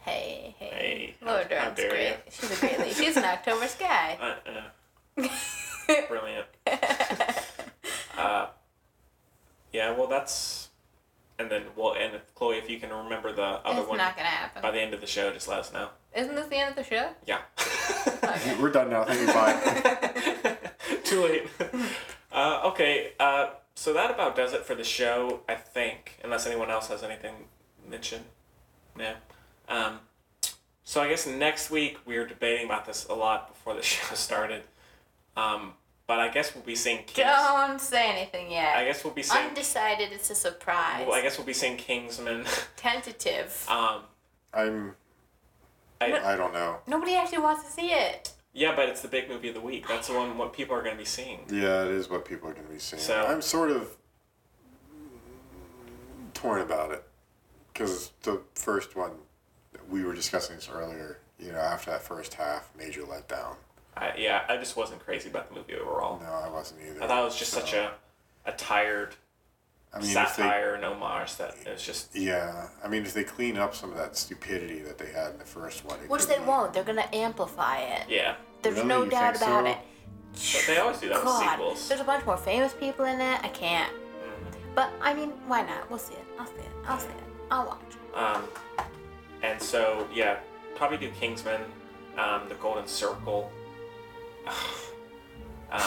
Hey, hey. Hey, how- Laura how Dern's dare great. you. She's a great lady. [laughs] She's an October Sky. uh, uh, [laughs] brilliant. uh, yeah, well, that's and then well, and if, Chloe, if you can remember the other it's one not gonna happen. by the end of the show, just let us know. Isn't this the end of the show? Yeah. We're done now. Thank you. [laughs] Bye. Too late. [laughs] Uh, okay, uh, so that about does it for the show, I think, unless anyone else has anything mentioned. No. Um, so I guess next week we were debating about this a lot before the [laughs] show started. Um, but I guess we'll be seeing Kings. Don't say anything yet. I guess we'll be seeing. Undecided. It's a surprise. Well, I guess we'll be seeing Kingsman. [laughs] Tentative. Um, I'm. I, I don't know. Nobody actually wants to see it. yeah, but it's the big movie of the week. That's the one what people are going to be seeing. Yeah, it is what people are going to be seeing. So- I'm sort of torn about it because the first one we were discussing this earlier. You know, after that first half, major letdown. I, yeah, I just wasn't crazy about the movie overall. No, I wasn't either. I thought it was just such a, a tired I mean, if they- satire and homage that it was just yeah, I mean, if they clean up some of that stupidity that they had in the first one, it Which could they Mm-hmm. be- won't. They're gonna amplify it. yeah. There's Really? no You doubt think about so? it. But they always do that with God, sequels. Mm. there's a bunch more famous people in it. I can't. But I mean, why not? We'll see it. I'll see it. I'll see it. I'll watch. Um, and so yeah, probably do Kingsman, um, the Golden Circle. [sighs] um, [laughs] I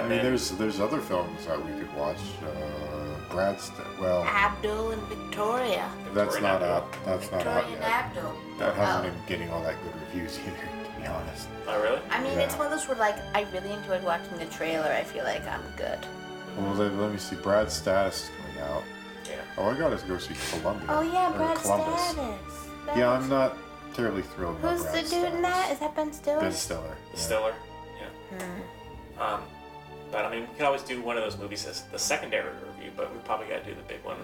and mean, then- there's there's other films that we could watch. Uh, Brad's. Well, Ah, Abdul and Victoria. that's Victorian not Apple. out. That's not Victoria out and yet. Abdul. That hasn't Oh. been getting all that good reviews [laughs] either, to be honest. Oh really? I mean, it's Yeah. one of those where like I really enjoyed watching the trailer. I feel like I'm good. Well, then, let me see. Brad's status is coming out. Yeah. Oh, I gotta go see Columbia. Oh yeah, or Brad Columbus. Status. Yeah, I'm not terribly thrilled about Who's the Brad dude in that? Status. Is that Ben Stiller? Ben Stiller. The yeah. Stiller. Yeah. Um, but I mean, we could always do one of those movies as the secondary review, but we probably gotta do the big one.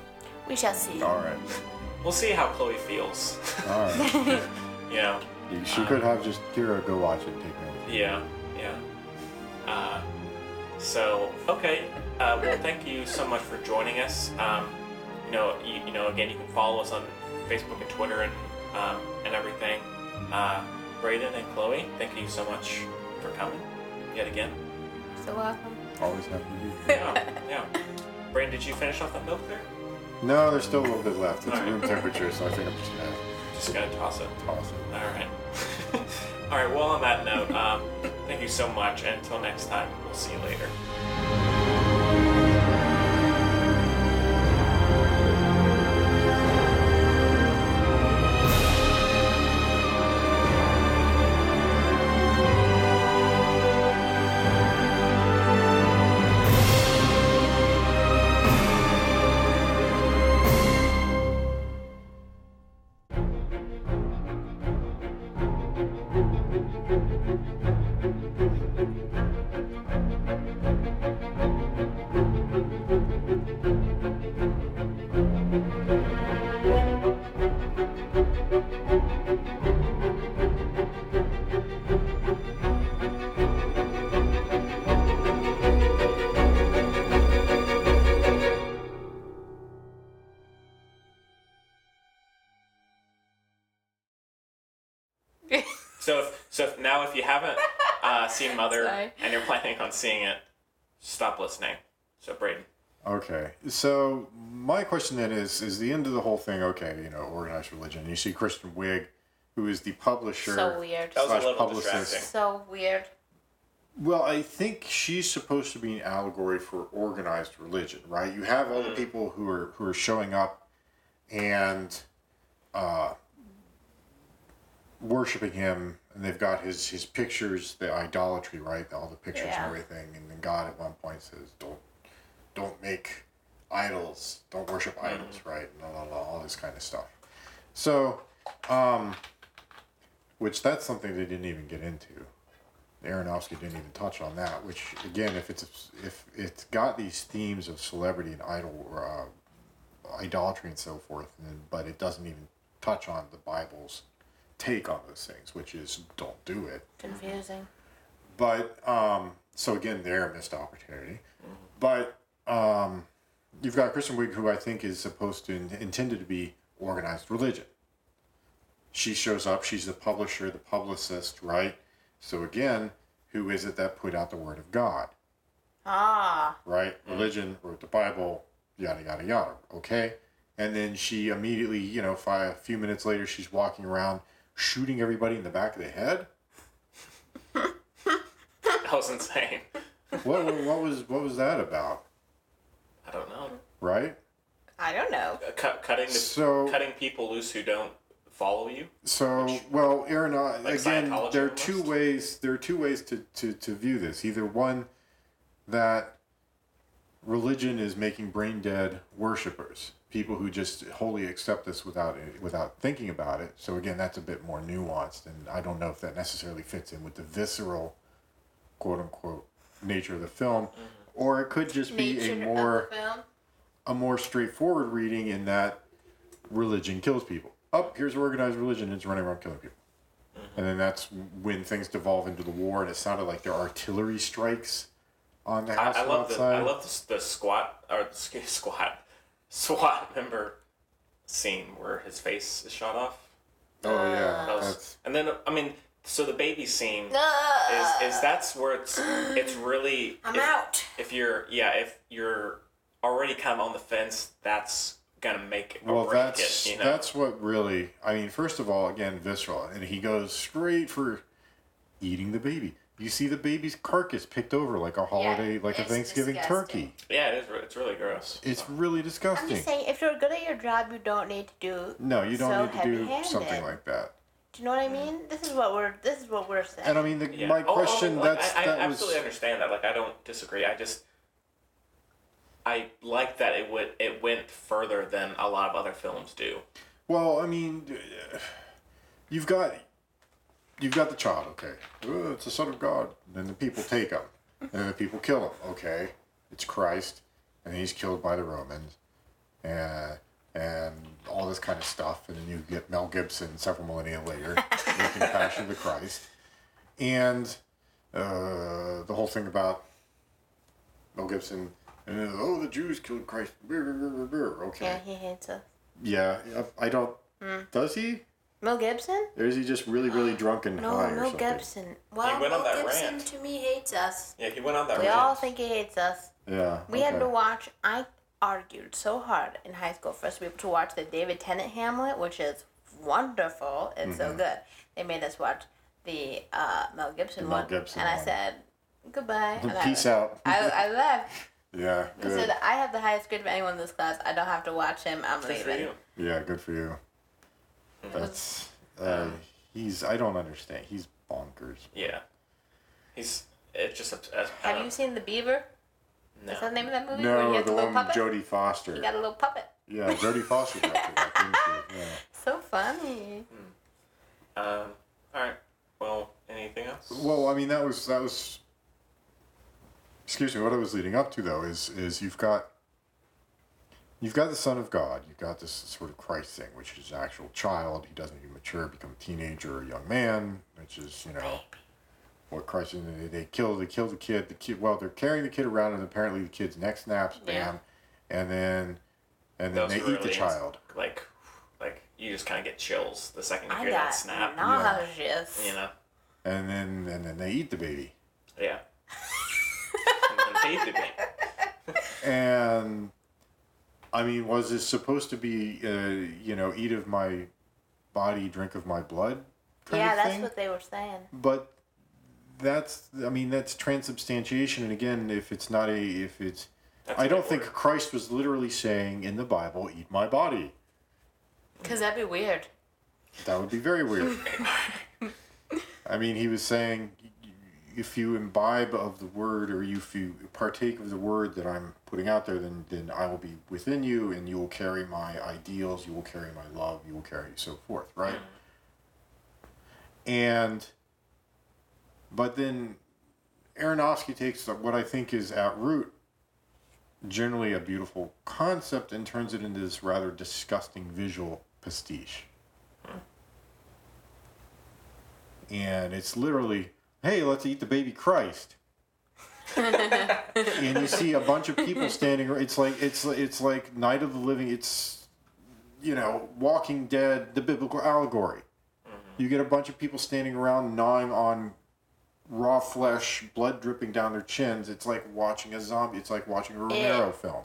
We shall see. All right. We'll see how Chloe feels. [laughs] All [laughs] right. you know. You- she could have just Kira go watch it and take me. with you. Yeah, yeah. Uh, so okay, uh, well, thank you so much for joining us. Um, you know, you, you know, again, you can follow us on Facebook and Twitter and um, and everything. Uh, Braden and Chloe, thank you so much for coming yet again. So welcome. Always happy to be here. Yeah, yeah. Braden, did you finish off that milk there? No, there's still a little bit left. It's All right. room temperature, so I think I'm just gonna Just gotta toss it. toss it. All right. [laughs] All right. Well, on that note, um, thank you so much. And until next time, we'll see you later. So, if, so if now if you haven't uh, seen Mother Sorry. and you're planning on seeing it, stop listening. So, Braden, Okay. So my question then is: Is the end of the whole thing okay? You know, organized religion. You see Kristen Wiig, who is the publisher So weird. That was a slash little publicist. distracting. So weird. Well, I think she's supposed to be an allegory for organized religion, right? You have all the people who are who are showing up and uh, worshiping him, and they've got his his pictures, the idolatry, right? All the pictures and Yeah. everything, and then God at one point says, "Don't, don't make idols, don't worship idols," right? And all, all, all this kind of stuff. So, um, which that's something they didn't even get into. Aronofsky didn't even touch on that. Which again, if it's if it's got these themes of celebrity and idol uh, idolatry and so forth, and then, but it doesn't even touch on the Bible's take on those things, which is don't do it. Confusing. But um, so again, there a missed opportunity. But um, you've got Kristen Wiig, who I think is supposed to intended to be organized religion. She shows up. She's the publisher, the publicist, right? So again, who is it that put out the word of God, Ah. right? Religion wrote the Bible. yada yada yada. Okay, and then she immediately, you know, fi a few minutes later, she's walking around shooting everybody in the back of the head. [laughs] That was insane. What what, what was what was that about? I don't know. Uh, Right. I don't know. Cut, cutting the, So- cutting people loose who don't follow you. So well, Aaron. uh, Like again, Scientology there are two almost? ways. There are two ways to, to, to view this. Either one that religion is making brain dead worshipers, people who just wholly accept this without without thinking about it. So again, that's a bit more nuanced, and I don't know if that necessarily fits in with the visceral, quote unquote, nature of the film, Mm-hmm. or it could just be Nature a more of the film. a more straightforward reading in that religion kills people. Up here's organized religion. It's running around killing people, and then that's when things devolve into the war. And it sounded like there are artillery strikes on the I, house I love the outside. I love the, s- the squat or excuse, [laughs] squat SWAT member scene where his face is shot off. oh yeah, That was- that's and then I mean, so the baby scene Ah, is, is that's where it's it's really I'm if- out. If you're yeah, if you're already kind of on the fence, that's gonna make it or well, break that's it, you know? that's what really. I mean, first of all, again, visceral, and he goes straight for eating the baby. You see the baby's carcass picked over like a holiday, like a it's Thanksgiving disgusting. turkey. yeah, it is. re- It's really gross. It's really I'm disgusting. just saying, if you're good at your job, you don't need to do. no, you don't so need to do heavy-handed. something like that. Do you know what I mean? This is what we're. This is what we're saying. And I mean, the, Yeah. my Oh, oh, question like, that's I, I that was absolutely understand that. Like I don't disagree. I just I like that it went it went further than a lot of other films do. well. I mean, uh, you've got you've got the child. Okay, Uh, it's the son of God. Then the people take him, and then the people kill him. Okay, it's Christ, and he's killed by the Romans, and and all this kind of stuff. And then you get Mel Gibson several millennia later making Passion of the Christ, and uh, the whole thing about Mel Gibson. And, uh, oh, the Jews killed Christ. Brr, brr, brr, brr. Okay. yeah, he hates us. Yeah, I don't. Hmm. Does he? Mel Gibson? Or is he just really, really drunk and No, high or Mel something? Gibson. Well, He went on Mel that Gibson rant. to me hates us. Yeah, he went on that. We rant. all think he hates us. Yeah. We had to watch. I argued so hard in high school for us to be able to watch the David Tennant Hamlet, which is wonderful. Mm-hmm. It's so good. They made us watch the uh, Mel Gibson The Mel one, Gibson and I one. said goodbye. and I Peace out. left. I, I left. yeah, I good. said, I have the highest grade of anyone in this class. I don't have to watch him. I'm Good for leaving. you. Yeah, good for you. Mm-hmm. That's. Uh, he's. I don't understand. He's bonkers. Yeah, he's it's just obs- I Have don't- you seen The Beaver? No. Is that the name of that movie? where he No, has the a little one with puppet? Jodie Foster. He got a little puppet. Yeah, Jodie Foster. did that, didn't she? Yeah. So funny. Um. All right. Well, anything else? Well, I mean, that was that was. Excuse me. What I was leading up to though is is you've got. You've got the Son of God. You've got this sort of Christ thing, which is an actual child. He doesn't even mature, become a teenager or a young man, which is you know. What Christ and they, they kill they kill the kid the kid well they're carrying the kid around and apparently the kid's neck snaps bam, and then and then Those they were eat the really- child. Like, like you just kind of get chills the second you I hear that got snap. nauseous. You know. and then and then they eat the baby [laughs] Yeah. And then they did it. and i mean was this supposed to be uh, you know eat of my body drink of my blood kind Yeah, of that's thing? what they were saying. but that's i mean that's transubstantiation and again if it's not a if it's That's i a don't big think word. christ was literally saying in the bible eat my body Because that'd be weird. That would be very weird. I mean, he was saying if you imbibe of the word or if you partake of the word that I'm putting out there, then, then I will be within you and you will carry my ideals, you will carry my love, you will carry so forth, right? And, but then Aronofsky takes what I think is at root generally a beautiful concept and turns it into this rather disgusting visual pastiche. and it's literally, hey, let's eat the baby Christ. and you see a bunch of people standing. ar- It's like it's it's like Night of the Living. It's you know Walking Dead, the biblical allegory. You get a bunch of people standing around gnawing on raw flesh, blood dripping down their chins. It's like watching a zombie. It's like watching a Romero film.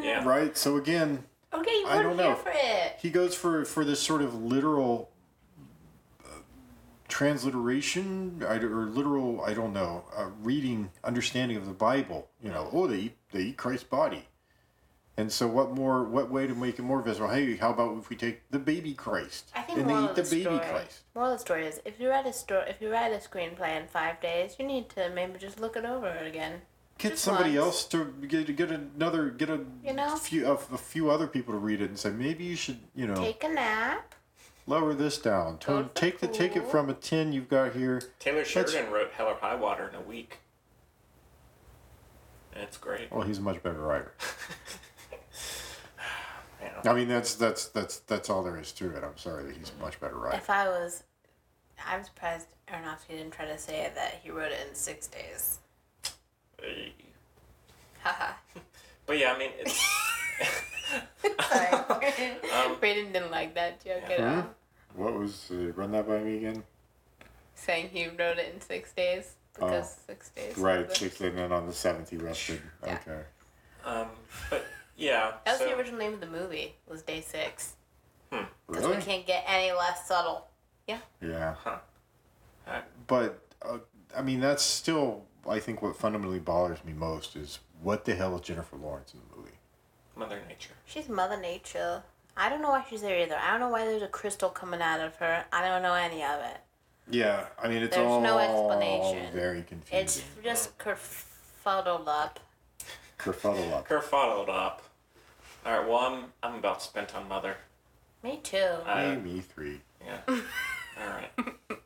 Yeah. Right? So again, Okay, you I don't weren't know. here for it. he goes for for this sort of literal uh, transliteration I d- or literal i don't know uh, reading understanding of the bible you know oh they eat, they eat christ's body and so what more what way to make it more visible hey how about if we take the baby christ I think and they moral eat of the the baby story. christ Moral of the story is if you write a story, if you write a screenplay in five days, you need to maybe just look it over again. get Just somebody once. else to get, get another get a You know? few a, a few other people to read it and say maybe you should you know Take a nap. lower this down to Turn, the take the take it pool. from a 10 you've got here Taylor Sheridan wrote Hell or High Water in a week. And it's great. Well, Oh, he's a much better writer. [sighs] Yeah. I mean, that's that's that's that's all there is to it. I'm sorry that he's a much better writer. If I was, I'm surprised Aronofsky didn't try to say that he wrote it in six days. Haha. [laughs] But yeah, I mean, it's, Sorry. Brayden didn't like that joke at all. What was uh, run that by me again? Saying he wrote it in six days because six days. Oh, Right, was- six and then on the seventh he rested. Yeah. Okay. um, but yeah. That was so- the original name of the movie. Was day six. Because Really? we can't get any less subtle. Yeah. Yeah. Huh. But uh, I mean, that's still I think what fundamentally bothers me most is what the hell is Jennifer Lawrence in the movie? Mother Nature. She's Mother Nature. I don't know why she's there either. I don't know why there's a crystal coming out of her. I don't know any of it. Yeah, I mean it's There's all no explanation. very confusing. It's just kerfuddled up. Kerfuddle up. Her followed up. All right, well, I'm, I'm about spent on Mother. Me too. I- me three. [laughs] Yeah. All right.